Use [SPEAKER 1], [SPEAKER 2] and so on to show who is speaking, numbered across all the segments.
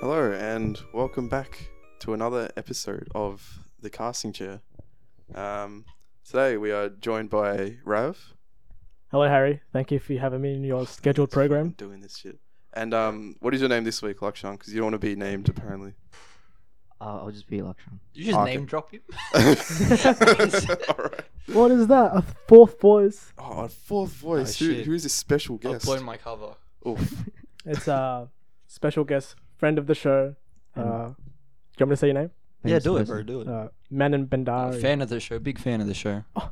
[SPEAKER 1] Hello, and welcome back to another episode of The Casting Chair. Um, today we are joined by Rav.
[SPEAKER 2] Hello, Harry. Thank you for having me in your scheduled program.
[SPEAKER 1] Doing this shit. And um, what is your name this week, Lakshan? Because you don't want to be named, apparently.
[SPEAKER 3] Uh, I'll just be Electron.
[SPEAKER 4] You just
[SPEAKER 1] Okay.
[SPEAKER 4] name drop him.
[SPEAKER 1] All right.
[SPEAKER 2] What is that? A fourth voice?
[SPEAKER 1] Oh, our fourth voice.
[SPEAKER 4] Oh,
[SPEAKER 1] who,
[SPEAKER 4] shit.
[SPEAKER 1] who is this special
[SPEAKER 4] I've
[SPEAKER 1] guest?
[SPEAKER 4] blown my cover.
[SPEAKER 1] Oof.
[SPEAKER 2] It's a special guest, friend of the show. Uh, do you want me to say your name?
[SPEAKER 3] Famous person.
[SPEAKER 4] Do
[SPEAKER 2] Uh, Oh. Manan Bandari.
[SPEAKER 4] fan of the show. Big fan of the show. I'm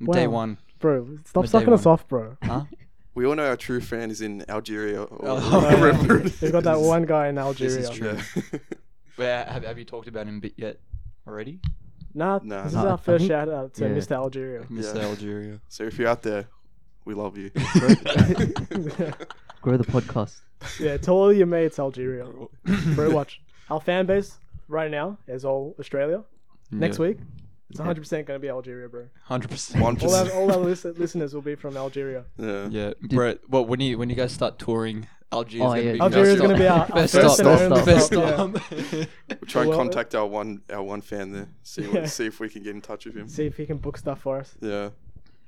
[SPEAKER 2] Wow.
[SPEAKER 4] Day one.
[SPEAKER 2] bro, stop
[SPEAKER 4] Mate,
[SPEAKER 2] sucking us
[SPEAKER 4] one.
[SPEAKER 2] off, bro.
[SPEAKER 4] Huh?
[SPEAKER 1] We all know our true fan is in Algeria or
[SPEAKER 4] Oh,
[SPEAKER 2] yeah.
[SPEAKER 1] wherever it
[SPEAKER 2] They've got that
[SPEAKER 1] is.
[SPEAKER 2] one guy in
[SPEAKER 4] is
[SPEAKER 2] Algeria.
[SPEAKER 4] true.
[SPEAKER 1] Yeah.
[SPEAKER 4] Where have, have you talked about him bit yet? Already?
[SPEAKER 2] Nah,
[SPEAKER 1] Nah.
[SPEAKER 2] this is
[SPEAKER 3] Nah, I
[SPEAKER 2] our first
[SPEAKER 3] think-
[SPEAKER 2] shout out to
[SPEAKER 3] yeah.
[SPEAKER 2] Mr. Algeria.
[SPEAKER 4] Mr.
[SPEAKER 1] Yeah.
[SPEAKER 4] Algeria.
[SPEAKER 1] so if you're out there, we love you.
[SPEAKER 3] Grow the podcast.
[SPEAKER 2] yeah, to all your mates, Algeria. bro, watch. Our fan base right now is all Australia. Next week, it's 100% going to be Algeria, bro.
[SPEAKER 4] Hundred
[SPEAKER 1] One
[SPEAKER 4] percent.
[SPEAKER 2] All our,
[SPEAKER 1] percent.
[SPEAKER 2] all our listen- listeners will be from Algeria.
[SPEAKER 1] Yeah.
[SPEAKER 4] Yeah, bro. Well, when you when you guys start touring, Algeria's
[SPEAKER 3] Oh,
[SPEAKER 4] gonna
[SPEAKER 3] yeah,
[SPEAKER 4] be
[SPEAKER 3] yeah.
[SPEAKER 2] Algeria's going to be our, our
[SPEAKER 4] first
[SPEAKER 2] first,
[SPEAKER 4] stop.
[SPEAKER 2] and only
[SPEAKER 4] First
[SPEAKER 3] First
[SPEAKER 2] stop, yeah.
[SPEAKER 4] time.
[SPEAKER 1] We'll try and
[SPEAKER 2] Well-
[SPEAKER 1] contact our one our one fan there. See what,
[SPEAKER 2] Yeah.
[SPEAKER 1] see if we can get in touch with him.
[SPEAKER 2] See if he can book stuff for us.
[SPEAKER 1] Yeah.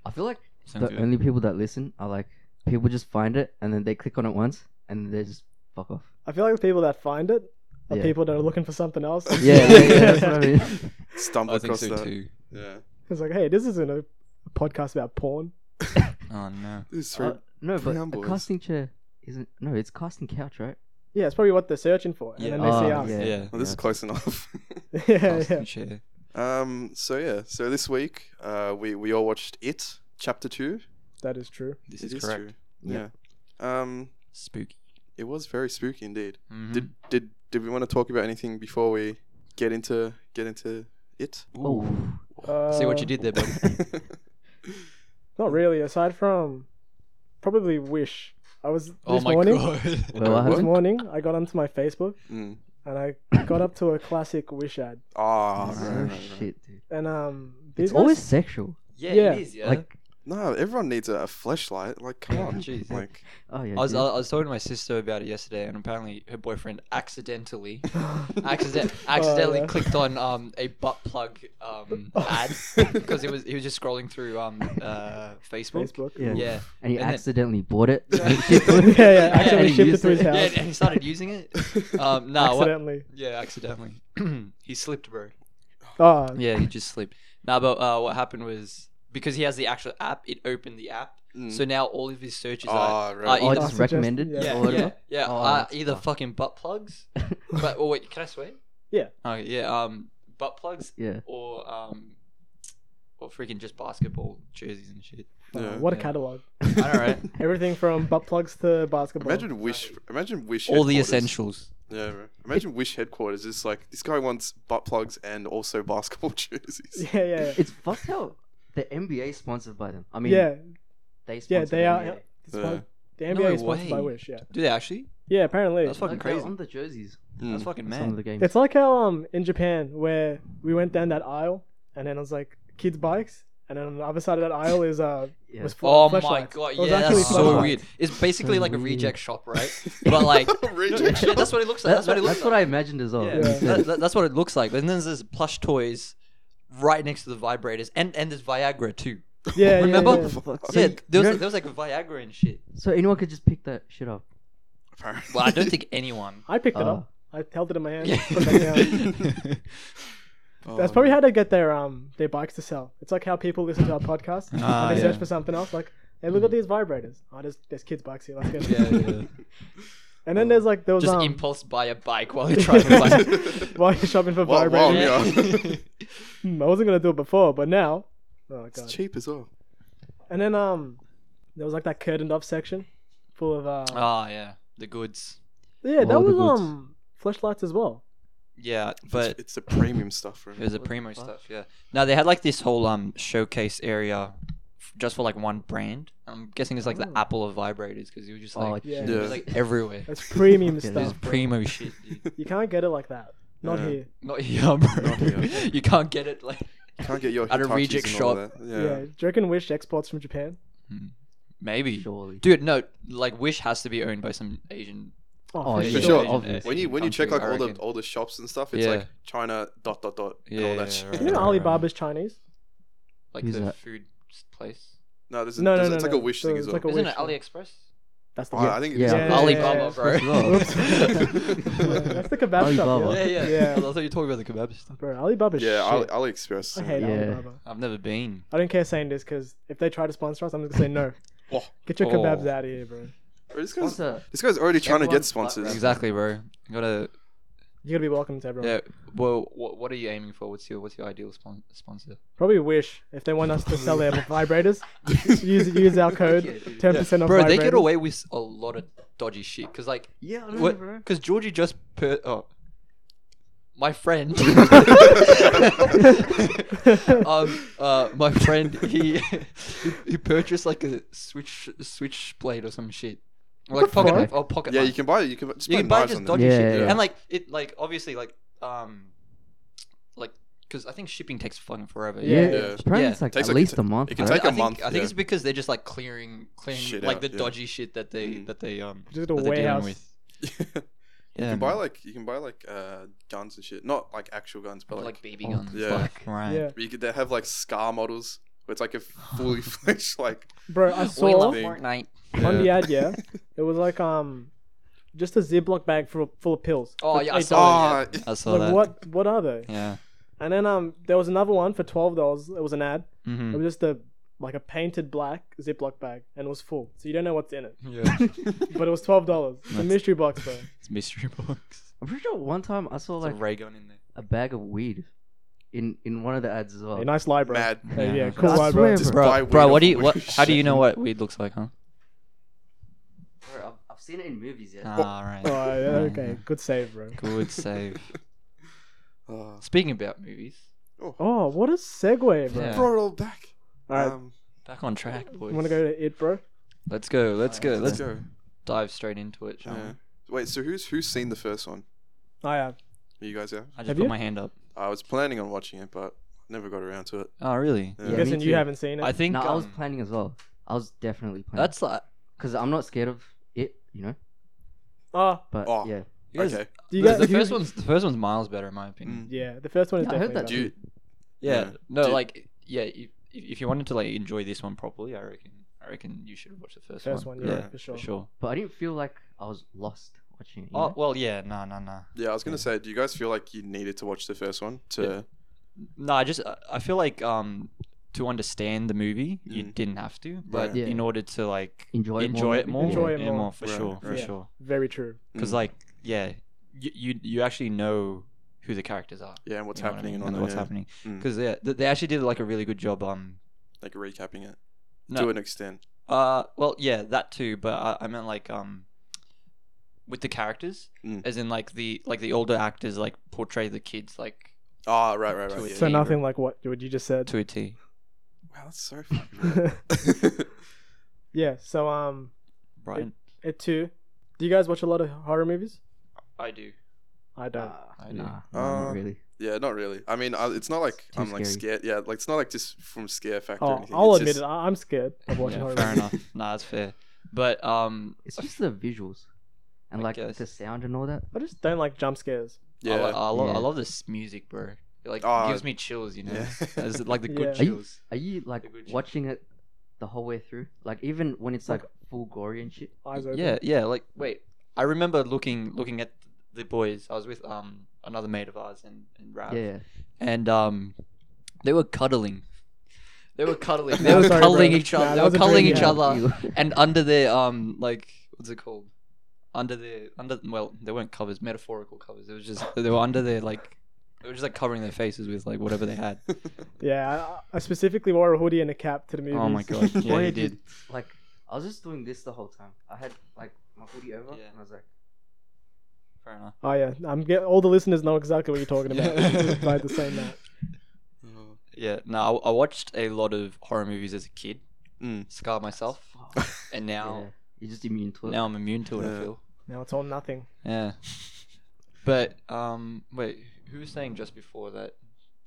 [SPEAKER 3] I feel like
[SPEAKER 4] Sounds
[SPEAKER 3] the
[SPEAKER 4] good.
[SPEAKER 3] only people that listen are like people just find it and then they click on it once and they just fuck off.
[SPEAKER 2] I feel like the people that find it are
[SPEAKER 3] Yeah.
[SPEAKER 2] people that are looking for something else.
[SPEAKER 3] Yeah, yeah, yeah, that's what I mean.
[SPEAKER 1] Stumble
[SPEAKER 4] I think
[SPEAKER 1] across
[SPEAKER 4] so
[SPEAKER 1] that.
[SPEAKER 4] too.
[SPEAKER 1] Yeah.
[SPEAKER 2] It's like, hey, this isn't a podcast about porn.
[SPEAKER 4] Oh no.
[SPEAKER 1] This is three-
[SPEAKER 3] Uh, no, but
[SPEAKER 1] three
[SPEAKER 3] a
[SPEAKER 1] homeboys.
[SPEAKER 3] casting chair isn't. No, it's casting couch, right?
[SPEAKER 2] Yeah, it's probably what they're searching for. And
[SPEAKER 4] Yeah.
[SPEAKER 2] then they see
[SPEAKER 3] Oh,
[SPEAKER 2] us.
[SPEAKER 3] yeah.
[SPEAKER 4] Yeah.
[SPEAKER 1] well, this is
[SPEAKER 3] yeah.
[SPEAKER 1] close enough.
[SPEAKER 2] Yeah, yeah.
[SPEAKER 4] Casting chair.
[SPEAKER 1] um. So yeah. So this week, uh, we we all watched it chapter two.
[SPEAKER 2] That is true.
[SPEAKER 4] This
[SPEAKER 1] It
[SPEAKER 4] is
[SPEAKER 1] is
[SPEAKER 4] correct.
[SPEAKER 1] True. Yeah. Um.
[SPEAKER 4] Spooky.
[SPEAKER 1] It was very spooky indeed.
[SPEAKER 4] Mhm.
[SPEAKER 1] Did did did we want to talk about anything before we get into get into it?
[SPEAKER 4] Ooh.
[SPEAKER 2] Uh,
[SPEAKER 4] See what you did there, buddy.
[SPEAKER 2] Not really. Aside from probably Wish. I was this
[SPEAKER 4] oh my
[SPEAKER 2] morning.
[SPEAKER 4] god.
[SPEAKER 3] Well, what
[SPEAKER 2] This
[SPEAKER 3] happened?
[SPEAKER 2] morning, I got onto my Facebook
[SPEAKER 1] mm.
[SPEAKER 2] and I got up to a classic Wish ad.
[SPEAKER 4] Oh,
[SPEAKER 1] Ah.
[SPEAKER 3] So
[SPEAKER 1] right, right, right.
[SPEAKER 3] Oh, shit, dude.
[SPEAKER 2] And um,
[SPEAKER 3] It's
[SPEAKER 2] these guys-
[SPEAKER 3] always sexual.
[SPEAKER 4] yeah,
[SPEAKER 2] Yeah.
[SPEAKER 4] it is. Yeah.
[SPEAKER 3] Like,
[SPEAKER 1] No, everyone needs a, a flashlight. Like, come
[SPEAKER 4] Yeah,
[SPEAKER 1] on.
[SPEAKER 4] jeez.
[SPEAKER 1] Like,
[SPEAKER 3] oh yeah.
[SPEAKER 4] I was, uh,
[SPEAKER 3] dude.
[SPEAKER 4] I was talking to my sister about it yesterday, and apparently her boyfriend accidentally,
[SPEAKER 1] Oh,
[SPEAKER 4] accident, accidentally
[SPEAKER 2] yeah.
[SPEAKER 4] clicked on um, a butt plug um, ad because he was he was just scrolling through um, uh, Facebook.
[SPEAKER 2] Facebook.
[SPEAKER 3] Yeah.
[SPEAKER 4] Yeah,
[SPEAKER 3] and he
[SPEAKER 4] and then-
[SPEAKER 3] accidentally bought it.
[SPEAKER 4] Yeah.
[SPEAKER 2] yeah, yeah.
[SPEAKER 4] And
[SPEAKER 2] Actually,
[SPEAKER 4] he
[SPEAKER 2] shipped it
[SPEAKER 3] used
[SPEAKER 2] to his
[SPEAKER 3] it.
[SPEAKER 4] yeah,
[SPEAKER 2] house.
[SPEAKER 4] and he started using it. Um, nah, what-
[SPEAKER 2] accidentally.
[SPEAKER 4] yeah, accidentally. he slipped, bro.
[SPEAKER 2] Oh,
[SPEAKER 4] Yeah, he just slipped. Nah, but uh, what happened was because he has the actual app, it opened the app,
[SPEAKER 1] mm.
[SPEAKER 4] so now all of his searches are.
[SPEAKER 1] Ah,
[SPEAKER 4] are
[SPEAKER 1] right.
[SPEAKER 3] Oh,
[SPEAKER 4] either-
[SPEAKER 3] just
[SPEAKER 2] Suggested,
[SPEAKER 3] recommended.
[SPEAKER 2] yeah.
[SPEAKER 3] or
[SPEAKER 4] yeah, yeah,
[SPEAKER 3] whatever?
[SPEAKER 4] yeah.
[SPEAKER 3] Oh,
[SPEAKER 4] uh,
[SPEAKER 3] that's
[SPEAKER 4] either
[SPEAKER 3] tough.
[SPEAKER 4] fucking butt plugs. but oh wait, can I swear?
[SPEAKER 2] Yeah.
[SPEAKER 4] Okay, yeah. Um, butt plugs
[SPEAKER 3] yeah.
[SPEAKER 4] or um, or freaking just basketball jerseys and shit.
[SPEAKER 1] Yeah.
[SPEAKER 2] uh, what a
[SPEAKER 4] Yeah.
[SPEAKER 2] catalog!
[SPEAKER 4] I know, right?
[SPEAKER 2] Everything from butt plugs to basketball.
[SPEAKER 1] Imagine Wish. Imagine Wish.
[SPEAKER 4] All the
[SPEAKER 1] headquarters.
[SPEAKER 4] essentials.
[SPEAKER 1] Yeah. Bro. Imagine Wish headquarters. It's like this guy wants butt plugs and also basketball jerseys.
[SPEAKER 2] Yeah, yeah,
[SPEAKER 3] It's fucked how the NBA is sponsored by them. I mean,
[SPEAKER 2] yeah.
[SPEAKER 3] they sponsor
[SPEAKER 2] Yeah, they
[SPEAKER 3] the
[SPEAKER 2] are.
[SPEAKER 3] NBA.
[SPEAKER 2] it's
[SPEAKER 1] Yeah.
[SPEAKER 2] fine. The NBA
[SPEAKER 4] No
[SPEAKER 2] is sponsored by
[SPEAKER 4] way.
[SPEAKER 2] Wish. Yeah,
[SPEAKER 4] Do they actually?
[SPEAKER 2] yeah. Apparently,
[SPEAKER 4] That's fucking
[SPEAKER 3] Like, they're
[SPEAKER 4] crazy.
[SPEAKER 3] on the jerseys.
[SPEAKER 4] That's
[SPEAKER 1] Mm.
[SPEAKER 4] fucking
[SPEAKER 3] Some of
[SPEAKER 4] mad.
[SPEAKER 3] the games.
[SPEAKER 2] it's like how um in Japan where we went down that aisle and then it was like kids bikes and then on the other side of that aisle is uh
[SPEAKER 3] Yeah.
[SPEAKER 2] was fl-
[SPEAKER 4] Oh my
[SPEAKER 2] flashlights.
[SPEAKER 4] god,
[SPEAKER 2] It was
[SPEAKER 4] yeah,
[SPEAKER 2] actually
[SPEAKER 4] that's so
[SPEAKER 3] flashlights.
[SPEAKER 4] weird. It's basically like a
[SPEAKER 3] weird.
[SPEAKER 4] reject shop, right? But like,
[SPEAKER 1] Reject
[SPEAKER 4] yeah, that's what it looks like.
[SPEAKER 3] That-
[SPEAKER 4] That's what it looks
[SPEAKER 3] that's what I imagined as well.
[SPEAKER 4] like.
[SPEAKER 2] Yeah.
[SPEAKER 4] Yeah. That- that- that's what it looks like. And then there's plush toys right next to the vibrators, and and there's Viagra too.
[SPEAKER 2] yeah, yeah,
[SPEAKER 4] Remember?
[SPEAKER 2] yeah.
[SPEAKER 3] Fuck.
[SPEAKER 4] Yeah,
[SPEAKER 3] So,
[SPEAKER 4] there was,
[SPEAKER 3] you
[SPEAKER 4] there was like Viagra and shit.
[SPEAKER 3] so anyone could just pick that shit up.
[SPEAKER 1] Apparently.
[SPEAKER 4] Well, I don't think anyone.
[SPEAKER 2] I picked it
[SPEAKER 3] Oh.
[SPEAKER 2] up. I held it in my hand.
[SPEAKER 4] Yeah.
[SPEAKER 2] put it down.
[SPEAKER 1] Oh,
[SPEAKER 2] That's probably how they get their um their bikes to sell. It's like how people listen to our podcast
[SPEAKER 4] Ah,
[SPEAKER 2] and they search
[SPEAKER 4] yeah.
[SPEAKER 2] for something else. Like, hey, look at these vibrators. Oh, there's there's kids bikes here. Let's get it.
[SPEAKER 4] yeah, yeah.
[SPEAKER 2] And then there's like there was
[SPEAKER 4] Just
[SPEAKER 2] um,
[SPEAKER 4] impulse buy a bike while you're trying to buy.
[SPEAKER 2] while you're shopping for
[SPEAKER 1] Wow, wow,
[SPEAKER 2] vibrators.
[SPEAKER 1] yeah.
[SPEAKER 2] Hmm, I wasn't gonna do it before, but now, oh
[SPEAKER 1] It's
[SPEAKER 2] god.
[SPEAKER 1] cheap as well.
[SPEAKER 2] And then um, there was like that curtained off section, full of uh,
[SPEAKER 4] Ah, yeah, the goods.
[SPEAKER 2] yeah, that
[SPEAKER 3] all
[SPEAKER 2] was
[SPEAKER 3] the goods.
[SPEAKER 2] um, flashlights as well.
[SPEAKER 4] Yeah, but
[SPEAKER 1] it's, it's the premium stuff. Right?
[SPEAKER 4] it was a
[SPEAKER 3] What the
[SPEAKER 4] primo
[SPEAKER 3] fuck?
[SPEAKER 4] stuff. Yeah. Now they had like this whole um showcase area, f- just for like one brand. I'm guessing it's like the
[SPEAKER 2] Oh.
[SPEAKER 4] Apple of vibrators because it was just
[SPEAKER 3] Oh,
[SPEAKER 4] like
[SPEAKER 2] yeah.
[SPEAKER 4] it was like everywhere.
[SPEAKER 2] That's premium
[SPEAKER 3] Fucking
[SPEAKER 4] There's
[SPEAKER 2] stuff. bro.
[SPEAKER 4] primo shit. dude.
[SPEAKER 2] You can't get it like that. Not
[SPEAKER 1] Yeah.
[SPEAKER 2] here.
[SPEAKER 4] Not here, bro.
[SPEAKER 1] Not here.
[SPEAKER 4] you can't get it like
[SPEAKER 1] Can't get your
[SPEAKER 4] At a
[SPEAKER 1] Hitachis
[SPEAKER 4] reject
[SPEAKER 1] and all
[SPEAKER 4] shop.
[SPEAKER 1] that.
[SPEAKER 2] Yeah. Do you reckon Wish exports from Japan?
[SPEAKER 4] maybe.
[SPEAKER 3] Surely.
[SPEAKER 4] Dude, no, like Wish has to be owned by some Asian
[SPEAKER 3] Oh,
[SPEAKER 2] for
[SPEAKER 1] For
[SPEAKER 3] yeah.
[SPEAKER 1] sure.
[SPEAKER 3] Obvious.
[SPEAKER 1] When you when you check like
[SPEAKER 4] Country, I
[SPEAKER 1] all the
[SPEAKER 4] reckon.
[SPEAKER 1] all the shops and stuff, it's
[SPEAKER 4] Yeah.
[SPEAKER 1] like China dot dot dot and all
[SPEAKER 4] Yeah,
[SPEAKER 1] that shit.
[SPEAKER 4] right.
[SPEAKER 2] You know Alibaba's Chinese.
[SPEAKER 4] like
[SPEAKER 3] Who's
[SPEAKER 4] the
[SPEAKER 3] that?
[SPEAKER 4] food s- place.
[SPEAKER 1] No, there's, a,
[SPEAKER 2] No, no,
[SPEAKER 1] there's-
[SPEAKER 2] no,
[SPEAKER 1] it's like
[SPEAKER 2] no.
[SPEAKER 1] a wish
[SPEAKER 2] So
[SPEAKER 1] thing
[SPEAKER 2] it's
[SPEAKER 1] as well.
[SPEAKER 2] like a
[SPEAKER 4] Isn't it
[SPEAKER 2] wish thing.
[SPEAKER 4] AliExpress?
[SPEAKER 2] That's the
[SPEAKER 1] Oh, I think it's
[SPEAKER 3] Yeah.
[SPEAKER 1] yeah.
[SPEAKER 2] Yeah.
[SPEAKER 4] Alibaba, bro.
[SPEAKER 2] yeah, that's the kebab shop.
[SPEAKER 3] Alibaba.
[SPEAKER 4] yeah,
[SPEAKER 2] Yeah,
[SPEAKER 4] yeah.
[SPEAKER 2] Yeah.
[SPEAKER 4] I thought you were talking about the kebab stuff.
[SPEAKER 2] bro. Alibaba's
[SPEAKER 1] yeah,
[SPEAKER 2] shit.
[SPEAKER 1] Ali, AliExpress.
[SPEAKER 2] I hate
[SPEAKER 3] Yeah.
[SPEAKER 2] Alibaba.
[SPEAKER 4] I've never been.
[SPEAKER 2] I don't care saying this because if they try to sponsor us, I'm just gonna say no.
[SPEAKER 1] Oh.
[SPEAKER 2] Get your
[SPEAKER 4] Oh.
[SPEAKER 2] kebabs out of here, bro.
[SPEAKER 1] Bro, this
[SPEAKER 3] What's
[SPEAKER 1] guy's
[SPEAKER 3] a
[SPEAKER 1] this guy's already trying to get
[SPEAKER 3] Everyone's butt
[SPEAKER 1] sponsors.
[SPEAKER 4] Exactly, bro. You gotta.
[SPEAKER 2] You gotta be welcome to everyone.
[SPEAKER 4] Yeah. Well, what, what are you aiming for? What's your What's your ideal spon- sponsor?
[SPEAKER 2] Probably Wish if they want us to sell their vibrators. Use use our code, ten percent off.
[SPEAKER 4] Bro,
[SPEAKER 2] vibrators.
[SPEAKER 4] they get away with a lot of dodgy shit. Cause like,
[SPEAKER 3] yeah, I
[SPEAKER 4] what? Cause Georgie just per. Oh, my friend. um, uh, my friend, he he purchased like a switch switch blade or some shit, or like
[SPEAKER 2] the
[SPEAKER 4] pocket
[SPEAKER 2] fuck?
[SPEAKER 4] knife or pocket
[SPEAKER 1] yeah,
[SPEAKER 4] knife.
[SPEAKER 1] you can buy you can just
[SPEAKER 4] you
[SPEAKER 1] buy
[SPEAKER 4] can buy
[SPEAKER 1] knives
[SPEAKER 4] just
[SPEAKER 1] on
[SPEAKER 4] dodgy
[SPEAKER 1] them.
[SPEAKER 3] Yeah,
[SPEAKER 4] shit,
[SPEAKER 3] yeah.
[SPEAKER 4] and like it, like obviously, like um, like because I think shipping takes fucking forever.
[SPEAKER 3] Yeah,
[SPEAKER 2] Yeah.
[SPEAKER 3] apparently
[SPEAKER 4] Yeah.
[SPEAKER 3] it's like
[SPEAKER 1] Takes
[SPEAKER 3] at
[SPEAKER 1] like-
[SPEAKER 3] least a month.
[SPEAKER 1] it can
[SPEAKER 3] right?
[SPEAKER 1] take
[SPEAKER 4] I
[SPEAKER 1] a
[SPEAKER 4] think,
[SPEAKER 1] month,
[SPEAKER 4] I think
[SPEAKER 1] yeah.
[SPEAKER 4] it's because they're just like clearing, clearing
[SPEAKER 1] Shit
[SPEAKER 4] like
[SPEAKER 1] out,
[SPEAKER 4] the
[SPEAKER 1] yeah.
[SPEAKER 4] dodgy shit that they
[SPEAKER 1] Mhm.
[SPEAKER 4] that they um
[SPEAKER 2] Just a
[SPEAKER 4] that they're dealing
[SPEAKER 2] warehouse.
[SPEAKER 4] with.
[SPEAKER 1] you
[SPEAKER 4] Yeah,
[SPEAKER 1] can buy like you can buy like uh, guns and shit. Not like actual guns, but
[SPEAKER 4] like,
[SPEAKER 1] like,
[SPEAKER 4] BB guns.
[SPEAKER 1] yeah.
[SPEAKER 4] like, right.
[SPEAKER 2] Yeah,
[SPEAKER 1] you could, they have like scar models. Where it's like a fully fledged like
[SPEAKER 2] bro. I
[SPEAKER 4] We
[SPEAKER 2] saw
[SPEAKER 4] love
[SPEAKER 1] thing.
[SPEAKER 4] Fortnite.
[SPEAKER 2] on the ad. Yeah, it was like um, just a Ziploc bag full full of pills.
[SPEAKER 4] Oh
[SPEAKER 2] for
[SPEAKER 4] yeah, I
[SPEAKER 2] $8.
[SPEAKER 4] saw
[SPEAKER 1] Oh,
[SPEAKER 4] that. I saw
[SPEAKER 2] Like
[SPEAKER 4] that.
[SPEAKER 2] what? What are they?
[SPEAKER 4] Yeah.
[SPEAKER 2] And then um, there was another one for twelve dollars. It was an ad. It
[SPEAKER 4] Mm-hmm.
[SPEAKER 2] was just a like a painted black Ziploc bag, and it was full, so you don't know what's in it.
[SPEAKER 4] Yeah.
[SPEAKER 2] But it was twelve dollars. The
[SPEAKER 4] Nice.
[SPEAKER 2] mystery box, bro.
[SPEAKER 4] it's mystery box.
[SPEAKER 3] I'm pretty sure one time I saw like
[SPEAKER 4] There's a ray gun in there.
[SPEAKER 3] a bag of weed in in one of the ads as well.
[SPEAKER 2] Hey, nice lie, bro.
[SPEAKER 1] mad.
[SPEAKER 2] Hey, uh, yeah,
[SPEAKER 4] Yeah.
[SPEAKER 2] cool
[SPEAKER 3] I
[SPEAKER 2] lie, bro.
[SPEAKER 3] swear,
[SPEAKER 1] Just
[SPEAKER 3] Bro,
[SPEAKER 1] buy
[SPEAKER 4] Bro,
[SPEAKER 1] weed off
[SPEAKER 4] what do you
[SPEAKER 1] of
[SPEAKER 4] what?
[SPEAKER 1] Wish.
[SPEAKER 4] How do you know what weed looks like, huh?
[SPEAKER 3] Bro, I've, I've seen it in movies. Yeah.
[SPEAKER 4] Ah, right.
[SPEAKER 2] Oh, yeah, okay, good save, bro.
[SPEAKER 4] Good save.
[SPEAKER 1] Oh,
[SPEAKER 4] Speaking about movies,
[SPEAKER 2] Oh, what a segue, bro.
[SPEAKER 4] Yeah.
[SPEAKER 1] brought it all back.
[SPEAKER 2] All right,
[SPEAKER 1] Um,
[SPEAKER 4] back on track, boys.
[SPEAKER 2] you want to go to it, bro?
[SPEAKER 4] Let's go. Let's go.
[SPEAKER 1] let's
[SPEAKER 4] Let's
[SPEAKER 1] go.
[SPEAKER 4] dive straight into it. Shall
[SPEAKER 1] Yeah.
[SPEAKER 4] we?
[SPEAKER 1] Wait, so who's who's seen the first one?
[SPEAKER 2] I have.
[SPEAKER 1] You guys have?
[SPEAKER 4] I just
[SPEAKER 2] Have
[SPEAKER 4] put
[SPEAKER 2] you?
[SPEAKER 4] my hand up.
[SPEAKER 1] I was planning on watching it, but never got around to it.
[SPEAKER 4] Oh, really?
[SPEAKER 1] Yeah.
[SPEAKER 2] I'm
[SPEAKER 3] Yeah, me
[SPEAKER 2] guessing
[SPEAKER 3] too.
[SPEAKER 2] you haven't seen it.
[SPEAKER 4] I think
[SPEAKER 3] No, I was
[SPEAKER 4] um,
[SPEAKER 3] planning as well. I was definitely planning.
[SPEAKER 4] That's like
[SPEAKER 3] because I'm not scared of it, you know.
[SPEAKER 2] oh,
[SPEAKER 3] But
[SPEAKER 1] Oh.
[SPEAKER 3] yeah,
[SPEAKER 2] do you guys,
[SPEAKER 1] okay.
[SPEAKER 2] do you
[SPEAKER 4] the,
[SPEAKER 2] guys,
[SPEAKER 4] the
[SPEAKER 2] do you-
[SPEAKER 4] first one's the first one's miles better in my opinion.
[SPEAKER 1] Mm.
[SPEAKER 2] Yeah, the first one is
[SPEAKER 3] Yeah, I heard
[SPEAKER 2] definitely.
[SPEAKER 3] that
[SPEAKER 1] Do
[SPEAKER 2] better.
[SPEAKER 1] you,
[SPEAKER 4] Yeah.
[SPEAKER 1] Yeah.
[SPEAKER 4] No,
[SPEAKER 1] Did-
[SPEAKER 4] like yeah, if, if you wanted to like enjoy this one properly, I reckon I reckon you should watch the first,
[SPEAKER 2] First one, yeah, for sure.
[SPEAKER 4] for sure.
[SPEAKER 3] but I didn't feel like I was lost watching it. you
[SPEAKER 4] Oh
[SPEAKER 3] know?
[SPEAKER 4] well, yeah, no, no, no,
[SPEAKER 1] yeah, I was gonna say, do you guys feel like you needed to watch the first one to?
[SPEAKER 4] no. I just I- I feel like um to understand the movie, you
[SPEAKER 1] Mm.
[SPEAKER 4] didn't have to, but
[SPEAKER 1] Right.
[SPEAKER 3] Yeah.
[SPEAKER 4] in order to like
[SPEAKER 3] Enjoy it more,
[SPEAKER 4] enjoy it more,
[SPEAKER 2] Enjoy it
[SPEAKER 4] yeah,
[SPEAKER 2] more.
[SPEAKER 4] for
[SPEAKER 1] Right,
[SPEAKER 4] sure, for
[SPEAKER 2] right.
[SPEAKER 4] sure.
[SPEAKER 2] Very true.
[SPEAKER 4] Because
[SPEAKER 1] Mm.
[SPEAKER 4] like yeah, you, you you actually know who the characters are.
[SPEAKER 1] Yeah, and what's
[SPEAKER 4] you know what I
[SPEAKER 1] happening
[SPEAKER 4] mean,
[SPEAKER 1] and all that.
[SPEAKER 4] what's
[SPEAKER 1] yeah.
[SPEAKER 4] happening.
[SPEAKER 1] Mm.
[SPEAKER 4] Because yeah, th- they actually did like a really good job. Um,
[SPEAKER 1] Like recapping it
[SPEAKER 4] no,
[SPEAKER 1] to an extent.
[SPEAKER 4] Uh, well, yeah, that too. But I, I meant like um, with the characters,
[SPEAKER 1] Mm.
[SPEAKER 4] as in like the like the older actors like portray the kids like
[SPEAKER 1] Ah, right, right,
[SPEAKER 4] To
[SPEAKER 1] right.
[SPEAKER 4] a
[SPEAKER 1] Yeah.
[SPEAKER 2] So
[SPEAKER 4] T,
[SPEAKER 2] nothing like what what you just said.
[SPEAKER 4] to a T.
[SPEAKER 1] Wow, that's so. Fucking right.
[SPEAKER 2] yeah. So um,
[SPEAKER 4] Brian,
[SPEAKER 2] it too. Do you guys watch a lot of horror movies?
[SPEAKER 4] I do.
[SPEAKER 2] I don't.
[SPEAKER 4] I do. Um,
[SPEAKER 3] nah, nah,
[SPEAKER 1] Uh,
[SPEAKER 3] not really.
[SPEAKER 1] yeah, not really. I mean, I, it's not like
[SPEAKER 3] too
[SPEAKER 1] I'm like
[SPEAKER 3] scary.
[SPEAKER 1] scared. Yeah, like it's not like just from scare factor. or
[SPEAKER 2] oh,
[SPEAKER 1] anything.
[SPEAKER 2] I'll
[SPEAKER 1] it's
[SPEAKER 2] admit
[SPEAKER 1] just,
[SPEAKER 2] it. I- I'm scared of watching
[SPEAKER 4] Yeah,
[SPEAKER 2] horror
[SPEAKER 4] fair
[SPEAKER 2] movies.
[SPEAKER 4] enough. Nah, that's fair. But um,
[SPEAKER 3] It's just the visuals and
[SPEAKER 4] I
[SPEAKER 3] like
[SPEAKER 4] guess.
[SPEAKER 3] the sound and all that.
[SPEAKER 2] I just don't like jump scares.
[SPEAKER 4] yeah, I,
[SPEAKER 1] Yeah.
[SPEAKER 4] lo- I, lo-
[SPEAKER 3] Yeah.
[SPEAKER 4] I love this music, bro. It, like
[SPEAKER 1] Oh,
[SPEAKER 4] gives me chills, you know.
[SPEAKER 1] yeah.
[SPEAKER 4] It's like the good
[SPEAKER 2] Yeah.
[SPEAKER 3] Are you-
[SPEAKER 4] chills.
[SPEAKER 3] Are you like
[SPEAKER 4] good show.
[SPEAKER 3] watching it the whole way through? Like even when it's
[SPEAKER 2] Like-
[SPEAKER 3] like full gory and shit.
[SPEAKER 2] Eyes open.
[SPEAKER 4] Yeah, yeah. Like, wait, I remember looking looking at the boys. I was with um another mate of ours and and Rav.
[SPEAKER 3] Yeah, yeah.
[SPEAKER 4] and um, they were cuddling. They were cuddling.
[SPEAKER 1] Nah,
[SPEAKER 4] They were
[SPEAKER 2] sorry,
[SPEAKER 4] cuddling
[SPEAKER 2] bro.
[SPEAKER 4] each other.
[SPEAKER 2] Nah,
[SPEAKER 4] they
[SPEAKER 2] that
[SPEAKER 4] were
[SPEAKER 2] was a
[SPEAKER 4] cuddling
[SPEAKER 2] dream,
[SPEAKER 4] each
[SPEAKER 2] yeah.
[SPEAKER 4] other,
[SPEAKER 3] You-
[SPEAKER 4] and under their um, like what's it called? Under their under well, they weren't covers, metaphorical covers. It was just they were under their like. It was just like covering their faces with like whatever they had.
[SPEAKER 2] Yeah. I, I specifically wore a hoodie and a cap to the movies.
[SPEAKER 4] Oh my god! Yeah,
[SPEAKER 3] Why
[SPEAKER 4] he
[SPEAKER 3] did you-
[SPEAKER 4] did.
[SPEAKER 3] like I was just doing this the whole time. I had like my hoodie over
[SPEAKER 4] Yeah.
[SPEAKER 3] and I was like,
[SPEAKER 4] Fair enough.
[SPEAKER 2] Oh yeah, I'm get all the listeners know exactly what you're talking about.
[SPEAKER 4] Yeah.
[SPEAKER 2] It's like the same night.
[SPEAKER 1] Oh.
[SPEAKER 4] Yeah. No, I, I watched a lot of horror movies as a kid.
[SPEAKER 1] Mm.
[SPEAKER 4] Scarred myself,
[SPEAKER 3] "Fuck,
[SPEAKER 4] and
[SPEAKER 3] "Oh, yeah.
[SPEAKER 4] now
[SPEAKER 3] You're just immune to it.
[SPEAKER 4] now I'm immune to it. I
[SPEAKER 1] Yeah.
[SPEAKER 4] feel.
[SPEAKER 2] Now it's all nothing.
[SPEAKER 4] Yeah. But um wait, who was saying just before that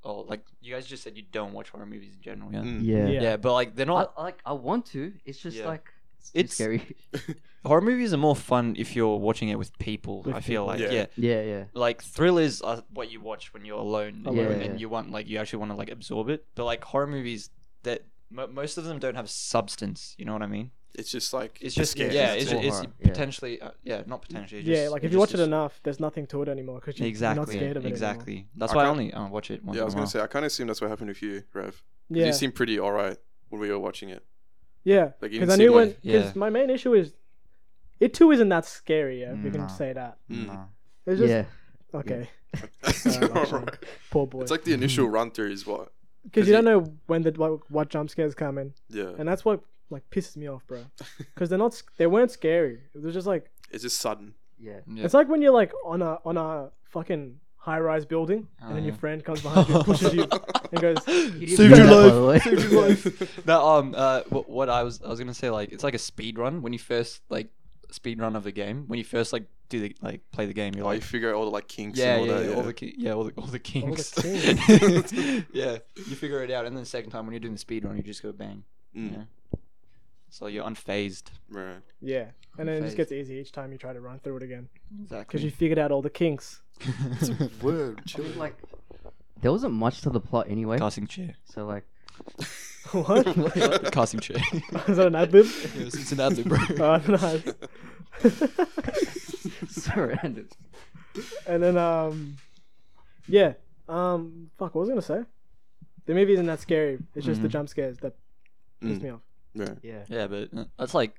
[SPEAKER 4] oh like you guys just said you don't watch horror movies in general, yeah?
[SPEAKER 1] Mm.
[SPEAKER 3] yeah.
[SPEAKER 2] Yeah.
[SPEAKER 4] Yeah, but like they're
[SPEAKER 3] I,
[SPEAKER 4] not
[SPEAKER 3] I, like I want to. It's just
[SPEAKER 4] Yeah.
[SPEAKER 3] like It's,
[SPEAKER 4] It's-
[SPEAKER 3] too scary.
[SPEAKER 4] Horror movies are more fun if you're watching it with people.
[SPEAKER 2] With
[SPEAKER 4] I feel
[SPEAKER 2] people,
[SPEAKER 4] like
[SPEAKER 1] yeah.
[SPEAKER 3] Yeah,
[SPEAKER 4] yeah.
[SPEAKER 3] yeah.
[SPEAKER 4] like thrillers are what you watch when you're alone,
[SPEAKER 2] Alone,
[SPEAKER 4] and
[SPEAKER 3] yeah.
[SPEAKER 4] you want like you actually want to like absorb it. But like horror movies, that mo most of them don't have substance. You know what I mean?
[SPEAKER 1] It's just like
[SPEAKER 4] It's just
[SPEAKER 1] scary.
[SPEAKER 4] yeah,
[SPEAKER 1] that's
[SPEAKER 4] it's,
[SPEAKER 1] all.
[SPEAKER 4] it's
[SPEAKER 3] horror, yeah.
[SPEAKER 4] potentially uh, yeah, not potentially.
[SPEAKER 2] yeah,
[SPEAKER 4] just-
[SPEAKER 2] like
[SPEAKER 4] it
[SPEAKER 2] if you
[SPEAKER 4] just-
[SPEAKER 2] watch it
[SPEAKER 4] just-
[SPEAKER 2] enough, there's nothing to it anymore because you're
[SPEAKER 4] exactly,
[SPEAKER 2] not scared of it.
[SPEAKER 4] exactly. That's
[SPEAKER 1] I
[SPEAKER 4] why I
[SPEAKER 1] can't-
[SPEAKER 4] only uh, watch it once.
[SPEAKER 1] yeah. I was
[SPEAKER 4] in a
[SPEAKER 1] gonna
[SPEAKER 4] while.
[SPEAKER 1] say I kind of assume that's what happened with you, Rev. 'Cause You
[SPEAKER 2] Anymore. Yeah,
[SPEAKER 1] seemed pretty alright when we were watching it.
[SPEAKER 2] yeah.
[SPEAKER 1] Like you
[SPEAKER 2] Because
[SPEAKER 1] didn't
[SPEAKER 2] I
[SPEAKER 1] seem
[SPEAKER 2] knew when.
[SPEAKER 1] like,
[SPEAKER 2] Because
[SPEAKER 4] Yeah.
[SPEAKER 2] my main issue is, it too isn't that scary. Yeah, if you
[SPEAKER 4] No.
[SPEAKER 2] can say that.
[SPEAKER 1] Mm.
[SPEAKER 4] Nah.
[SPEAKER 2] It's just
[SPEAKER 3] yeah.
[SPEAKER 2] okay,
[SPEAKER 1] You're
[SPEAKER 2] actually.
[SPEAKER 1] alright.
[SPEAKER 2] poor boy.
[SPEAKER 1] It's like the initial run through is what.
[SPEAKER 2] Because you don't know when the what, what jump scares come in,
[SPEAKER 1] Yeah.
[SPEAKER 2] and that's what like pisses me off, bro. Because they're not sc- they weren't scary. It was just like
[SPEAKER 1] It's just sudden.
[SPEAKER 3] Yeah.
[SPEAKER 4] Yeah.
[SPEAKER 2] it's like when you're like on a on a fucking high rise building,
[SPEAKER 4] Oh,
[SPEAKER 2] and then your
[SPEAKER 4] yeah.
[SPEAKER 2] friend comes behind you, and pushes you, and goes,
[SPEAKER 3] Saved
[SPEAKER 4] your life.
[SPEAKER 3] Saved
[SPEAKER 4] no, um, uh, what, what I was I was gonna say like it's like a speed run when you first like speed run of a game when you first like do the like play the game you're
[SPEAKER 1] Like you
[SPEAKER 4] like
[SPEAKER 1] figure out all the like kinks
[SPEAKER 4] yeah
[SPEAKER 1] and all
[SPEAKER 4] yeah,
[SPEAKER 1] that.
[SPEAKER 4] yeah,
[SPEAKER 1] Yeah.
[SPEAKER 4] all the ki- yeah all the all the kinks,
[SPEAKER 1] kings.
[SPEAKER 4] yeah you figure it out and then the second time when you're doing the speed run you just go bang
[SPEAKER 1] Mm,
[SPEAKER 4] yeah so you're unfazed
[SPEAKER 1] right.
[SPEAKER 2] yeah, and then it just
[SPEAKER 4] Phase.
[SPEAKER 2] gets easy each time you try to run through it again because you
[SPEAKER 4] exactly
[SPEAKER 2] figured out all the kinks.
[SPEAKER 1] Word,
[SPEAKER 3] I mean, like, there wasn't much to the plot anyway.
[SPEAKER 4] casting chair
[SPEAKER 3] So like,
[SPEAKER 2] what?
[SPEAKER 4] casting chair
[SPEAKER 2] Is that an ad lib?
[SPEAKER 4] yeah, Cincinnati bro
[SPEAKER 1] Uh,
[SPEAKER 2] Oh, nice.
[SPEAKER 3] surrounded.
[SPEAKER 2] and then um, yeah, um, fuck, what was I gonna say? The movie isn't that scary. It's just the
[SPEAKER 4] Mhm.
[SPEAKER 2] jump scares that piss
[SPEAKER 1] Mm,
[SPEAKER 2] me off.
[SPEAKER 1] right.
[SPEAKER 3] Yeah.
[SPEAKER 4] yeah but uh, that's like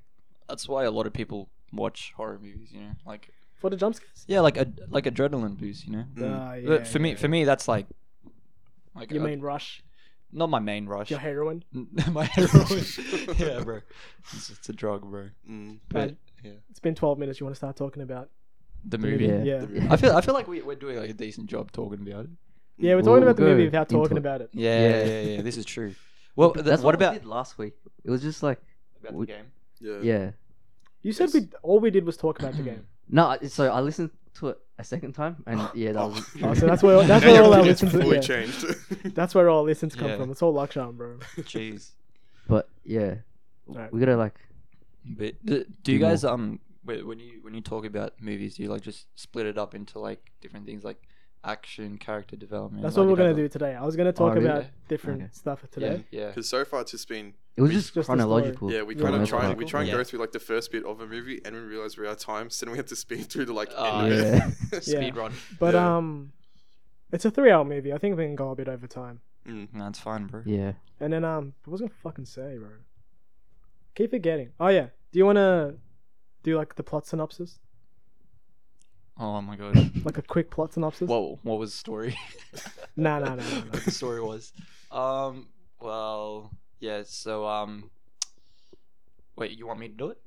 [SPEAKER 4] that's why a lot of people watch horror movies you know like
[SPEAKER 2] For the jump scares?
[SPEAKER 4] yeah like a like adrenaline boost you know
[SPEAKER 1] Mm.
[SPEAKER 2] Ah,
[SPEAKER 4] But for me,
[SPEAKER 2] yeah,
[SPEAKER 4] for me, that's like, like
[SPEAKER 2] yeah. you
[SPEAKER 4] uh,
[SPEAKER 2] mean rush
[SPEAKER 4] not my main rush.
[SPEAKER 2] your heroin?
[SPEAKER 4] my heroin. yeah, bro. It's, it's a drug, bro.
[SPEAKER 1] Mm.
[SPEAKER 4] But
[SPEAKER 2] Bad.
[SPEAKER 4] yeah,
[SPEAKER 2] It's been 12 minutes. You want to start talking about?
[SPEAKER 4] the
[SPEAKER 2] movie.
[SPEAKER 4] movie.
[SPEAKER 3] Yeah.
[SPEAKER 2] Yeah.
[SPEAKER 1] The-
[SPEAKER 4] I feel I feel like we we're doing like a decent job talking about it.
[SPEAKER 2] Yeah, we're
[SPEAKER 3] We'll
[SPEAKER 2] talking about the
[SPEAKER 3] go
[SPEAKER 2] movie without
[SPEAKER 3] into
[SPEAKER 2] talking
[SPEAKER 3] it.
[SPEAKER 2] about it.
[SPEAKER 4] Yeah,
[SPEAKER 3] Yeah.
[SPEAKER 4] yeah, yeah. this is true. Well, th-
[SPEAKER 3] That's
[SPEAKER 4] what
[SPEAKER 3] we
[SPEAKER 4] about
[SPEAKER 3] did last week? It was just like,
[SPEAKER 4] about
[SPEAKER 3] we-
[SPEAKER 4] the game?
[SPEAKER 1] Yeah.
[SPEAKER 3] yeah.
[SPEAKER 2] You said we all we did was talk about the game.
[SPEAKER 3] No, I- so I listened to it a second time, and yeah, that
[SPEAKER 1] Oh.
[SPEAKER 3] was.
[SPEAKER 2] Oh, so that's where that's
[SPEAKER 1] Now
[SPEAKER 2] where
[SPEAKER 1] your
[SPEAKER 2] all our
[SPEAKER 1] opinion's
[SPEAKER 2] listens.
[SPEAKER 1] fully
[SPEAKER 2] Yeah.
[SPEAKER 1] changed.
[SPEAKER 2] That's where all listens come
[SPEAKER 4] Yeah.
[SPEAKER 2] from. It's all Lakshman, bro.
[SPEAKER 4] Jeez.
[SPEAKER 3] But yeah,
[SPEAKER 2] Alright.
[SPEAKER 3] we gotta like,
[SPEAKER 4] But do, do you
[SPEAKER 3] Do more.
[SPEAKER 4] guys um wh- when you when you talk about movies, do you like just split it up into like different things like action, character development?
[SPEAKER 2] That's
[SPEAKER 4] like
[SPEAKER 2] what we're
[SPEAKER 4] about
[SPEAKER 2] gonna do
[SPEAKER 4] the-
[SPEAKER 2] today. I was gonna talk
[SPEAKER 3] Oh, really?
[SPEAKER 2] about different
[SPEAKER 3] Okay.
[SPEAKER 2] stuff today.
[SPEAKER 4] Yeah. yeah.
[SPEAKER 1] Because so far it's just been
[SPEAKER 3] it was
[SPEAKER 1] We-
[SPEAKER 3] just,
[SPEAKER 2] Just the story.
[SPEAKER 3] chronological.
[SPEAKER 1] yeah we
[SPEAKER 2] Yeah,
[SPEAKER 1] kind of
[SPEAKER 2] that's
[SPEAKER 1] try and we
[SPEAKER 2] cool.
[SPEAKER 1] try and go
[SPEAKER 4] Yeah.
[SPEAKER 1] through like the first bit of a movie and we realize we're out of time so then we have to speed through to like
[SPEAKER 4] Oh,
[SPEAKER 1] end of
[SPEAKER 3] yeah.
[SPEAKER 1] it.
[SPEAKER 2] Yeah.
[SPEAKER 4] Speed run.
[SPEAKER 2] But
[SPEAKER 1] Yeah.
[SPEAKER 2] um, it's a three-hour movie. I think we can go a bit over time.
[SPEAKER 1] Mm.
[SPEAKER 4] No, it's fine, bro.
[SPEAKER 3] Yeah.
[SPEAKER 2] And then um, what was I gonna fucking say, bro? Keep forgetting. Oh yeah. Do you wanna do like the plot synopsis?
[SPEAKER 4] Oh my god.
[SPEAKER 2] Like a quick plot synopsis?
[SPEAKER 4] Whoa, what was the story?
[SPEAKER 2] Nah, nah, nah, nah, nah.
[SPEAKER 4] what the story was. Um, well, yeah. So, um, wait, you want me to do it?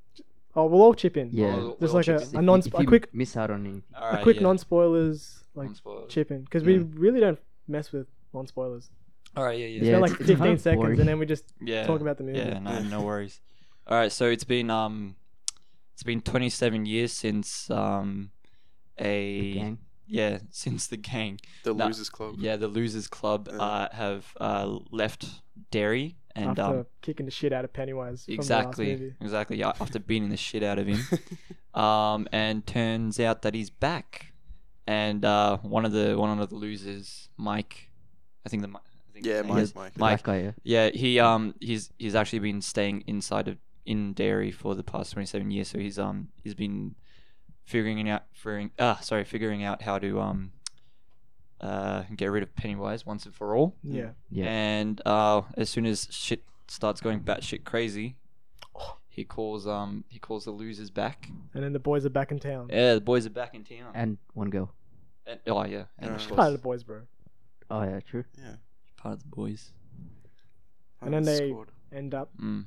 [SPEAKER 2] Oh, we'll all chip in.
[SPEAKER 3] Yeah.
[SPEAKER 4] Well,
[SPEAKER 2] Just
[SPEAKER 4] we'll
[SPEAKER 2] like a,
[SPEAKER 4] chip
[SPEAKER 3] If
[SPEAKER 2] a
[SPEAKER 3] you-
[SPEAKER 2] non
[SPEAKER 3] if
[SPEAKER 2] a
[SPEAKER 3] you
[SPEAKER 2] quick
[SPEAKER 3] miss out on anything.
[SPEAKER 4] All
[SPEAKER 2] a
[SPEAKER 4] right,
[SPEAKER 2] quick
[SPEAKER 4] yeah.
[SPEAKER 2] non spoilers like
[SPEAKER 4] Non-spoiler.
[SPEAKER 2] chip in because we
[SPEAKER 1] Yeah.
[SPEAKER 2] really don't mess with non spoilers.
[SPEAKER 4] All right, yeah,
[SPEAKER 2] It's
[SPEAKER 4] yeah,
[SPEAKER 3] Yeah,
[SPEAKER 2] been
[SPEAKER 3] it's-
[SPEAKER 2] like
[SPEAKER 3] it's kind of
[SPEAKER 2] 15 seconds
[SPEAKER 3] boring.
[SPEAKER 2] and then we just
[SPEAKER 4] yeah.
[SPEAKER 2] talk about the movie.
[SPEAKER 4] yeah, no, no worries. All right, so it's been um, it's been 27 years since um, a
[SPEAKER 3] Gang.
[SPEAKER 4] yeah since the gang
[SPEAKER 1] the
[SPEAKER 4] No.
[SPEAKER 1] losers club
[SPEAKER 4] yeah the losers club
[SPEAKER 1] Yeah.
[SPEAKER 4] uh have uh left Derry and
[SPEAKER 2] After
[SPEAKER 4] um
[SPEAKER 2] kicking the shit out of Pennywise. From the last
[SPEAKER 4] Exactly,
[SPEAKER 2] movie.
[SPEAKER 4] exactly. yeah, After beating the shit out of him, um, and turns out that he's back, and uh, one of the one of the losers, Mike, I think the Mi- I think
[SPEAKER 1] yeah
[SPEAKER 4] his name
[SPEAKER 1] Mike
[SPEAKER 4] is-
[SPEAKER 1] Mike
[SPEAKER 3] The black
[SPEAKER 4] Mike.
[SPEAKER 3] guy, yeah.
[SPEAKER 4] yeah, he um, he's he's actually been staying inside of in Derry for the past twenty seven years, so he's um, he's been figuring it out, figuring ah, sorry, figuring out how to um, uh, get rid of Pennywise once and for all,
[SPEAKER 2] Yeah.
[SPEAKER 3] Yeah.
[SPEAKER 4] and uh, as soon as shit starts going batshit crazy, he calls um he calls the losers back.
[SPEAKER 2] And then the boys are back in town.
[SPEAKER 4] Yeah, the boys are back in town.
[SPEAKER 3] And one girl.
[SPEAKER 4] And- oh yeah, and of
[SPEAKER 1] Yeah.
[SPEAKER 4] course,
[SPEAKER 2] Part of the boys, bro.
[SPEAKER 3] Oh yeah, true.
[SPEAKER 1] yeah
[SPEAKER 4] part of the boys.
[SPEAKER 2] And then they-
[SPEAKER 1] Squad.
[SPEAKER 2] End up
[SPEAKER 4] Mm.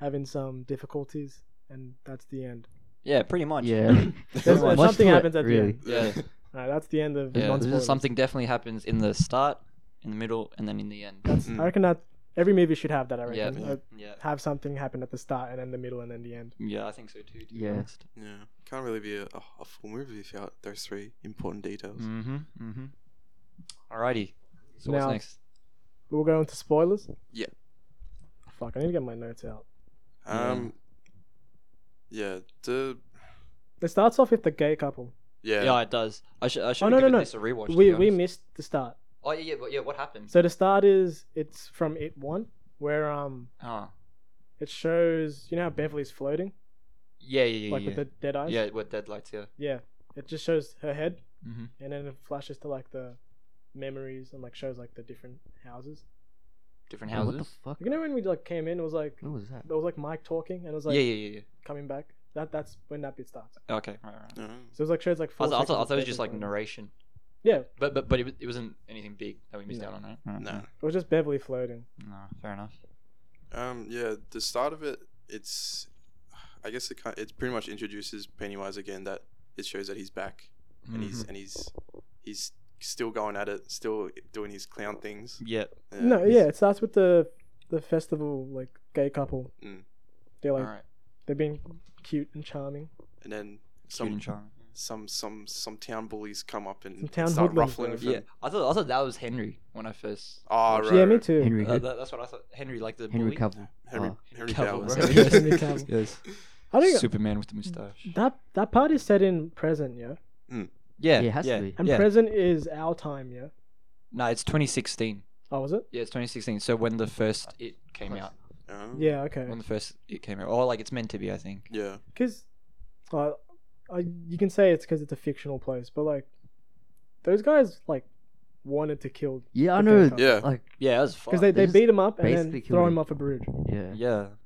[SPEAKER 2] having some difficulties, and that's the end.
[SPEAKER 4] Yeah, pretty much.
[SPEAKER 3] Yeah.
[SPEAKER 2] There's,
[SPEAKER 4] Much
[SPEAKER 2] something
[SPEAKER 3] to it,
[SPEAKER 2] happens at
[SPEAKER 3] really.
[SPEAKER 2] the end.
[SPEAKER 4] yeah.
[SPEAKER 2] Alright, that's the end of
[SPEAKER 4] yeah.
[SPEAKER 2] non
[SPEAKER 4] There's
[SPEAKER 2] spoilers.
[SPEAKER 4] just something definitely happens in the start, in the middle, and then in the end.
[SPEAKER 2] That's,
[SPEAKER 1] Mm.
[SPEAKER 2] I reckon that every movie should have that. I
[SPEAKER 4] Yeah.
[SPEAKER 2] reckon.
[SPEAKER 1] Yeah.
[SPEAKER 2] Uh,
[SPEAKER 4] yeah.
[SPEAKER 2] Have something happen at the start and then the middle and then the end.
[SPEAKER 4] Yeah, I think so too. To
[SPEAKER 3] Yeah.
[SPEAKER 4] Be honest.
[SPEAKER 1] yeah can't really be a, a, a full movie without those three important details
[SPEAKER 4] Mm-hmm. Mm-hmm. Alrighty. So
[SPEAKER 2] Now-
[SPEAKER 4] what's next?
[SPEAKER 2] We'll go into spoilers.
[SPEAKER 1] Yeah.
[SPEAKER 2] Fuck, I need to get my notes out.
[SPEAKER 4] Yeah.
[SPEAKER 1] Um, yeah. The
[SPEAKER 2] It starts off with the gay couple.
[SPEAKER 1] yeah.
[SPEAKER 4] Yeah, it does. I should I should
[SPEAKER 2] Oh, no,
[SPEAKER 4] have
[SPEAKER 2] no,
[SPEAKER 4] given
[SPEAKER 2] no.
[SPEAKER 4] this a rewatch. to
[SPEAKER 2] We
[SPEAKER 4] be
[SPEAKER 2] we
[SPEAKER 4] honest.
[SPEAKER 2] missed the start.
[SPEAKER 4] oh yeah, yeah, but- yeah. What happened?
[SPEAKER 2] So the start is it's from it one where um
[SPEAKER 4] oh.
[SPEAKER 2] it shows you know how Beverly's floating
[SPEAKER 4] Yeah, yeah, yeah,
[SPEAKER 2] like
[SPEAKER 4] yeah.
[SPEAKER 2] with the dead eyes.
[SPEAKER 4] yeah, with deadlights. Yeah.
[SPEAKER 2] Yeah. It just shows her head
[SPEAKER 4] Mm-hmm.
[SPEAKER 2] and then it flashes to like the memories and like shows like the different houses.
[SPEAKER 4] Different
[SPEAKER 3] Oh,
[SPEAKER 4] houses.
[SPEAKER 3] what the fuck?
[SPEAKER 2] You know when we like came in, it was like
[SPEAKER 3] What was that?
[SPEAKER 2] it was like Mike talking and it was like
[SPEAKER 4] yeah, yeah, yeah,
[SPEAKER 2] coming back. That that's when that bit starts.
[SPEAKER 4] yeah. Okay, right, right.
[SPEAKER 1] Uh,
[SPEAKER 2] So it's like shows like
[SPEAKER 4] I,
[SPEAKER 2] four.
[SPEAKER 4] thought, I,
[SPEAKER 2] seconds
[SPEAKER 4] thought, I
[SPEAKER 2] of
[SPEAKER 4] thought it was just like
[SPEAKER 2] Beverly's floating.
[SPEAKER 4] narration,
[SPEAKER 2] Yeah,
[SPEAKER 4] but but but it, wa- it wasn't anything big that we missed
[SPEAKER 2] No.
[SPEAKER 4] out on, right? Right,
[SPEAKER 1] no.
[SPEAKER 4] right.
[SPEAKER 2] it was just Beverly floating.
[SPEAKER 4] No, fair enough.
[SPEAKER 1] Um, yeah. The start of it, it's. I guess it kind it pretty much introduces Pennywise again. That it shows that he's back and he's
[SPEAKER 2] Mm-hmm.
[SPEAKER 1] and he's he's still going at it, still doing his clown things.
[SPEAKER 4] yeah,
[SPEAKER 1] Yeah.
[SPEAKER 2] no, yeah, it starts with the the festival like gay couple.
[SPEAKER 1] Mm.
[SPEAKER 2] They're
[SPEAKER 4] all
[SPEAKER 2] like
[SPEAKER 4] right.
[SPEAKER 2] they're being cute and charming.
[SPEAKER 1] And then
[SPEAKER 4] Cute
[SPEAKER 1] some
[SPEAKER 4] and charming.
[SPEAKER 1] some some some town bullies come up and
[SPEAKER 2] Some town
[SPEAKER 1] start
[SPEAKER 2] hoodlums,
[SPEAKER 1] ruffling
[SPEAKER 2] bro.
[SPEAKER 1] with him.
[SPEAKER 4] Yeah, I thought I thought that was Henry when I first.
[SPEAKER 1] Oh, right.
[SPEAKER 2] yeah, me
[SPEAKER 1] right.
[SPEAKER 2] too.
[SPEAKER 3] Henry
[SPEAKER 4] Uh,
[SPEAKER 3] Hood.
[SPEAKER 4] that, that's what I thought. Henry, like the
[SPEAKER 3] Henry
[SPEAKER 4] bully?
[SPEAKER 3] Cavill.
[SPEAKER 1] Henry,
[SPEAKER 3] Oh.
[SPEAKER 1] Henry
[SPEAKER 4] Cavill,
[SPEAKER 1] Powell.
[SPEAKER 4] Ah, right?
[SPEAKER 2] Yes, Henry Cavill.
[SPEAKER 4] Yes.
[SPEAKER 2] I think
[SPEAKER 4] Superman with the moustache.
[SPEAKER 2] that that part is set in present, yeah,
[SPEAKER 4] Yeah,
[SPEAKER 3] Yeah, it has to
[SPEAKER 4] yeah.
[SPEAKER 3] be.
[SPEAKER 2] and
[SPEAKER 4] yeah.
[SPEAKER 2] present is our time, yeah.
[SPEAKER 4] No, it's 2016.
[SPEAKER 2] Oh, was it?
[SPEAKER 4] Yeah, it's 2016. So when the first it came out,
[SPEAKER 1] Oh.
[SPEAKER 2] Yeah, okay.
[SPEAKER 4] when the first it came out, or like it's meant to be, I think.
[SPEAKER 1] Yeah.
[SPEAKER 2] because uh, I, you can say it's because it's a fictional place, but like those guys like wanted to kill
[SPEAKER 3] Yeah, I
[SPEAKER 2] Okay,
[SPEAKER 3] know.
[SPEAKER 2] okay.
[SPEAKER 1] Yeah.
[SPEAKER 3] Like,
[SPEAKER 4] Yeah, that was fun.
[SPEAKER 2] because they,
[SPEAKER 3] They
[SPEAKER 2] they
[SPEAKER 3] just
[SPEAKER 2] beat him up and
[SPEAKER 3] basically
[SPEAKER 2] then
[SPEAKER 3] killed
[SPEAKER 2] throw
[SPEAKER 3] him.
[SPEAKER 2] him off a bridge.
[SPEAKER 3] yeah.
[SPEAKER 4] yeah,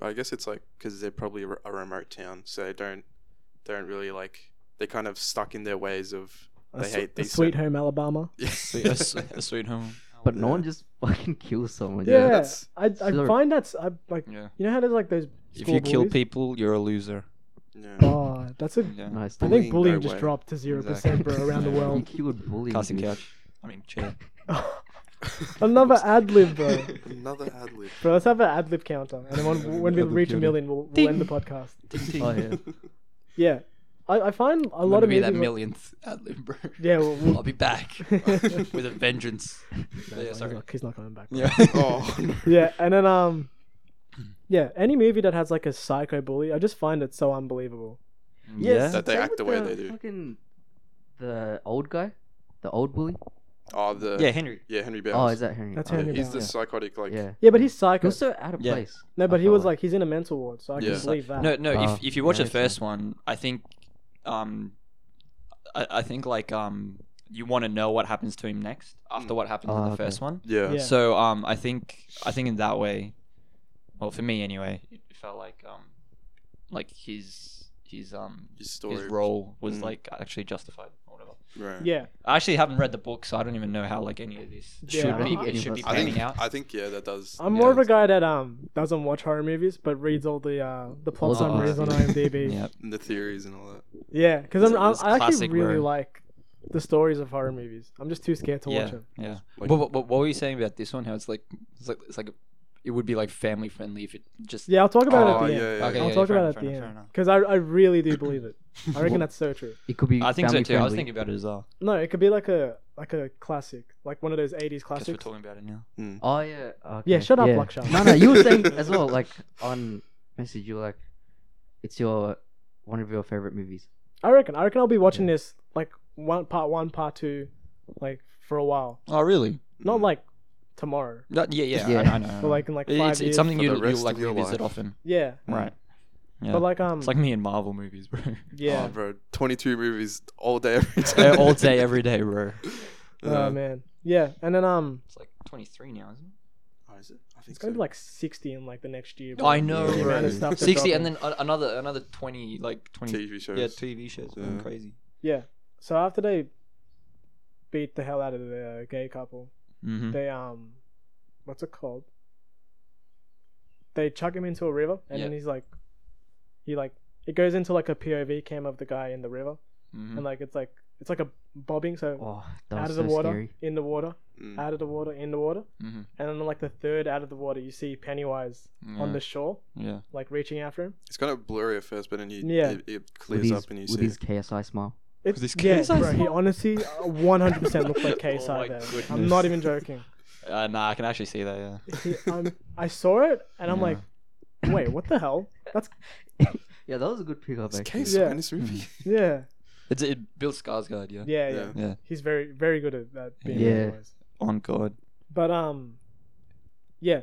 [SPEAKER 1] I guess it's like because they're probably a re- a remote town, so they don't they don't really like they're kind of stuck in their ways of
[SPEAKER 2] A
[SPEAKER 1] They
[SPEAKER 2] s-
[SPEAKER 1] hate
[SPEAKER 2] a
[SPEAKER 1] these
[SPEAKER 2] sweet home Alabama.
[SPEAKER 4] Sweet- a s- a sweet home.
[SPEAKER 3] But no
[SPEAKER 1] Yeah.
[SPEAKER 3] one just fucking kills someone.
[SPEAKER 2] Yeah,
[SPEAKER 1] that's-
[SPEAKER 2] I, I
[SPEAKER 3] Sure.
[SPEAKER 2] find that's I like
[SPEAKER 4] Yeah.
[SPEAKER 2] you know how there's like those
[SPEAKER 4] If you kill
[SPEAKER 2] schoolboys?
[SPEAKER 4] people, you're a loser.
[SPEAKER 1] yeah.
[SPEAKER 2] Oh, that's a.
[SPEAKER 4] Yeah.
[SPEAKER 3] Nice.
[SPEAKER 2] I
[SPEAKER 1] Bullying,
[SPEAKER 2] think bullying
[SPEAKER 1] no
[SPEAKER 2] just
[SPEAKER 1] way.
[SPEAKER 2] dropped to zero
[SPEAKER 4] Exactly.
[SPEAKER 2] percent, bro, around the
[SPEAKER 4] Yeah.
[SPEAKER 3] You
[SPEAKER 2] world.
[SPEAKER 3] killed bullying.
[SPEAKER 4] Casting
[SPEAKER 3] dude.
[SPEAKER 4] couch. I mean, chair.
[SPEAKER 2] Another ad lib, bro.
[SPEAKER 1] Another ad lib.
[SPEAKER 2] Bro, let's have an ad lib counter, and then when, when we
[SPEAKER 3] Ad-lib
[SPEAKER 2] reach a
[SPEAKER 3] counter.
[SPEAKER 2] million, we'll, we'll end the podcast.
[SPEAKER 3] Oh yeah.
[SPEAKER 2] Yeah, I, I find a lot of
[SPEAKER 4] be that
[SPEAKER 2] movies-
[SPEAKER 4] millionth ad lib, bro.
[SPEAKER 2] Yeah, well, we'll-
[SPEAKER 4] I'll be back with a vengeance.
[SPEAKER 2] No,
[SPEAKER 4] yeah,
[SPEAKER 2] he's
[SPEAKER 4] sorry. Mm.
[SPEAKER 2] not- he's not coming back.
[SPEAKER 4] Yeah.
[SPEAKER 1] Oh, no.
[SPEAKER 2] yeah, and then um, yeah, any movie that has like a psycho bully, I just find it so unbelievable.
[SPEAKER 3] Yes.
[SPEAKER 1] That they
[SPEAKER 3] same
[SPEAKER 1] act
[SPEAKER 3] with
[SPEAKER 1] the way they do.
[SPEAKER 3] Fucking the old guy, the old bully.
[SPEAKER 1] oh the
[SPEAKER 4] uh, Yeah, Henry.
[SPEAKER 1] yeah Henry
[SPEAKER 3] Oh,
[SPEAKER 1] Bowles.
[SPEAKER 3] is that Henry?
[SPEAKER 2] That's
[SPEAKER 3] oh,
[SPEAKER 1] Yeah,
[SPEAKER 2] Henry
[SPEAKER 1] he's
[SPEAKER 2] Bowles.
[SPEAKER 1] the
[SPEAKER 3] Yeah.
[SPEAKER 1] psychotic like
[SPEAKER 3] Yeah.
[SPEAKER 2] Yeah, but he's
[SPEAKER 3] He
[SPEAKER 2] psycho.
[SPEAKER 3] was so out of
[SPEAKER 4] Yeah.
[SPEAKER 3] place.
[SPEAKER 2] no, but
[SPEAKER 3] I
[SPEAKER 2] he
[SPEAKER 3] felt
[SPEAKER 2] was like he's in a mental ward, so I
[SPEAKER 1] Yeah.
[SPEAKER 2] can believe that.
[SPEAKER 4] No, no.
[SPEAKER 3] Ah,
[SPEAKER 4] if if you watch the
[SPEAKER 3] interesting.
[SPEAKER 4] first one, I think, um, I, I think like um, you want to know what happens to him next after what happens in
[SPEAKER 3] Ah,
[SPEAKER 4] the
[SPEAKER 3] okay.
[SPEAKER 4] first one.
[SPEAKER 1] yeah.
[SPEAKER 2] Yeah.
[SPEAKER 4] So um, I think I think in that way, well, for me anyway, it felt like um, like his his um
[SPEAKER 1] His story.
[SPEAKER 4] his role was
[SPEAKER 1] Mm.
[SPEAKER 4] like actually justified or whatever.
[SPEAKER 1] Right.
[SPEAKER 2] Yeah,
[SPEAKER 4] I actually haven't read the book, so I don't even know how like any of this
[SPEAKER 2] Yeah,
[SPEAKER 4] should
[SPEAKER 2] I
[SPEAKER 4] be.
[SPEAKER 2] don't-
[SPEAKER 4] It should be
[SPEAKER 1] I
[SPEAKER 4] panning
[SPEAKER 1] think
[SPEAKER 4] out.
[SPEAKER 1] I think yeah that does.
[SPEAKER 2] I'm
[SPEAKER 1] yeah,
[SPEAKER 2] more of a
[SPEAKER 1] that's-
[SPEAKER 2] guy that um doesn't watch horror movies but reads all the uh the plot
[SPEAKER 3] All the
[SPEAKER 2] summaries on
[SPEAKER 1] odds.
[SPEAKER 2] IMDb. yeah,
[SPEAKER 4] Yeah.
[SPEAKER 1] and the theories and all that.
[SPEAKER 2] because
[SPEAKER 4] It's
[SPEAKER 2] I'm,
[SPEAKER 4] a-
[SPEAKER 2] I'm
[SPEAKER 4] it's
[SPEAKER 2] I actually
[SPEAKER 4] classic
[SPEAKER 2] really
[SPEAKER 4] word.
[SPEAKER 2] like the stories of horror movies. I'm just too scared to watch
[SPEAKER 4] Yeah.
[SPEAKER 2] them.
[SPEAKER 4] Yeah.
[SPEAKER 1] Like-
[SPEAKER 4] But, but, but what were you saying about this one? How it's like it's like it's like it would be like family friendly if it just
[SPEAKER 2] Yeah, I'll talk about
[SPEAKER 1] Oh,
[SPEAKER 2] it at the
[SPEAKER 1] yeah,
[SPEAKER 2] end.
[SPEAKER 1] yeah,
[SPEAKER 4] Okay,
[SPEAKER 2] I'll
[SPEAKER 4] yeah,
[SPEAKER 2] talk
[SPEAKER 4] fair
[SPEAKER 2] about
[SPEAKER 4] enough,
[SPEAKER 2] it at the
[SPEAKER 4] fair enough, fair
[SPEAKER 2] end
[SPEAKER 4] enough.
[SPEAKER 2] because I, I really do believe it. I reckon that's so true.
[SPEAKER 3] It could be.
[SPEAKER 4] I think so
[SPEAKER 3] family
[SPEAKER 4] too. I was
[SPEAKER 3] friendly.
[SPEAKER 4] thinking about it as well.
[SPEAKER 2] No, it could be like a like a classic, like one of those '80s
[SPEAKER 4] Because we're
[SPEAKER 2] classics.
[SPEAKER 4] talking about it now.
[SPEAKER 3] Oh yeah. Okay.
[SPEAKER 2] Yeah, shut up,
[SPEAKER 3] yeah.
[SPEAKER 2] Lakshar.
[SPEAKER 3] No, no. You were saying as well, like on message, you were like, it's your one of your favorite movies.
[SPEAKER 2] I reckon. I reckon I'll be watching this like one part one, part two, like for a while.
[SPEAKER 4] Oh really?
[SPEAKER 2] Not
[SPEAKER 1] Mm.
[SPEAKER 2] like tomorrow,
[SPEAKER 4] No, yeah, yeah.
[SPEAKER 3] Yeah.
[SPEAKER 4] I know, I know, I know.
[SPEAKER 2] but like in like
[SPEAKER 4] It-
[SPEAKER 2] five
[SPEAKER 4] it's,
[SPEAKER 2] years.
[SPEAKER 4] it's something
[SPEAKER 1] For
[SPEAKER 4] you
[SPEAKER 1] the
[SPEAKER 4] you
[SPEAKER 1] rest
[SPEAKER 4] like
[SPEAKER 1] of your
[SPEAKER 4] revisit
[SPEAKER 1] life.
[SPEAKER 4] often.
[SPEAKER 2] yeah,
[SPEAKER 4] Right. Yeah.
[SPEAKER 2] but like um,
[SPEAKER 4] it's like me and Marvel movies, bro.
[SPEAKER 1] Oh,
[SPEAKER 2] yeah.
[SPEAKER 1] bro, 22 movies all day every
[SPEAKER 4] Yeah,
[SPEAKER 1] day.
[SPEAKER 4] all day, every day, bro.
[SPEAKER 2] Oh
[SPEAKER 4] uh,
[SPEAKER 2] man, yeah. And then um,
[SPEAKER 4] It's like 23 now, isn't it?
[SPEAKER 1] Oh, is it? I think
[SPEAKER 2] it's
[SPEAKER 1] so.
[SPEAKER 2] gonna be like sixty in like the next year.
[SPEAKER 4] I know,
[SPEAKER 2] The amount of
[SPEAKER 4] bro.
[SPEAKER 2] stuff they're
[SPEAKER 4] 60 and
[SPEAKER 2] dropping.
[SPEAKER 4] then a- another another 20, like 20.
[SPEAKER 1] TV shows.
[SPEAKER 4] yeah, TV shows. bro,
[SPEAKER 1] Yeah.
[SPEAKER 4] Crazy.
[SPEAKER 2] yeah. So after they beat the hell out of the gay couple,
[SPEAKER 4] Mm-hmm.
[SPEAKER 2] they um what's it called they chuck him into a river and then
[SPEAKER 4] Yeah.
[SPEAKER 2] he's like he like it goes into like a pov cam of the guy in the river
[SPEAKER 4] Mm. Mm-hmm,
[SPEAKER 2] and like it's like it's like a bobbing so
[SPEAKER 3] Oh, that
[SPEAKER 2] out
[SPEAKER 3] was
[SPEAKER 2] of the
[SPEAKER 3] so
[SPEAKER 2] water
[SPEAKER 3] scary.
[SPEAKER 2] in the water
[SPEAKER 1] Mm.
[SPEAKER 2] out of the water in the water
[SPEAKER 4] hmm
[SPEAKER 2] and then like the third out of the water you see pennywise
[SPEAKER 4] Yeah.
[SPEAKER 2] on the shore
[SPEAKER 4] yeah.
[SPEAKER 2] like reaching after him
[SPEAKER 1] It's kind of blurry at first, but then you
[SPEAKER 2] Yeah.
[SPEAKER 1] it, it
[SPEAKER 3] With
[SPEAKER 1] clears
[SPEAKER 3] his,
[SPEAKER 1] up and you
[SPEAKER 3] with
[SPEAKER 1] see.
[SPEAKER 3] his KSI smile.
[SPEAKER 2] it's
[SPEAKER 4] this
[SPEAKER 2] yeah,
[SPEAKER 4] KSI
[SPEAKER 2] bro, he
[SPEAKER 4] smile?
[SPEAKER 2] honestly uh, 100% looks like
[SPEAKER 4] Oh
[SPEAKER 2] KSI
[SPEAKER 4] my
[SPEAKER 2] there. I'm
[SPEAKER 4] goodness.
[SPEAKER 2] not even joking.
[SPEAKER 4] Uh, nah, I can actually see that. Yeah.
[SPEAKER 2] He, um, I saw it and I'm
[SPEAKER 4] Yeah.
[SPEAKER 2] like, wait, what the hell? That's
[SPEAKER 3] yeah, that was a good pickup.
[SPEAKER 1] It's
[SPEAKER 3] Actually.
[SPEAKER 1] case
[SPEAKER 2] Yeah.
[SPEAKER 1] in this
[SPEAKER 4] Mm.
[SPEAKER 1] movie.
[SPEAKER 2] yeah,
[SPEAKER 4] Mm-hmm. It's it Bill Skarsgård, yeah.
[SPEAKER 2] yeah, yeah.
[SPEAKER 1] Yeah.
[SPEAKER 4] Yeah.
[SPEAKER 2] He's very, very good at that. Being
[SPEAKER 3] Yeah.
[SPEAKER 2] villainized.
[SPEAKER 4] On God.
[SPEAKER 2] But um, yeah,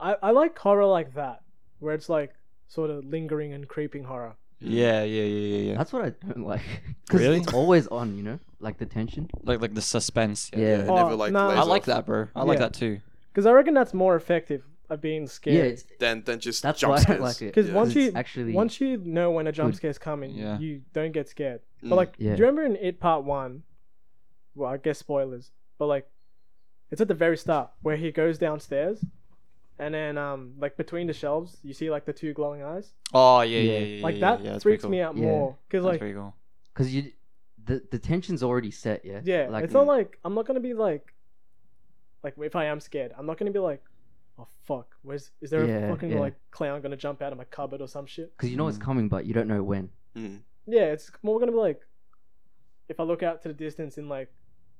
[SPEAKER 2] I I like horror like that where it's like sort of lingering and creeping horror.
[SPEAKER 4] Yeah, yeah, yeah, yeah, yeah.
[SPEAKER 3] That's what I don't like. 'Cause
[SPEAKER 4] Really?
[SPEAKER 3] It's always on, you know, like the tension.
[SPEAKER 4] Like like the suspense. Yeah.
[SPEAKER 3] Yeah.
[SPEAKER 1] It
[SPEAKER 2] Oh,
[SPEAKER 1] never like
[SPEAKER 2] nah.
[SPEAKER 1] lays
[SPEAKER 4] I like
[SPEAKER 1] off.
[SPEAKER 4] that, bro. I like
[SPEAKER 2] Yeah.
[SPEAKER 4] that too.
[SPEAKER 2] Because I reckon that's more effective at being
[SPEAKER 3] Yeah,
[SPEAKER 2] scared.
[SPEAKER 3] it's,
[SPEAKER 1] Then then just
[SPEAKER 3] that's
[SPEAKER 1] jump
[SPEAKER 3] why
[SPEAKER 1] scares.
[SPEAKER 3] I like it.
[SPEAKER 2] Because
[SPEAKER 1] Yeah.
[SPEAKER 2] once you
[SPEAKER 3] It's actually
[SPEAKER 2] once you know when a jump scare's coming,
[SPEAKER 4] Yeah.
[SPEAKER 2] you don't get scared.
[SPEAKER 1] Mm.
[SPEAKER 2] But like,
[SPEAKER 3] Yeah.
[SPEAKER 2] do you remember in It Part One? Well, I guess spoilers, but like, it's at the very start where he goes downstairs, and then um, like between the shelves, you see like the two glowing eyes.
[SPEAKER 4] Oh yeah, yeah,
[SPEAKER 3] Yeah.
[SPEAKER 4] yeah. yeah
[SPEAKER 2] Like
[SPEAKER 4] yeah,
[SPEAKER 2] that
[SPEAKER 4] yeah, that's pretty
[SPEAKER 2] freaks me
[SPEAKER 4] cool.
[SPEAKER 2] out
[SPEAKER 3] Yeah.
[SPEAKER 2] more because
[SPEAKER 4] That's
[SPEAKER 2] like,
[SPEAKER 4] pretty cool.
[SPEAKER 3] because you the the tension's already set. Yeah.
[SPEAKER 2] yeah,
[SPEAKER 3] Like
[SPEAKER 2] it's not like I'm not gonna be like, like if I am scared, I'm not gonna be like, oh fuck, where's is there
[SPEAKER 3] Yeah,
[SPEAKER 2] a fucking
[SPEAKER 3] yeah.
[SPEAKER 2] like clown gonna jump out of my cupboard or some shit?
[SPEAKER 3] because you know it's
[SPEAKER 4] Mm.
[SPEAKER 3] coming, but you don't know when.
[SPEAKER 1] Mm.
[SPEAKER 2] Yeah, it's more gonna be like, if I look out to the distance in like,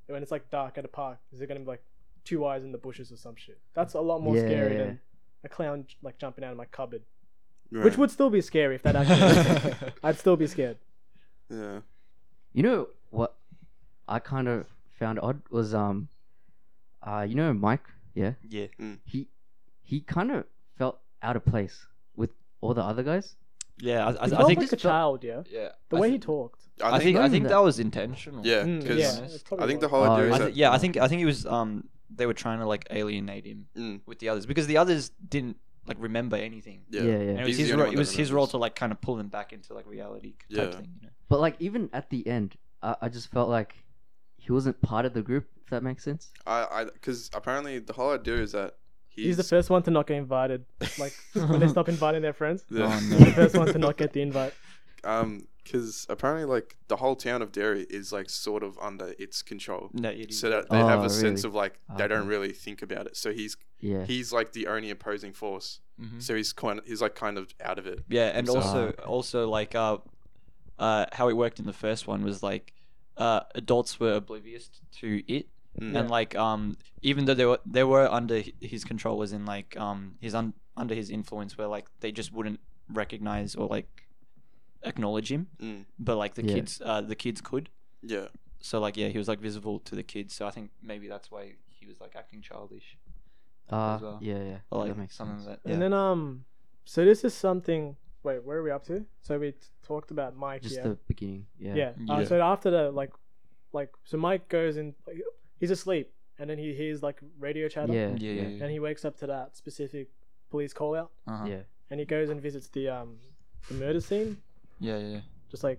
[SPEAKER 2] when it's like dark at a park, is it gonna be like two eyes in the bushes or some shit? That's a lot more scary
[SPEAKER 3] Yeah.
[SPEAKER 2] than a clown j- like jumping out of my cupboard,
[SPEAKER 1] mm, Right.
[SPEAKER 2] which would still be scary if that actually. I'd still be scared.
[SPEAKER 1] yeah.
[SPEAKER 3] You know what I kind of found odd was um, uh, you know Mike, yeah,
[SPEAKER 4] yeah.
[SPEAKER 3] he he kind of felt out of place with all the other guys.
[SPEAKER 4] Yeah, I, I,
[SPEAKER 2] He
[SPEAKER 4] I
[SPEAKER 2] felt
[SPEAKER 4] think
[SPEAKER 2] like a
[SPEAKER 3] felt-
[SPEAKER 2] child, yeah.
[SPEAKER 4] yeah.
[SPEAKER 2] The
[SPEAKER 4] I
[SPEAKER 2] way
[SPEAKER 4] thi-
[SPEAKER 2] he talked.
[SPEAKER 1] I
[SPEAKER 4] I
[SPEAKER 1] think,
[SPEAKER 4] think I
[SPEAKER 3] Wasn't
[SPEAKER 4] think
[SPEAKER 3] that-
[SPEAKER 4] that was intentional.
[SPEAKER 1] yeah,
[SPEAKER 2] Mm,
[SPEAKER 1] because
[SPEAKER 2] yeah,
[SPEAKER 4] Honest.
[SPEAKER 2] it probably
[SPEAKER 1] I think the
[SPEAKER 2] was.
[SPEAKER 1] whole idea
[SPEAKER 3] Oh,
[SPEAKER 1] is
[SPEAKER 4] I
[SPEAKER 1] that
[SPEAKER 4] th- yeah, I think I think he was um they were trying to like alienate him
[SPEAKER 1] Mm,
[SPEAKER 4] with the others because the others didn't like remember anything.
[SPEAKER 1] yeah.
[SPEAKER 3] yeah,
[SPEAKER 4] And
[SPEAKER 3] yeah.
[SPEAKER 4] it was
[SPEAKER 1] He's the
[SPEAKER 4] his
[SPEAKER 1] only
[SPEAKER 4] role,
[SPEAKER 1] one
[SPEAKER 4] it
[SPEAKER 1] that
[SPEAKER 4] was his role
[SPEAKER 1] remembers.
[SPEAKER 4] to like kind of pull them back into like reality type
[SPEAKER 1] Yeah.
[SPEAKER 4] thing. You know?
[SPEAKER 3] But like even at the end, I, I just felt like he wasn't part of the group. If that makes sense.
[SPEAKER 1] I, I, because apparently the whole idea is that he's,
[SPEAKER 2] He's, the first one to not get invited. Like when they stop inviting their friends,
[SPEAKER 1] Yeah.
[SPEAKER 4] Oh, no.
[SPEAKER 2] he's the first one to not get the invite.
[SPEAKER 1] Um, because apparently, like the whole town of Derry is like sort of under its control,
[SPEAKER 4] No, it is.
[SPEAKER 1] so that they have a
[SPEAKER 3] Oh,
[SPEAKER 1] sense
[SPEAKER 3] really?
[SPEAKER 1] of like they
[SPEAKER 3] Okay.
[SPEAKER 1] don't really think about it. So he's
[SPEAKER 3] Yeah. Hmm.
[SPEAKER 1] he's like the only opposing force.
[SPEAKER 4] Mhm.
[SPEAKER 1] So he's kind he's like kind of out of it.
[SPEAKER 4] Yeah, and
[SPEAKER 1] So-
[SPEAKER 4] also
[SPEAKER 3] Ah, okay.
[SPEAKER 4] also like uh, uh, how it worked in the first one was like uh, adults were oblivious to it,
[SPEAKER 1] Mm.
[SPEAKER 4] and like um, even though they were they were under hi- his control, was in like um, his un- under his influence, where like they just wouldn't recognize or like acknowledge him,
[SPEAKER 1] Mm.
[SPEAKER 4] but like the
[SPEAKER 3] Yeah.
[SPEAKER 4] kids uh, the kids could.
[SPEAKER 1] Yeah,
[SPEAKER 4] So like yeah, he was like visible to the kids. So I think maybe that's why he was like acting childish
[SPEAKER 3] Uh,
[SPEAKER 4] well.
[SPEAKER 3] Yeah, yeah.
[SPEAKER 4] or like
[SPEAKER 3] that makes
[SPEAKER 4] something
[SPEAKER 3] sense.
[SPEAKER 4] like that. Yeah.
[SPEAKER 2] And then um, so this is something. Wait, where are we up to? So we t- talked about Mike.
[SPEAKER 3] Just
[SPEAKER 2] yeah.
[SPEAKER 3] the beginning. Yeah.
[SPEAKER 2] Yeah. Uh,
[SPEAKER 4] Yeah.
[SPEAKER 2] so after the like, like so Mike goes in. He's asleep, and then he hears like radio chatter,
[SPEAKER 3] Yeah.
[SPEAKER 4] yeah, yeah, yeah.
[SPEAKER 2] and he wakes up to that specific police call out,
[SPEAKER 4] Uh-huh.
[SPEAKER 3] Yeah.
[SPEAKER 2] and he goes and visits the um, the murder scene,
[SPEAKER 4] yeah, yeah, yeah.
[SPEAKER 2] just like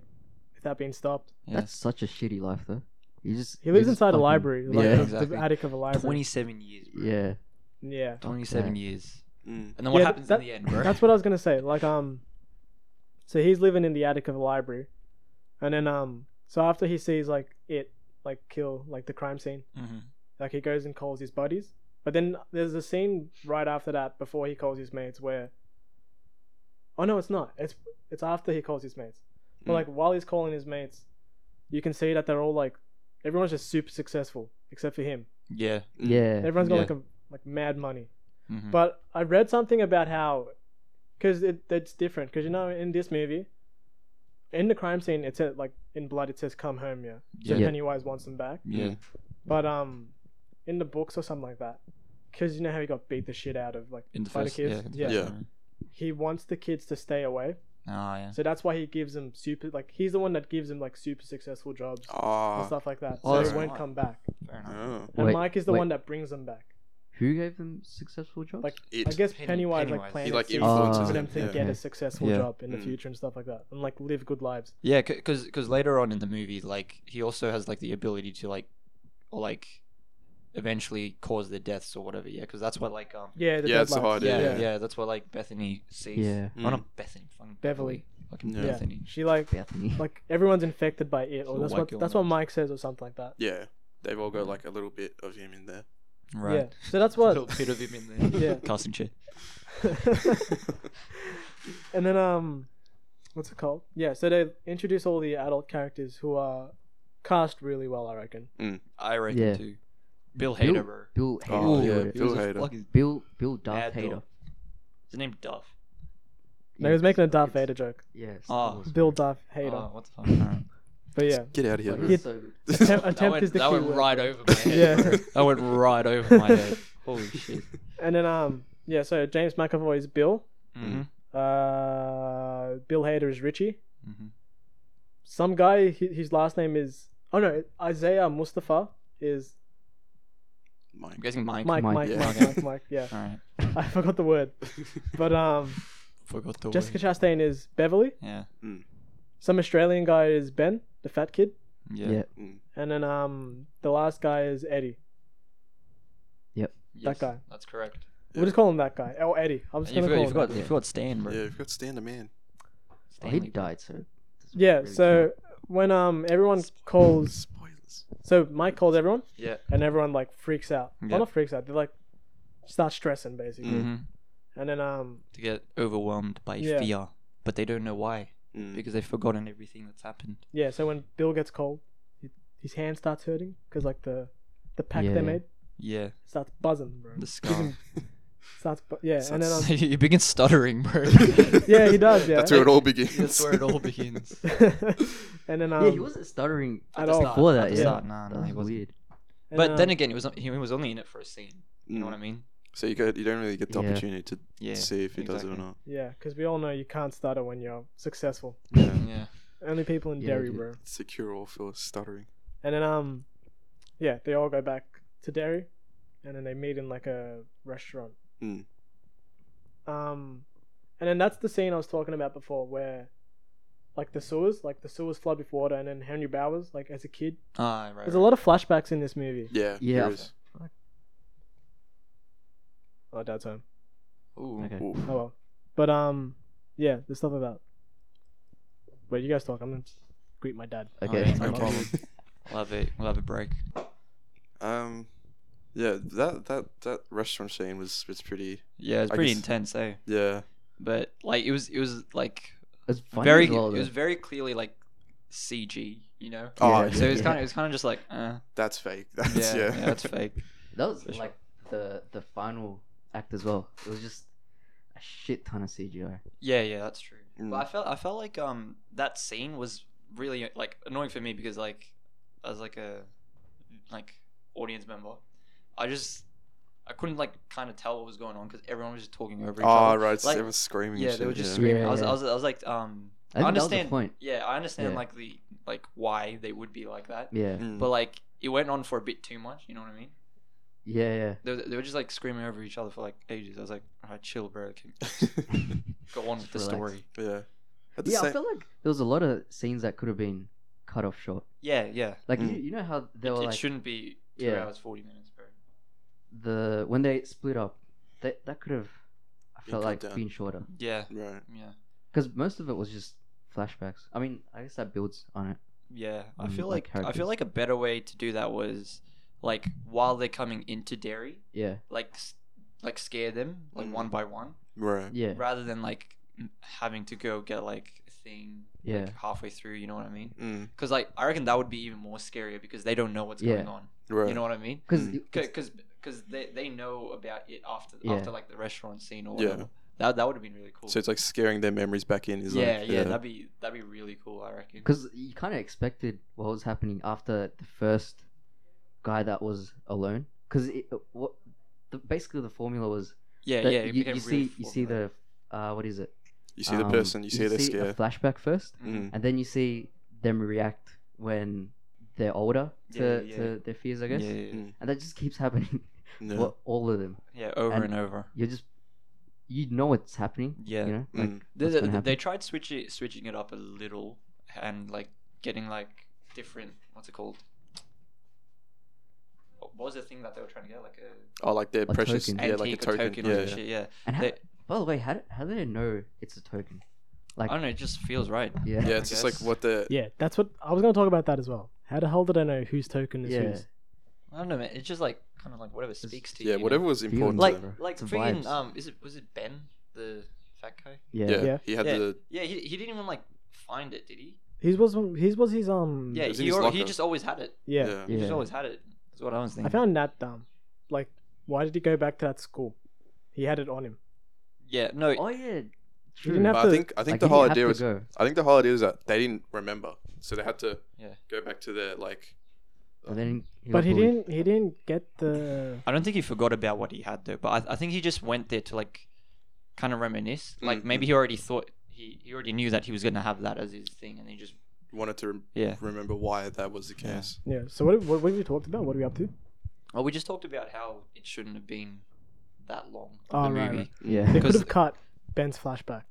[SPEAKER 2] without being stopped.
[SPEAKER 4] Yeah.
[SPEAKER 3] That's such a shitty life, though. You just
[SPEAKER 2] He
[SPEAKER 3] you
[SPEAKER 2] lives
[SPEAKER 3] just
[SPEAKER 2] inside a
[SPEAKER 3] fucking-
[SPEAKER 2] library, like
[SPEAKER 3] yeah.
[SPEAKER 2] the,
[SPEAKER 4] exactly.
[SPEAKER 2] the attic of a library.
[SPEAKER 4] twenty-seven years. bro.
[SPEAKER 3] yeah.
[SPEAKER 2] Yeah,
[SPEAKER 4] Twenty-seven years.
[SPEAKER 1] mm.
[SPEAKER 4] And then what
[SPEAKER 2] Yeah,
[SPEAKER 4] happens
[SPEAKER 2] that-
[SPEAKER 4] in the end, bro?
[SPEAKER 2] that's what I was gonna say. Like um, so he's living in the attic of a library, and then um, so after he sees like it like kill like the crime scene.
[SPEAKER 4] hmm
[SPEAKER 2] Like he goes and calls his buddies. But then there's a scene right after that before he calls his mates where Oh no, it's not. It's it's after he calls his mates. But
[SPEAKER 1] Mm.
[SPEAKER 2] like while he's calling his mates, you can see that they're all like everyone's just super successful except for him.
[SPEAKER 4] Yeah.
[SPEAKER 1] mm.
[SPEAKER 3] Yeah.
[SPEAKER 2] Everyone's got
[SPEAKER 4] Yeah.
[SPEAKER 2] like a like mad money.
[SPEAKER 4] Mm-hmm.
[SPEAKER 2] But I read something about how cuz it it's different cuz you know in this movie in the crime scene it said like in blood it says come home yeah. So
[SPEAKER 4] yeah. Mm-hmm.
[SPEAKER 3] Yeah.
[SPEAKER 2] Pennywise wants them back.
[SPEAKER 4] Yeah.
[SPEAKER 1] Mm.
[SPEAKER 2] But um, in the books or something like that, because you know how he got beat the shit out of. Like
[SPEAKER 4] In the
[SPEAKER 2] By the
[SPEAKER 4] first, yeah,
[SPEAKER 2] kids?
[SPEAKER 4] in the
[SPEAKER 2] Yeah.
[SPEAKER 4] first
[SPEAKER 1] Yeah.
[SPEAKER 4] one.
[SPEAKER 2] he wants the kids to stay away,
[SPEAKER 4] Ah, yeah.
[SPEAKER 2] so that's why he gives them super. Like he's the one that gives them like super successful jobs and
[SPEAKER 1] Ah,
[SPEAKER 2] stuff like that.
[SPEAKER 4] Oh,
[SPEAKER 2] So
[SPEAKER 4] that's
[SPEAKER 2] they won't
[SPEAKER 4] right.
[SPEAKER 2] come back.
[SPEAKER 4] Fair enough.
[SPEAKER 1] oh,
[SPEAKER 2] And
[SPEAKER 3] Wait,
[SPEAKER 2] Mike is the
[SPEAKER 3] wait.
[SPEAKER 2] one that brings them back.
[SPEAKER 3] Who gave them successful jobs?
[SPEAKER 2] Like-
[SPEAKER 1] it.
[SPEAKER 2] I guess
[SPEAKER 4] Penny-
[SPEAKER 2] Pennywise, like
[SPEAKER 4] Pennywise.
[SPEAKER 2] planned
[SPEAKER 1] He, like,
[SPEAKER 2] seeds
[SPEAKER 3] influences
[SPEAKER 2] for
[SPEAKER 3] them,
[SPEAKER 2] them to
[SPEAKER 1] yeah.
[SPEAKER 2] get
[SPEAKER 3] Okay.
[SPEAKER 2] a successful
[SPEAKER 4] Yeah.
[SPEAKER 2] job in the
[SPEAKER 1] Mm.
[SPEAKER 2] future and stuff like that, and like live good lives.
[SPEAKER 4] Yeah, because later on in the movie, like he also has like the ability to like, or like, eventually cause the deaths or whatever. Yeah, because that's what like um.
[SPEAKER 2] Yeah, the
[SPEAKER 1] Yeah, that's the
[SPEAKER 2] deadlines.
[SPEAKER 1] whole
[SPEAKER 4] Yeah,
[SPEAKER 1] idea,
[SPEAKER 4] yeah,
[SPEAKER 1] yeah.
[SPEAKER 4] that's what like Bethany sees.
[SPEAKER 3] Yeah.
[SPEAKER 4] Oh,
[SPEAKER 1] Mm.
[SPEAKER 4] not Bethany, fucking
[SPEAKER 2] Beverly.
[SPEAKER 4] fucking
[SPEAKER 1] Yeah.
[SPEAKER 4] Bethany.
[SPEAKER 2] She like
[SPEAKER 3] Bethany.
[SPEAKER 2] like everyone's infected by it, or
[SPEAKER 4] Little
[SPEAKER 2] that's
[SPEAKER 4] white
[SPEAKER 2] what
[SPEAKER 4] girl
[SPEAKER 2] that's what
[SPEAKER 4] knows.
[SPEAKER 2] Mike says, or something like that.
[SPEAKER 1] yeah. They've all got like a little bit of him in there.
[SPEAKER 4] Right.
[SPEAKER 2] Yeah. So that's
[SPEAKER 4] A
[SPEAKER 2] what
[SPEAKER 4] little bit of him in there.
[SPEAKER 2] Yeah.
[SPEAKER 4] Casting chair.
[SPEAKER 2] and then um what's it called yeah so they introduce all the adult characters who are cast really well i reckon
[SPEAKER 4] I reckon
[SPEAKER 3] Yeah.
[SPEAKER 4] too. Bill
[SPEAKER 3] Bill-
[SPEAKER 4] Hader, bro.
[SPEAKER 3] Bill
[SPEAKER 1] Oh,
[SPEAKER 3] Hader.
[SPEAKER 1] yeah,
[SPEAKER 3] Bill-
[SPEAKER 1] Bill Hader.
[SPEAKER 4] Fucking
[SPEAKER 3] Bill Bill Darth
[SPEAKER 4] mad
[SPEAKER 3] Hader.
[SPEAKER 4] dog. His name Duff.
[SPEAKER 2] No, he was making a Darth
[SPEAKER 3] it's-
[SPEAKER 2] Vader joke.
[SPEAKER 3] Yes.
[SPEAKER 4] Oh.
[SPEAKER 2] Bill Darth Hader.
[SPEAKER 4] Oh, what the fuck? Alright.
[SPEAKER 2] But yeah,
[SPEAKER 1] Get out of here.
[SPEAKER 3] It
[SPEAKER 1] bro.
[SPEAKER 3] was so good.
[SPEAKER 2] attempt,
[SPEAKER 4] that
[SPEAKER 2] attempt
[SPEAKER 4] went,
[SPEAKER 2] is the
[SPEAKER 4] that
[SPEAKER 2] key
[SPEAKER 4] went
[SPEAKER 2] word.
[SPEAKER 4] right over my head.
[SPEAKER 2] Yeah.
[SPEAKER 4] that went right over my head. Holy shit.
[SPEAKER 2] And then um yeah, so James McAvoy is Bill.
[SPEAKER 4] Mm-hmm.
[SPEAKER 2] Uh, Bill Hader is Richie.
[SPEAKER 4] Mm-hmm.
[SPEAKER 2] Some guy, hi- his last name is oh no, Isaiah Mustafa is
[SPEAKER 1] Mike.
[SPEAKER 4] I'm guessing Mike.
[SPEAKER 2] Mike, Mike,
[SPEAKER 3] Mike,
[SPEAKER 2] Mike,
[SPEAKER 1] yeah.
[SPEAKER 2] Mike, Mike, Yeah,
[SPEAKER 4] All right.
[SPEAKER 2] I forgot the word. But um,
[SPEAKER 4] Forgot the
[SPEAKER 2] Jessica
[SPEAKER 4] word.
[SPEAKER 2] Chastain is Beverly.
[SPEAKER 4] Yeah.
[SPEAKER 2] Some Australian guy is Ben, the fat kid,
[SPEAKER 4] Yeah.
[SPEAKER 3] Yeah.
[SPEAKER 1] Mm.
[SPEAKER 2] and then um, the last guy is Eddie.
[SPEAKER 4] Yes,
[SPEAKER 2] guy.
[SPEAKER 4] That's correct.
[SPEAKER 2] We'll just call him that guy. Oh, Eddie. I'm just
[SPEAKER 4] you
[SPEAKER 2] gonna
[SPEAKER 4] forgot,
[SPEAKER 2] call
[SPEAKER 4] you
[SPEAKER 2] him.
[SPEAKER 4] forgot,
[SPEAKER 2] that.
[SPEAKER 4] you forgot Stan, bro.
[SPEAKER 1] Yeah, you've got to stand a man.
[SPEAKER 3] Oh, he
[SPEAKER 4] Stanley.
[SPEAKER 3] died, so. doesn't
[SPEAKER 2] Yeah.
[SPEAKER 3] really
[SPEAKER 2] So
[SPEAKER 3] count.
[SPEAKER 2] when um everyone calls,
[SPEAKER 1] Spoilers.
[SPEAKER 2] so Mike calls everyone,
[SPEAKER 4] Yeah.
[SPEAKER 2] and everyone like freaks out.
[SPEAKER 4] Yep.
[SPEAKER 2] Well, not freaks out. They like start stressing basically,
[SPEAKER 4] Mm-hmm.
[SPEAKER 2] and then um
[SPEAKER 4] To get overwhelmed by
[SPEAKER 2] Yeah.
[SPEAKER 4] fear, but they don't know why
[SPEAKER 1] Mm.
[SPEAKER 4] because they've forgotten everything that's happened.
[SPEAKER 2] yeah. So when Bill gets cold, hi- his hand starts hurting because like the the pack
[SPEAKER 3] Yeah.
[SPEAKER 2] they made
[SPEAKER 4] Yeah.
[SPEAKER 2] starts buzzing, bro.
[SPEAKER 4] The scar.
[SPEAKER 2] Starts bu- yeah, and then um,
[SPEAKER 4] you begin stuttering, bro.
[SPEAKER 2] yeah, he does. Yeah,
[SPEAKER 1] That's where it all begins.
[SPEAKER 4] That's where it all begins.
[SPEAKER 2] and then um,
[SPEAKER 3] Yeah, he wasn't stuttering
[SPEAKER 2] at all.
[SPEAKER 3] before that,
[SPEAKER 4] At
[SPEAKER 3] yeah.
[SPEAKER 4] the start, nah,
[SPEAKER 3] That
[SPEAKER 4] nah, he
[SPEAKER 3] was
[SPEAKER 4] wasn't.
[SPEAKER 3] weird.
[SPEAKER 2] and,
[SPEAKER 4] But then
[SPEAKER 2] um,
[SPEAKER 4] again, he was he was only in it for a scene. You know what I mean?
[SPEAKER 1] Mm. So you got you don't really get the
[SPEAKER 3] Yeah.
[SPEAKER 1] opportunity to
[SPEAKER 4] Yeah.
[SPEAKER 1] see if he does it
[SPEAKER 4] exactly.
[SPEAKER 1] or not.
[SPEAKER 2] yeah, because we all know you can't stutter when you're successful.
[SPEAKER 1] Yeah.
[SPEAKER 4] Yeah.
[SPEAKER 2] Only people in
[SPEAKER 3] Yeah,
[SPEAKER 2] Derry,
[SPEAKER 3] dude.
[SPEAKER 2] bro.
[SPEAKER 1] It's a cure all for stuttering.
[SPEAKER 2] And then um, yeah, they all go back to Derry, and then they meet in like a restaurant.
[SPEAKER 3] Hmm.
[SPEAKER 1] Mm.
[SPEAKER 2] Um, and then that's the scene I was talking about before, where like the sewers, like the sewers flood with water, and then Henry Bowers, like as a kid,
[SPEAKER 4] Ah, right.
[SPEAKER 2] there's a lot of flashbacks in this movie.
[SPEAKER 1] Yeah.
[SPEAKER 3] Yeah.
[SPEAKER 1] there is.
[SPEAKER 2] Oh, dad's home.
[SPEAKER 4] Ooh.
[SPEAKER 3] Okay.
[SPEAKER 1] Oof.
[SPEAKER 2] Oh well, but um, yeah, there's stuff like that. Wait, you guys talk. I'm gonna greet my dad.
[SPEAKER 3] Okay.
[SPEAKER 4] Oh, yeah.
[SPEAKER 3] no
[SPEAKER 4] Okay.
[SPEAKER 3] problem.
[SPEAKER 1] Okay.
[SPEAKER 4] We'll have a we'll have a break.
[SPEAKER 1] um. Yeah. That that that restaurant scene was was pretty.
[SPEAKER 4] Yeah, it's
[SPEAKER 1] I
[SPEAKER 4] pretty
[SPEAKER 1] guess-
[SPEAKER 4] intense, eh?
[SPEAKER 1] Yeah.
[SPEAKER 4] But like it was it was like
[SPEAKER 3] It's funny
[SPEAKER 4] very
[SPEAKER 3] as well,
[SPEAKER 4] it was
[SPEAKER 3] though.
[SPEAKER 4] very clearly like CG, you know.
[SPEAKER 1] Oh,
[SPEAKER 3] Yeah.
[SPEAKER 1] yeah,
[SPEAKER 4] So it was
[SPEAKER 1] yeah.
[SPEAKER 4] kind of it was kind of just like uh,
[SPEAKER 1] that's fake. That's,
[SPEAKER 4] yeah,
[SPEAKER 1] yeah.
[SPEAKER 4] yeah, that's fake.
[SPEAKER 3] That was
[SPEAKER 4] Special.
[SPEAKER 3] like the the final act as well. It was just a shit ton of CGI.
[SPEAKER 4] Yeah, yeah, that's true.
[SPEAKER 1] Mm.
[SPEAKER 4] But I felt I felt like um that scene was really like annoying for me because like as like a like audience member, I just I couldn't like kind of tell what was going on because everyone was just talking over each
[SPEAKER 1] Oh
[SPEAKER 4] other.
[SPEAKER 1] right, it's-
[SPEAKER 4] Like,
[SPEAKER 1] everyone's screaming.
[SPEAKER 4] yeah,
[SPEAKER 1] and shit.
[SPEAKER 4] they were just
[SPEAKER 1] yeah.
[SPEAKER 4] screaming. I was
[SPEAKER 3] Yeah,
[SPEAKER 4] I
[SPEAKER 3] yeah.
[SPEAKER 4] was I was like um
[SPEAKER 3] I think that was
[SPEAKER 4] understand.
[SPEAKER 3] the point.
[SPEAKER 4] yeah I understand
[SPEAKER 3] Yeah.
[SPEAKER 4] like the like why they would be like that,
[SPEAKER 3] Yeah,
[SPEAKER 1] Mm.
[SPEAKER 4] but like it went on for a bit too much. You know what I mean?
[SPEAKER 3] yeah, yeah.
[SPEAKER 4] They were, they were just like screaming over each other for like ages. I was like, all right, chill, bro. Can go on with the
[SPEAKER 3] Relax.
[SPEAKER 4] story.
[SPEAKER 1] yeah. At the
[SPEAKER 3] Yeah, I
[SPEAKER 1] same,
[SPEAKER 3] feel like there was a lot of scenes that could have been cut off short.
[SPEAKER 4] Yeah, yeah.
[SPEAKER 3] Like
[SPEAKER 1] Mm.
[SPEAKER 3] you, you know how they
[SPEAKER 4] It,
[SPEAKER 3] were
[SPEAKER 4] it
[SPEAKER 3] like
[SPEAKER 4] shouldn't be two
[SPEAKER 3] Yeah.
[SPEAKER 4] hours forty minutes, bro.
[SPEAKER 3] the when they split up, that that could have I
[SPEAKER 1] Been
[SPEAKER 3] felt
[SPEAKER 1] cut
[SPEAKER 3] like
[SPEAKER 1] down.
[SPEAKER 3] been shorter
[SPEAKER 4] Yeah,
[SPEAKER 1] right.
[SPEAKER 4] yeah,
[SPEAKER 3] because most of it was just flashbacks. I mean, I guess that builds on it.
[SPEAKER 4] yeah. I
[SPEAKER 3] Mm,
[SPEAKER 4] feel
[SPEAKER 3] like
[SPEAKER 4] like I
[SPEAKER 3] characters.
[SPEAKER 4] feel like a better way to do that was like while they're coming into Derry,
[SPEAKER 3] Yeah,
[SPEAKER 4] like s- like scare them like
[SPEAKER 1] Mm.
[SPEAKER 4] one by one,
[SPEAKER 1] Right.
[SPEAKER 3] yeah,
[SPEAKER 4] rather than like m- having to go get like a thing
[SPEAKER 3] yeah,
[SPEAKER 4] like, halfway through. You know what I mean?
[SPEAKER 1] Mm,
[SPEAKER 4] Because like I reckon that would be even more scarier because they don't know what's
[SPEAKER 3] Yeah.
[SPEAKER 4] going on.
[SPEAKER 1] right.
[SPEAKER 4] You know what I mean?
[SPEAKER 3] because
[SPEAKER 1] Mm.
[SPEAKER 4] because because they they know about it after
[SPEAKER 3] Yeah.
[SPEAKER 4] after like the restaurant scene or
[SPEAKER 1] Yeah.
[SPEAKER 4] whatever. That that would have been really cool.
[SPEAKER 1] so it's like scaring their memories back in. Is
[SPEAKER 4] yeah,
[SPEAKER 1] like,
[SPEAKER 4] yeah, that'd be that'd be really cool. I reckon.
[SPEAKER 3] because you kind of expected what was happening after the first guy that was alone. Because what the, basically the formula was
[SPEAKER 4] yeah,
[SPEAKER 3] that
[SPEAKER 4] yeah, it
[SPEAKER 3] you,
[SPEAKER 4] became
[SPEAKER 3] you
[SPEAKER 4] really
[SPEAKER 3] see you see
[SPEAKER 4] formulaic.
[SPEAKER 3] the uh, what is it?
[SPEAKER 1] you see the
[SPEAKER 3] Um,
[SPEAKER 1] person, you see their
[SPEAKER 3] a
[SPEAKER 1] scare.
[SPEAKER 3] flashback first,
[SPEAKER 1] Mm.
[SPEAKER 3] and then you see them react when they're older
[SPEAKER 4] Yeah,
[SPEAKER 3] to,
[SPEAKER 4] yeah.
[SPEAKER 3] to their fears, I guess.
[SPEAKER 4] Yeah, yeah, yeah.
[SPEAKER 1] Mm.
[SPEAKER 3] And that just keeps happening.
[SPEAKER 1] Yeah.
[SPEAKER 3] Well, all of them.
[SPEAKER 4] Yeah, over and,
[SPEAKER 3] And-
[SPEAKER 4] over.
[SPEAKER 3] You're just you know what's happening.
[SPEAKER 4] Yeah,
[SPEAKER 3] You know, like
[SPEAKER 1] Mm.
[SPEAKER 4] they,
[SPEAKER 3] what's
[SPEAKER 4] they,
[SPEAKER 3] gonna
[SPEAKER 4] they
[SPEAKER 3] happen.
[SPEAKER 4] tried switching switching it up a little and like getting like different. What's it called? What was the thing that they were trying to get? Like a
[SPEAKER 1] Oh, like their
[SPEAKER 3] A
[SPEAKER 1] precious.
[SPEAKER 3] token.
[SPEAKER 1] Yeah, like a
[SPEAKER 4] antique or
[SPEAKER 1] token.
[SPEAKER 4] or
[SPEAKER 1] yeah,
[SPEAKER 4] some
[SPEAKER 1] yeah.
[SPEAKER 4] shit. Yeah,
[SPEAKER 3] and how,
[SPEAKER 4] they-
[SPEAKER 3] by the way, how do, how do they know it's a token? Like
[SPEAKER 4] I don't know. It just feels right.
[SPEAKER 3] yeah,
[SPEAKER 1] Yeah,
[SPEAKER 4] I
[SPEAKER 1] it's just like
[SPEAKER 4] guess.
[SPEAKER 1] what the.
[SPEAKER 2] Yeah, that's what I was gonna talk about that as well. How the hell did I know whose token is
[SPEAKER 3] Yeah.
[SPEAKER 2] whose?
[SPEAKER 4] I don't know. Man. It's just like kind of like whatever speaks to you.
[SPEAKER 1] Yeah,
[SPEAKER 4] you know?
[SPEAKER 1] whatever was important
[SPEAKER 4] Like,
[SPEAKER 1] to them.
[SPEAKER 3] Whatever.
[SPEAKER 4] like
[SPEAKER 3] It's the
[SPEAKER 4] freaking
[SPEAKER 3] vibes.
[SPEAKER 4] um, is it was it Ben the fat guy?
[SPEAKER 3] yeah,
[SPEAKER 1] Yeah,
[SPEAKER 2] Yeah.
[SPEAKER 1] he had
[SPEAKER 4] Yeah.
[SPEAKER 1] the.
[SPEAKER 4] Yeah, he, he didn't even like find it, did he?
[SPEAKER 2] His was his was his um
[SPEAKER 4] Yeah,
[SPEAKER 1] Mm, was in
[SPEAKER 4] he,
[SPEAKER 1] his
[SPEAKER 4] al- he
[SPEAKER 1] locker.
[SPEAKER 4] just always had it.
[SPEAKER 2] yeah.
[SPEAKER 1] yeah.
[SPEAKER 4] He just
[SPEAKER 3] Yeah.
[SPEAKER 4] always had it. That's what I was
[SPEAKER 2] I
[SPEAKER 4] thinking.
[SPEAKER 2] found that dumb. Like, why did he go back to that school? He had it on him.
[SPEAKER 4] yeah, no,
[SPEAKER 3] Oh yeah,
[SPEAKER 2] You
[SPEAKER 3] True.
[SPEAKER 2] didn't
[SPEAKER 1] But
[SPEAKER 2] have
[SPEAKER 1] I
[SPEAKER 2] to.
[SPEAKER 1] think I think
[SPEAKER 3] Like,
[SPEAKER 1] the
[SPEAKER 3] he didn't
[SPEAKER 1] whole
[SPEAKER 3] have
[SPEAKER 1] idea
[SPEAKER 3] to
[SPEAKER 1] was
[SPEAKER 3] go.
[SPEAKER 1] I think the whole idea was that they didn't remember, so they had to
[SPEAKER 4] Yeah.
[SPEAKER 1] go back to their like.
[SPEAKER 3] And then he
[SPEAKER 2] but
[SPEAKER 3] got
[SPEAKER 2] he
[SPEAKER 3] bullied.
[SPEAKER 2] didn't. He didn't get the.
[SPEAKER 4] I don't think he forgot about what he had though, but I, I think he just went there to like kind of reminisce. Like
[SPEAKER 1] Mm,
[SPEAKER 4] maybe he already thought he, he already knew that he was gonna have that as his thing, and he just
[SPEAKER 1] wanted to rem-
[SPEAKER 4] yeah.
[SPEAKER 1] remember why that was the
[SPEAKER 4] Yeah.
[SPEAKER 1] case.
[SPEAKER 2] Yeah. So what, what? What have we talked about? What are we up to?
[SPEAKER 4] Oh, we just talked about how it shouldn't have been that long.
[SPEAKER 2] Oh,
[SPEAKER 4] the
[SPEAKER 2] right,
[SPEAKER 4] movie.
[SPEAKER 2] right. They
[SPEAKER 3] Yeah.
[SPEAKER 2] could
[SPEAKER 4] Because-
[SPEAKER 2] have cut Ben's flashback,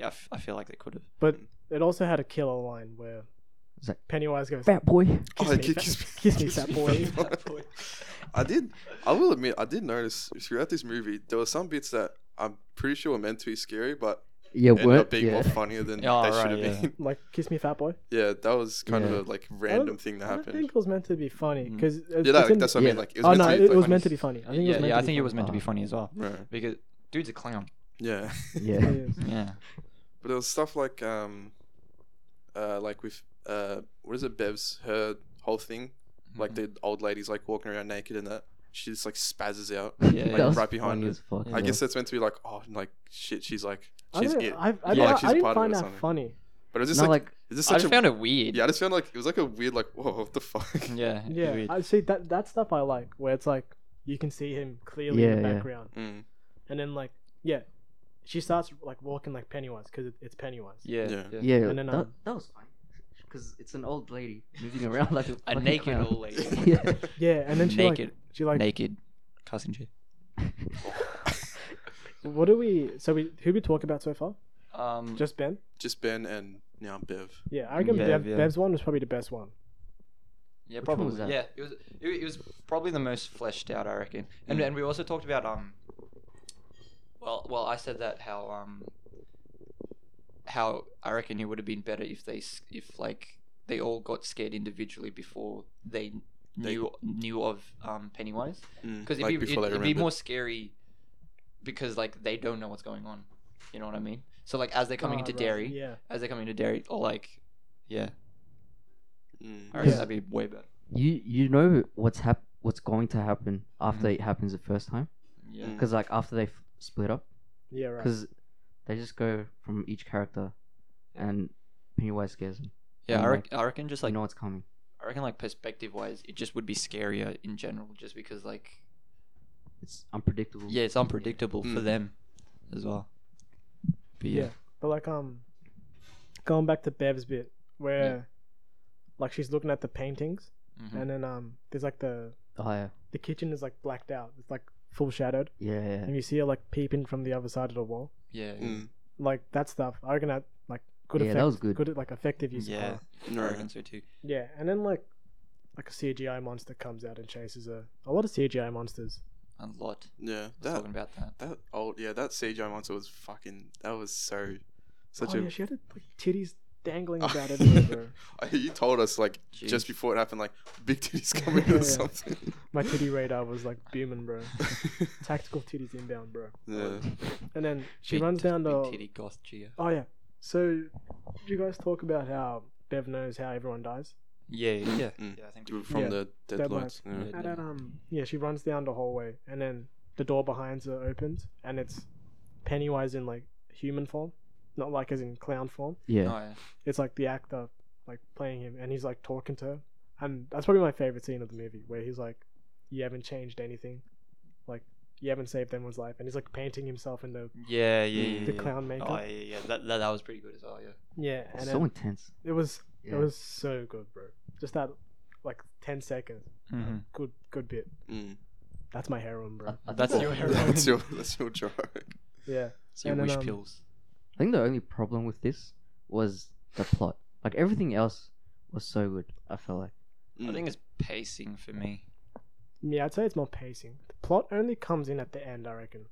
[SPEAKER 4] Yeah, I, f- I feel like they could have.
[SPEAKER 2] but it also had a killer line where
[SPEAKER 3] It's like-
[SPEAKER 2] Pennywise goes,
[SPEAKER 3] Fat boy.
[SPEAKER 2] Kiss
[SPEAKER 1] Oh,
[SPEAKER 2] me,
[SPEAKER 1] ki-
[SPEAKER 2] fat-
[SPEAKER 1] kiss me,
[SPEAKER 2] kiss me,
[SPEAKER 1] kiss
[SPEAKER 2] fat
[SPEAKER 1] me,
[SPEAKER 2] boy.
[SPEAKER 1] fat boy. I did. I will admit, I did notice throughout this movie there were some bits that I'm pretty sure were meant to be scary, but
[SPEAKER 3] Yeah,
[SPEAKER 1] ended up
[SPEAKER 3] what?
[SPEAKER 1] being
[SPEAKER 3] Yeah.
[SPEAKER 1] more funnier than
[SPEAKER 4] Oh,
[SPEAKER 1] they should
[SPEAKER 4] right,
[SPEAKER 1] have
[SPEAKER 4] yeah.
[SPEAKER 1] been.
[SPEAKER 2] like, "Kiss me, fat boy."
[SPEAKER 1] Yeah, that was kind
[SPEAKER 3] Yeah.
[SPEAKER 1] of a like random thing that
[SPEAKER 2] I don't
[SPEAKER 1] happened.
[SPEAKER 2] think it was meant to be funny
[SPEAKER 4] Mm.
[SPEAKER 2] because
[SPEAKER 1] Yeah, that, that's what I mean.
[SPEAKER 3] yeah.
[SPEAKER 1] Like, it was
[SPEAKER 2] Oh
[SPEAKER 1] meant
[SPEAKER 2] no,
[SPEAKER 1] to
[SPEAKER 2] it
[SPEAKER 1] be, like,
[SPEAKER 2] was meant to be funny. I think it
[SPEAKER 4] yeah,
[SPEAKER 2] was meant
[SPEAKER 4] yeah,
[SPEAKER 2] to
[SPEAKER 4] I
[SPEAKER 2] be
[SPEAKER 4] think
[SPEAKER 2] funny.
[SPEAKER 4] it
[SPEAKER 2] Oh.
[SPEAKER 4] was meant to be funny as well
[SPEAKER 1] Right.
[SPEAKER 4] because dude's a clown.
[SPEAKER 1] Yeah,
[SPEAKER 3] Yeah.
[SPEAKER 2] It is.
[SPEAKER 4] Yeah.
[SPEAKER 1] but there was stuff like um, uh, like with uh, what is it, Bev's her whole thing, like
[SPEAKER 2] Mm-hmm.
[SPEAKER 1] the old lady's like walking around naked and that she just like spazzes out.
[SPEAKER 4] Yeah,
[SPEAKER 1] like,
[SPEAKER 3] That was
[SPEAKER 1] right behind
[SPEAKER 3] funny
[SPEAKER 1] her.
[SPEAKER 3] as fuck,
[SPEAKER 4] I
[SPEAKER 1] I
[SPEAKER 3] yeah.
[SPEAKER 1] guess that's meant to be like, oh, like shit, she's like,
[SPEAKER 2] I
[SPEAKER 1] she's
[SPEAKER 2] don't-
[SPEAKER 1] it.
[SPEAKER 2] I, I,
[SPEAKER 4] Yeah,
[SPEAKER 2] don't-
[SPEAKER 4] like
[SPEAKER 1] she's
[SPEAKER 2] I didn't
[SPEAKER 1] part of it
[SPEAKER 2] find
[SPEAKER 1] or
[SPEAKER 2] that
[SPEAKER 1] something.
[SPEAKER 2] funny.
[SPEAKER 1] But it was just
[SPEAKER 3] No,
[SPEAKER 1] like,
[SPEAKER 3] like
[SPEAKER 1] is this
[SPEAKER 4] I
[SPEAKER 1] such
[SPEAKER 4] just
[SPEAKER 1] a?
[SPEAKER 4] found it weird.
[SPEAKER 1] yeah, I just found like it was like a weird like, whoa, what the fuck?
[SPEAKER 4] Yeah. it's
[SPEAKER 2] Yeah,
[SPEAKER 4] weird.
[SPEAKER 2] I see that that stuff I like where it's like you can see him clearly in the
[SPEAKER 3] Yeah, yeah.
[SPEAKER 2] background,
[SPEAKER 1] Mm,
[SPEAKER 2] and then like yeah, she starts like walking like Pennywise because it, it's Pennywise.
[SPEAKER 4] yeah.
[SPEAKER 1] Yeah.
[SPEAKER 3] yeah,
[SPEAKER 2] And then,
[SPEAKER 3] that,
[SPEAKER 2] um,
[SPEAKER 3] that was fine. Because it's an old lady moving around like a,
[SPEAKER 4] A
[SPEAKER 3] fucking
[SPEAKER 4] naked
[SPEAKER 3] clown.
[SPEAKER 4] old lady.
[SPEAKER 3] yeah.
[SPEAKER 2] Yeah, and then she
[SPEAKER 4] naked,
[SPEAKER 2] like she like
[SPEAKER 4] naked, cussing shit.
[SPEAKER 2] what do we so we who we talk about so far?
[SPEAKER 1] Hmm.
[SPEAKER 4] Um,
[SPEAKER 2] Just Ben.
[SPEAKER 1] Just Ben and now Bev.
[SPEAKER 2] Yeah, I reckon
[SPEAKER 4] Yeah,
[SPEAKER 2] Bev,
[SPEAKER 4] yeah.
[SPEAKER 2] Bev's one was probably the best one.
[SPEAKER 4] yeah,
[SPEAKER 3] Which one
[SPEAKER 4] probably.
[SPEAKER 3] was that?
[SPEAKER 4] Yeah, it was. It, it was probably the most fleshed out, I reckon. And
[SPEAKER 1] Mm.
[SPEAKER 4] and we also talked about um. Well, well, I said that how um. How I reckon it would have been better if they s- if like they all got scared individually before they
[SPEAKER 1] They-
[SPEAKER 4] knew knew of um Pennywise
[SPEAKER 1] Mm,
[SPEAKER 4] because it'd,
[SPEAKER 1] like
[SPEAKER 4] be,
[SPEAKER 1] before
[SPEAKER 4] it'd,
[SPEAKER 1] they
[SPEAKER 4] it'd be
[SPEAKER 1] remembered.
[SPEAKER 4] more scary because like they don't know what's going on. You know what I mean? So like as they're coming
[SPEAKER 2] Ah,
[SPEAKER 4] into
[SPEAKER 2] right,
[SPEAKER 4] dairy,
[SPEAKER 2] Yeah.
[SPEAKER 4] as they're coming into dairy, or like, yeah,
[SPEAKER 1] Mm.
[SPEAKER 4] I reckon
[SPEAKER 2] Yeah.
[SPEAKER 4] that'd be way better.
[SPEAKER 3] You you know what's hap- what's going to happen after it happens the first time?
[SPEAKER 4] Yeah.
[SPEAKER 1] Mm.
[SPEAKER 3] Because like after they f- split up,
[SPEAKER 2] Yeah, right.
[SPEAKER 3] because they just go from each character, and Pennywise scares them.
[SPEAKER 4] Yeah,
[SPEAKER 3] And,
[SPEAKER 4] I,
[SPEAKER 2] Mm.
[SPEAKER 3] like,
[SPEAKER 4] rec- I reckon just
[SPEAKER 3] Like,
[SPEAKER 4] like
[SPEAKER 3] you know what's coming.
[SPEAKER 4] I reckon like perspective wise, it just would be scarier in general, just because like
[SPEAKER 3] It's unpredictable.
[SPEAKER 4] yeah, it's unpredictable for
[SPEAKER 1] Mm.
[SPEAKER 4] them as well. But yeah,
[SPEAKER 2] Yeah. But like um going back to Bev's bit where like she's looking at the paintings
[SPEAKER 3] Mm-hmm.
[SPEAKER 4] Mhm.
[SPEAKER 2] and then um there's like the
[SPEAKER 3] Oh, yeah.
[SPEAKER 2] the kitchen is like blacked out. It's like full shadowed.
[SPEAKER 3] Yeah, yeah.
[SPEAKER 2] And you see her like peeping from the other side of the wall.
[SPEAKER 4] yeah,
[SPEAKER 1] Mm.
[SPEAKER 2] Like that stuff. I reckon that like good
[SPEAKER 3] Yeah,
[SPEAKER 2] effect.
[SPEAKER 3] that was good.
[SPEAKER 2] Good like effective use of
[SPEAKER 4] yeah,
[SPEAKER 2] horror.
[SPEAKER 1] No.
[SPEAKER 4] I reckon so too.
[SPEAKER 2] Yeah. And then like like a CGI monster comes out and chases her. A lot of CGI monsters.
[SPEAKER 4] A lot.
[SPEAKER 1] Yeah,
[SPEAKER 4] I was
[SPEAKER 1] that
[SPEAKER 4] talking about that.
[SPEAKER 1] that old yeah that CGI monster was fucking that was so such
[SPEAKER 2] oh
[SPEAKER 1] a.
[SPEAKER 2] yeah, she had like titties dangling about everywhere, bro.
[SPEAKER 1] you told us like
[SPEAKER 4] Jeez.
[SPEAKER 1] just before it happened like big titties coming
[SPEAKER 2] Yeah, yeah.
[SPEAKER 1] or something.
[SPEAKER 2] My titty radar was like booming, bro. Tactical titties inbound, bro.
[SPEAKER 1] yeah.
[SPEAKER 2] And then she
[SPEAKER 4] Big
[SPEAKER 2] runs
[SPEAKER 4] tit-
[SPEAKER 2] down
[SPEAKER 4] big
[SPEAKER 2] the
[SPEAKER 4] titty goth cheer.
[SPEAKER 2] Oh yeah. So you guys talk about how Bev knows how everyone dies.
[SPEAKER 4] Yeah, yeah, yeah.
[SPEAKER 1] Mm.
[SPEAKER 4] I think we
[SPEAKER 1] Dude, From
[SPEAKER 2] Yeah.
[SPEAKER 1] the deadlights. Yeah.
[SPEAKER 4] Yeah.
[SPEAKER 2] And then um yeah, she runs down the hallway and then the door behind her opens and it's Pennywise in like human form. Not like as in clown form.
[SPEAKER 3] yeah.
[SPEAKER 4] Oh, yeah.
[SPEAKER 2] It's like the actor like playing him and he's like talking to her. And that's probably my favorite scene of the movie where he's like, You haven't changed anything. Like you haven't saved anyone's life and he's like painting himself in the,
[SPEAKER 4] yeah, yeah,
[SPEAKER 1] Mm.
[SPEAKER 4] yeah,
[SPEAKER 2] the
[SPEAKER 4] yeah.
[SPEAKER 2] clown makeup.
[SPEAKER 4] Oh yeah, yeah. That, that that was pretty good as well. Yeah.
[SPEAKER 2] Yeah, and
[SPEAKER 3] so
[SPEAKER 2] then
[SPEAKER 3] intense.
[SPEAKER 2] it was
[SPEAKER 3] Yeah.
[SPEAKER 2] It was so good, bro. Just that, like ten seconds.
[SPEAKER 4] Mhm.
[SPEAKER 2] Good, good bit.
[SPEAKER 1] Mm.
[SPEAKER 2] That's my heroin,
[SPEAKER 3] I,
[SPEAKER 2] bro.
[SPEAKER 3] I
[SPEAKER 4] That's
[SPEAKER 3] think
[SPEAKER 4] your
[SPEAKER 3] the-
[SPEAKER 4] heroine.
[SPEAKER 1] That's your that's your joke.
[SPEAKER 2] Yeah,
[SPEAKER 4] It's your
[SPEAKER 2] And then,
[SPEAKER 4] wish
[SPEAKER 2] um,
[SPEAKER 4] pills.
[SPEAKER 3] I think the only problem with this was the plot. Like everything else was so good. I felt like.
[SPEAKER 4] I
[SPEAKER 1] Mm.
[SPEAKER 4] think it's pacing for me.
[SPEAKER 2] yeah. I'd say it's more pacing. The plot only comes in at the end, I reckon.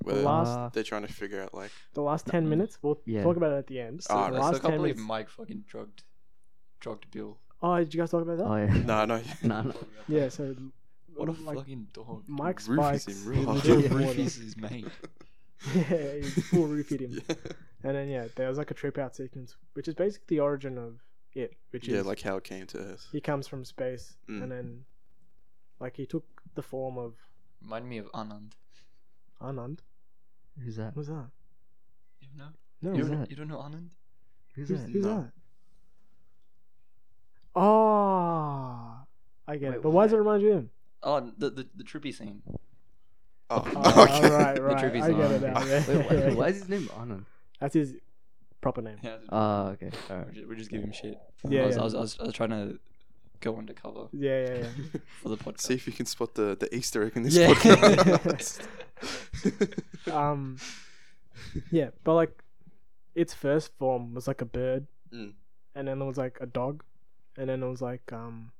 [SPEAKER 1] Whether
[SPEAKER 2] last-
[SPEAKER 3] Uh,
[SPEAKER 1] they're trying to figure out like
[SPEAKER 2] The last ten minutes, we'll
[SPEAKER 3] Yeah.
[SPEAKER 2] talk about it at the end.
[SPEAKER 1] Ah,
[SPEAKER 4] I
[SPEAKER 1] right.
[SPEAKER 2] the
[SPEAKER 4] still
[SPEAKER 2] last
[SPEAKER 4] can't
[SPEAKER 2] ten
[SPEAKER 4] believe
[SPEAKER 2] minutes.
[SPEAKER 4] Mike fucking drugged, drugged Bill.
[SPEAKER 2] Oh, did you guys talk about that?
[SPEAKER 3] oh yeah.
[SPEAKER 1] no no
[SPEAKER 3] no, no.
[SPEAKER 2] Yeah. So,
[SPEAKER 4] What a
[SPEAKER 2] like,
[SPEAKER 4] fucking dog.
[SPEAKER 2] Mike
[SPEAKER 1] Roofies
[SPEAKER 2] spikes.
[SPEAKER 1] him
[SPEAKER 2] in
[SPEAKER 1] real
[SPEAKER 2] the
[SPEAKER 1] hard.
[SPEAKER 2] deep
[SPEAKER 1] Yeah.
[SPEAKER 2] water.
[SPEAKER 4] Roofies his mate.
[SPEAKER 2] yeah, he full roofied him.
[SPEAKER 1] yeah,
[SPEAKER 2] And then yeah, there was like a trip out sequence, which is basically the origin of it, which
[SPEAKER 1] yeah
[SPEAKER 2] is
[SPEAKER 1] like how it came to us.
[SPEAKER 2] he comes from space,
[SPEAKER 1] Mm.
[SPEAKER 2] and then like he took the form of
[SPEAKER 4] Remind me of Anand.
[SPEAKER 2] Anand.
[SPEAKER 3] Who's that?
[SPEAKER 2] What's that?
[SPEAKER 4] No,
[SPEAKER 2] No,
[SPEAKER 4] you
[SPEAKER 3] Who's
[SPEAKER 4] don't,
[SPEAKER 3] that?
[SPEAKER 4] you don't know Anand?
[SPEAKER 3] Who's
[SPEAKER 2] who's,
[SPEAKER 3] that?
[SPEAKER 2] who's
[SPEAKER 1] No.
[SPEAKER 2] that? Oh, I get
[SPEAKER 3] Wait,
[SPEAKER 2] it. But why does it
[SPEAKER 3] what?
[SPEAKER 2] remind you of him?
[SPEAKER 4] Oh, the the, the trippy scene.
[SPEAKER 1] Oh,
[SPEAKER 2] Oh,
[SPEAKER 1] okay.
[SPEAKER 2] Right, right.
[SPEAKER 4] trivia
[SPEAKER 2] I get
[SPEAKER 4] song.
[SPEAKER 2] it now. yeah.
[SPEAKER 3] Wait, why, why is his name Anand?
[SPEAKER 2] That's his proper name.
[SPEAKER 4] Yeah,
[SPEAKER 3] Ah, okay. All
[SPEAKER 4] we just, we just give him shit.
[SPEAKER 2] Yeah,
[SPEAKER 4] I was,
[SPEAKER 2] yeah.
[SPEAKER 4] I, was, I, was, I was trying to go undercover
[SPEAKER 2] Yeah, yeah, yeah.
[SPEAKER 4] for the podcast.
[SPEAKER 1] See if you can spot the, the Easter egg in this
[SPEAKER 4] Yeah.
[SPEAKER 1] podcast.
[SPEAKER 2] um yeah but like its first form was like a bird
[SPEAKER 1] Mm.
[SPEAKER 2] and then there was like a dog and then it was like um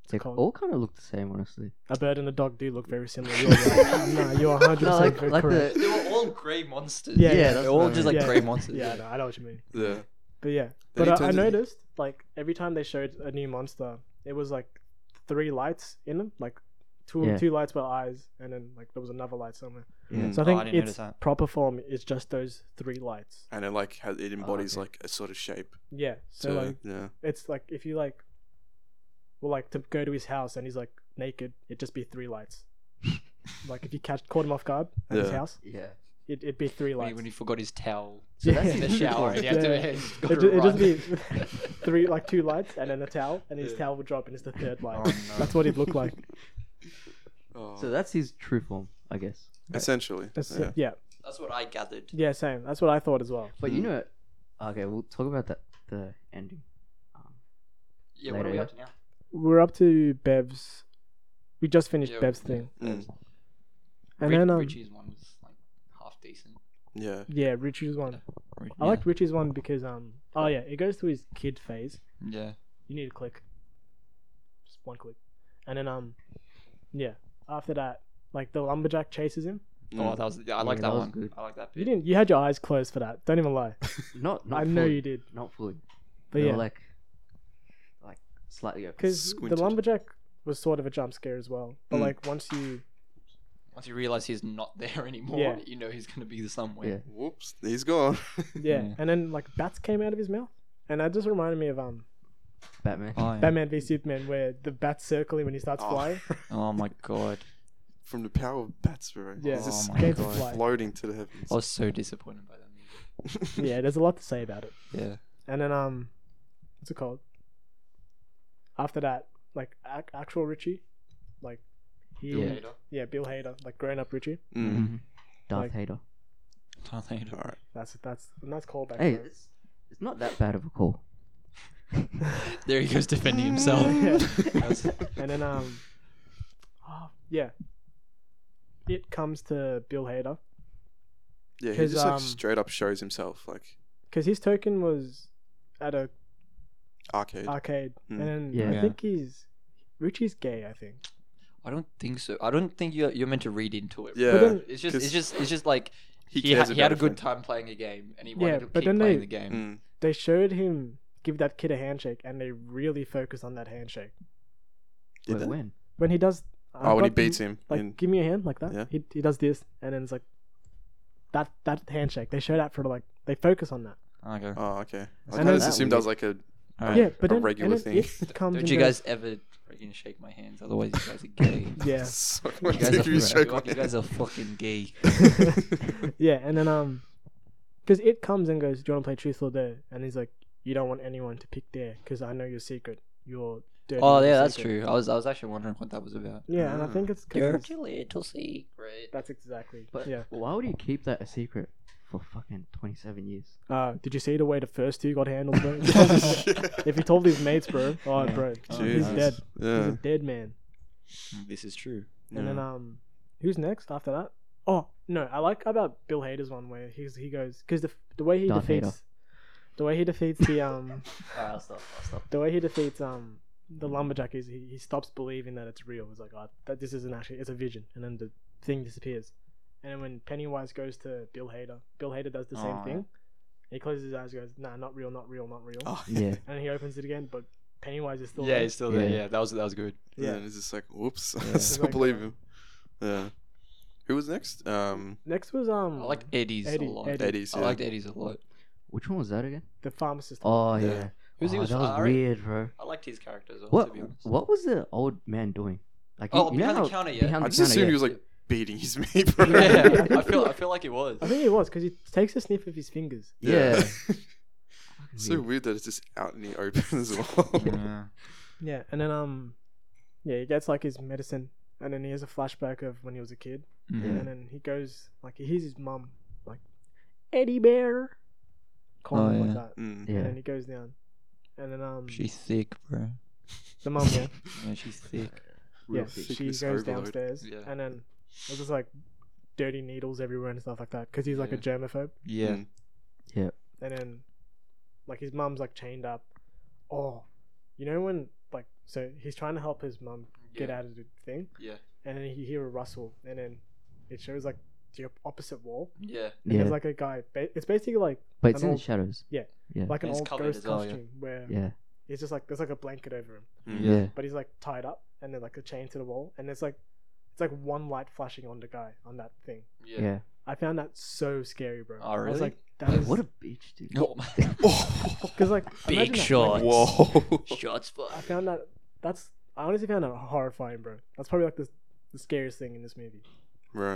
[SPEAKER 2] what's
[SPEAKER 3] They
[SPEAKER 2] it called?
[SPEAKER 3] all kind of look the same, honestly.
[SPEAKER 2] a bird and a dog do look very similar you're right. no you're 100%
[SPEAKER 3] No, like,
[SPEAKER 2] correct
[SPEAKER 3] like the
[SPEAKER 4] They were all grey monsters.
[SPEAKER 2] Yeah, yeah,
[SPEAKER 3] that's
[SPEAKER 4] they're
[SPEAKER 3] what I
[SPEAKER 4] all just
[SPEAKER 3] mean.
[SPEAKER 4] like
[SPEAKER 2] Yeah.
[SPEAKER 4] grey monsters.
[SPEAKER 2] yeah no, i know what you mean
[SPEAKER 1] yeah.
[SPEAKER 2] but yeah
[SPEAKER 1] Then
[SPEAKER 2] but
[SPEAKER 1] he
[SPEAKER 2] I, I
[SPEAKER 1] turns into-
[SPEAKER 2] noticed like every time they showed a new monster it was like three lights in them like two
[SPEAKER 3] Yeah.
[SPEAKER 2] two lights were eyes and then like there was another light somewhere
[SPEAKER 1] Mm.
[SPEAKER 3] Yeah.
[SPEAKER 2] so i
[SPEAKER 4] Oh, I
[SPEAKER 2] think
[SPEAKER 4] didn't notice
[SPEAKER 2] its
[SPEAKER 4] that.
[SPEAKER 2] proper form is just those three lights
[SPEAKER 1] And it like has, it embodies
[SPEAKER 3] okay.
[SPEAKER 1] like a sort of shape.
[SPEAKER 2] yeah so
[SPEAKER 1] So
[SPEAKER 2] like
[SPEAKER 1] yeah,
[SPEAKER 2] it's like if you like well like to go to his house and he's like naked it'd just be three lights like if you catch caught him off guard at his
[SPEAKER 1] Yeah.
[SPEAKER 2] house
[SPEAKER 3] Yeah.
[SPEAKER 2] it, it'd be three
[SPEAKER 4] When
[SPEAKER 2] lights
[SPEAKER 4] he, when he forgot his towel
[SPEAKER 3] So
[SPEAKER 2] Yeah.
[SPEAKER 3] that's
[SPEAKER 4] in the
[SPEAKER 3] his
[SPEAKER 4] shower,
[SPEAKER 3] form.
[SPEAKER 4] and he had to,
[SPEAKER 2] Yeah.
[SPEAKER 4] he's got
[SPEAKER 2] It
[SPEAKER 4] to
[SPEAKER 2] ju- it just
[SPEAKER 4] run.
[SPEAKER 2] three like two lights and then a towel and his
[SPEAKER 1] Yeah.
[SPEAKER 2] towel would drop and it's the third light
[SPEAKER 4] Oh, no.
[SPEAKER 2] that's what he'd look like
[SPEAKER 1] oh.
[SPEAKER 3] So that's his true form, I guess.
[SPEAKER 1] essentially.
[SPEAKER 2] That's-
[SPEAKER 1] yeah.
[SPEAKER 2] yeah. yeah
[SPEAKER 4] That's what I gathered.
[SPEAKER 2] same that's what i thought as well
[SPEAKER 3] But you
[SPEAKER 1] Hmm.
[SPEAKER 3] know, okay, we'll talk about that the ending. Um,
[SPEAKER 4] Yeah,
[SPEAKER 3] Later,
[SPEAKER 4] what are we
[SPEAKER 3] yeah.
[SPEAKER 4] up to now?
[SPEAKER 2] we're up to bev's we just finished
[SPEAKER 4] Yeah,
[SPEAKER 2] bev's
[SPEAKER 4] yeah.
[SPEAKER 2] thing
[SPEAKER 1] Mm.
[SPEAKER 2] and
[SPEAKER 4] Rich-
[SPEAKER 2] then um,
[SPEAKER 4] Richie's one was like half decent.
[SPEAKER 1] Yeah.
[SPEAKER 2] yeah richie's one i liked richie's one because um oh yeah it goes through his kid phase
[SPEAKER 4] Yeah.
[SPEAKER 2] you need to click just one click and then um yeah after that like the lumberjack chases him
[SPEAKER 4] Oh,
[SPEAKER 1] Mm.
[SPEAKER 4] that was. Yeah, I like
[SPEAKER 3] Yeah,
[SPEAKER 4] that,
[SPEAKER 3] that was
[SPEAKER 4] one.
[SPEAKER 3] good.
[SPEAKER 4] I like that
[SPEAKER 2] you
[SPEAKER 4] bit.
[SPEAKER 2] didn't you had your eyes closed for that don't even lie
[SPEAKER 3] not, not
[SPEAKER 2] i
[SPEAKER 3] fully,
[SPEAKER 2] know you did
[SPEAKER 3] Not fully.
[SPEAKER 2] but
[SPEAKER 3] they
[SPEAKER 2] yeah
[SPEAKER 3] were like, like slightly open.
[SPEAKER 2] because the
[SPEAKER 1] squinted.
[SPEAKER 2] lumberjack was sort of a jump scare as well but
[SPEAKER 3] Hmm.
[SPEAKER 1] Mm.
[SPEAKER 2] like once you
[SPEAKER 4] Once you realize he's not there anymore,
[SPEAKER 2] Yeah.
[SPEAKER 4] you know he's gonna be there somewhere.
[SPEAKER 3] Yeah.
[SPEAKER 1] Whoops, he's gone.
[SPEAKER 2] yeah
[SPEAKER 3] Hmm.
[SPEAKER 4] Yeah.
[SPEAKER 2] and then like bats came out of his mouth and that just reminded me of um
[SPEAKER 3] Batman.
[SPEAKER 4] Oh, yeah.
[SPEAKER 2] batman v superman where the bats circle him when he starts
[SPEAKER 1] Oh.
[SPEAKER 2] flying
[SPEAKER 4] Oh my god,
[SPEAKER 1] From the power of bats, bro.
[SPEAKER 2] Yeah.
[SPEAKER 1] He's just
[SPEAKER 4] Oh my
[SPEAKER 2] Came to
[SPEAKER 4] God.
[SPEAKER 2] fly.
[SPEAKER 1] floating to the heavens.
[SPEAKER 4] I was so disappointed by that
[SPEAKER 2] yeah there's a lot to say about it
[SPEAKER 4] movie. Yeah.
[SPEAKER 2] And then um, what's it called? After that, like ac- actual Richie, like he,
[SPEAKER 3] Bill
[SPEAKER 2] yeah,
[SPEAKER 3] Hader.
[SPEAKER 2] Bill Hader, like grown up Richie.
[SPEAKER 1] Mm.
[SPEAKER 3] Mhm. Darth
[SPEAKER 2] Like-
[SPEAKER 3] Hader.
[SPEAKER 4] Darth Hader.
[SPEAKER 1] All right.
[SPEAKER 2] That's that's a nice callback.
[SPEAKER 3] Hey,
[SPEAKER 2] though.
[SPEAKER 3] it's, it's not that bad of a call.
[SPEAKER 4] There he goes defending himself. That was-
[SPEAKER 2] and then um, oh, yeah, it comes to Bill Hader
[SPEAKER 1] Yeah, he
[SPEAKER 2] 'Cause,
[SPEAKER 1] just like
[SPEAKER 2] um,
[SPEAKER 1] straight up shows himself like
[SPEAKER 2] because his token was at a
[SPEAKER 1] arcade.
[SPEAKER 2] arcade,
[SPEAKER 1] Mm.
[SPEAKER 2] and then
[SPEAKER 3] Yeah.
[SPEAKER 2] I
[SPEAKER 4] Yeah.
[SPEAKER 2] think he's Richie's gay. I think.
[SPEAKER 4] I don't think so. I don't think you're you're meant to read into it.
[SPEAKER 1] Yeah,
[SPEAKER 2] But then-
[SPEAKER 4] It's just
[SPEAKER 1] 'cause
[SPEAKER 4] it's just it's just like he
[SPEAKER 1] cares
[SPEAKER 4] had, he had a
[SPEAKER 1] about
[SPEAKER 4] good
[SPEAKER 1] it.
[SPEAKER 4] time playing a game and he
[SPEAKER 2] Yeah,
[SPEAKER 4] wanted to
[SPEAKER 2] but
[SPEAKER 4] keep
[SPEAKER 2] then
[SPEAKER 4] playing
[SPEAKER 2] they-
[SPEAKER 4] the game.
[SPEAKER 1] Mm.
[SPEAKER 2] They showed him give that kid a handshake, and they really focused on that handshake
[SPEAKER 1] Did
[SPEAKER 3] Wait,
[SPEAKER 1] they?
[SPEAKER 3] when?
[SPEAKER 2] when he does. I've
[SPEAKER 1] Oh, when he
[SPEAKER 2] got-
[SPEAKER 1] beats him.
[SPEAKER 2] like
[SPEAKER 1] in-
[SPEAKER 2] give me a hand like that
[SPEAKER 1] Yeah.
[SPEAKER 2] he, he does this and then it's like that that handshake they show that for like they focus on that
[SPEAKER 4] Okay.
[SPEAKER 1] oh, okay. I
[SPEAKER 2] And
[SPEAKER 1] kind of
[SPEAKER 3] then-
[SPEAKER 1] assumed that was like a.
[SPEAKER 4] Alright.
[SPEAKER 2] yeah but
[SPEAKER 1] a
[SPEAKER 2] then,
[SPEAKER 1] regular
[SPEAKER 2] and then
[SPEAKER 1] thing.
[SPEAKER 2] it comes
[SPEAKER 4] Don't
[SPEAKER 2] and
[SPEAKER 4] you
[SPEAKER 2] goes-
[SPEAKER 4] guys ever freaking shake my hands? Otherwise, you guys are gay.
[SPEAKER 2] yeah
[SPEAKER 1] So
[SPEAKER 4] You
[SPEAKER 1] much
[SPEAKER 4] guys
[SPEAKER 1] if
[SPEAKER 4] are,
[SPEAKER 1] you shake
[SPEAKER 4] you
[SPEAKER 1] my
[SPEAKER 4] guys are fucking gay.
[SPEAKER 1] hand.
[SPEAKER 2] yeah and then um because it comes and goes do you want to play truth or dare and he's like you don't want anyone to pick dare because i know your secret your dirty
[SPEAKER 4] Oh
[SPEAKER 2] little
[SPEAKER 4] yeah, that's
[SPEAKER 2] secret."
[SPEAKER 4] true. I was I was actually wondering what that was about.
[SPEAKER 2] yeah and i
[SPEAKER 1] Ah.
[SPEAKER 2] think it's 'cause
[SPEAKER 4] little secret.
[SPEAKER 2] that's exactly
[SPEAKER 3] But
[SPEAKER 2] yeah
[SPEAKER 3] why would you keep that a secret for fucking 27 years?
[SPEAKER 2] uh did you see the way the first two got handled bro
[SPEAKER 1] if
[SPEAKER 2] if he told his mates bro oh
[SPEAKER 4] Yeah.
[SPEAKER 2] bro
[SPEAKER 4] Oh,
[SPEAKER 2] he's
[SPEAKER 4] Jesus.
[SPEAKER 2] dead he's
[SPEAKER 1] Yeah.
[SPEAKER 2] a dead man
[SPEAKER 4] Mm, This is true.
[SPEAKER 2] And then um, who's next after that? Oh no, I like about Bill Hader's one where he's he goes because the the way he
[SPEAKER 3] Darth
[SPEAKER 2] defeats
[SPEAKER 3] Vader.
[SPEAKER 2] the way he defeats the um
[SPEAKER 3] Alright, I'll stop. I'll stop.
[SPEAKER 2] the way he defeats um the lumberjack is he, he stops believing that it's real. He's like, oh, that this isn't actually it's a vision, and then the thing disappears. And then when Pennywise goes to Bill Hader, Bill Hader does the same
[SPEAKER 4] Oh, yeah.
[SPEAKER 2] thing. He coses his eyes, goes, nah, not real, not real, not real.
[SPEAKER 1] Oh,
[SPEAKER 3] Yeah.
[SPEAKER 2] And he opens it again, but Pennywise is still
[SPEAKER 4] Yeah,
[SPEAKER 2] there.
[SPEAKER 4] he's still there.
[SPEAKER 3] Yeah.
[SPEAKER 4] Yeah. that was that was good.
[SPEAKER 1] Yeah.
[SPEAKER 2] Yeah.
[SPEAKER 1] And it's just like, whoops, I
[SPEAKER 4] Yeah.
[SPEAKER 1] still
[SPEAKER 2] Like,
[SPEAKER 1] believe
[SPEAKER 2] uh,
[SPEAKER 1] him. Yeah. Who was next? Um,
[SPEAKER 2] Next was um
[SPEAKER 4] I liked Eddie's
[SPEAKER 2] Eddie-
[SPEAKER 4] a lot.
[SPEAKER 2] Eddie.
[SPEAKER 1] Eddie's.
[SPEAKER 4] I
[SPEAKER 1] yeah.
[SPEAKER 4] liked Eddie's a lot.
[SPEAKER 3] Oh, Which one was that again?
[SPEAKER 2] the pharmacist.
[SPEAKER 3] Oh,
[SPEAKER 1] Yeah.
[SPEAKER 3] yeah.
[SPEAKER 4] Who's he
[SPEAKER 3] Oh,
[SPEAKER 4] was-
[SPEAKER 3] that was
[SPEAKER 4] I re-
[SPEAKER 3] weird, bro.
[SPEAKER 4] I liked his character as well.
[SPEAKER 3] What
[SPEAKER 4] To be honest.
[SPEAKER 3] What was the old man doing? Like,
[SPEAKER 4] Oh,
[SPEAKER 3] you know
[SPEAKER 4] behind the
[SPEAKER 3] how-
[SPEAKER 4] counter, yeah.
[SPEAKER 3] Behind
[SPEAKER 1] I
[SPEAKER 3] the
[SPEAKER 1] just
[SPEAKER 3] counter,
[SPEAKER 1] assumed
[SPEAKER 3] yeah.
[SPEAKER 1] he was like beating his meat, bro.
[SPEAKER 4] yeah, I feel I feel like it was.
[SPEAKER 2] I think it was because he takes a sniff of his fingers.
[SPEAKER 3] Yeah.
[SPEAKER 1] It's so weird that it's just out in the open as well.
[SPEAKER 4] Yeah.
[SPEAKER 2] Yeah, and then um, yeah, he gets like his medicine, and then he has a flashback of when he was a kid,
[SPEAKER 4] Mhm.
[SPEAKER 2] and then he goes like he hears his mum like Eddie Bear, calling
[SPEAKER 4] Oh,
[SPEAKER 2] him
[SPEAKER 4] yeah.
[SPEAKER 2] like that,
[SPEAKER 1] Mm.
[SPEAKER 3] Yeah.
[SPEAKER 2] and then he goes down, and then um,
[SPEAKER 4] She's thick, bro.
[SPEAKER 2] the mum yeah,
[SPEAKER 4] Yeah, she's thick.
[SPEAKER 2] yeah,
[SPEAKER 1] Real
[SPEAKER 2] she
[SPEAKER 1] thickness
[SPEAKER 2] goes
[SPEAKER 1] overload.
[SPEAKER 2] downstairs,
[SPEAKER 4] Yeah.
[SPEAKER 2] and then there's just like dirty needles everywhere and stuff like that because he's like a
[SPEAKER 4] Yeah.
[SPEAKER 2] germaphobe,
[SPEAKER 4] Yeah.
[SPEAKER 1] Mm.
[SPEAKER 2] and then like his mum's like chained up. Oh, you know when like so he's trying to help his mum get out of the thing,
[SPEAKER 4] Yeah.
[SPEAKER 2] and then you hear a rustle, and then it shows like the op- opposite wall.
[SPEAKER 4] Yeah.
[SPEAKER 2] And
[SPEAKER 3] Yeah.
[SPEAKER 2] There's like a guy. ba- It's basically like
[SPEAKER 3] But it's
[SPEAKER 2] an
[SPEAKER 3] in the
[SPEAKER 2] old-
[SPEAKER 3] shadows.
[SPEAKER 2] like an
[SPEAKER 4] It's
[SPEAKER 2] old
[SPEAKER 4] covered
[SPEAKER 2] ghost
[SPEAKER 4] as well, yeah.
[SPEAKER 2] costume where
[SPEAKER 3] Yeah.
[SPEAKER 2] he's just like there's like a blanket over him,
[SPEAKER 1] Mm.
[SPEAKER 4] Yeah.
[SPEAKER 3] Yeah.
[SPEAKER 2] but he's like tied up, and then like a chain to the wall, and there's like it's like one light flashing on the guy on that thing.
[SPEAKER 3] Yeah.
[SPEAKER 2] I found that so scary, bro.
[SPEAKER 4] Oh,
[SPEAKER 2] I was
[SPEAKER 4] really?
[SPEAKER 2] like, that is
[SPEAKER 3] What a bitch, dude.
[SPEAKER 4] Oh,
[SPEAKER 2] because like
[SPEAKER 4] Big
[SPEAKER 2] imagine that, like,
[SPEAKER 4] shot.
[SPEAKER 1] Whoa.
[SPEAKER 4] Shots
[SPEAKER 2] I found that that's I honestly found that horrifying, bro. That's probably like the the scariest thing in this movie.
[SPEAKER 1] Bro.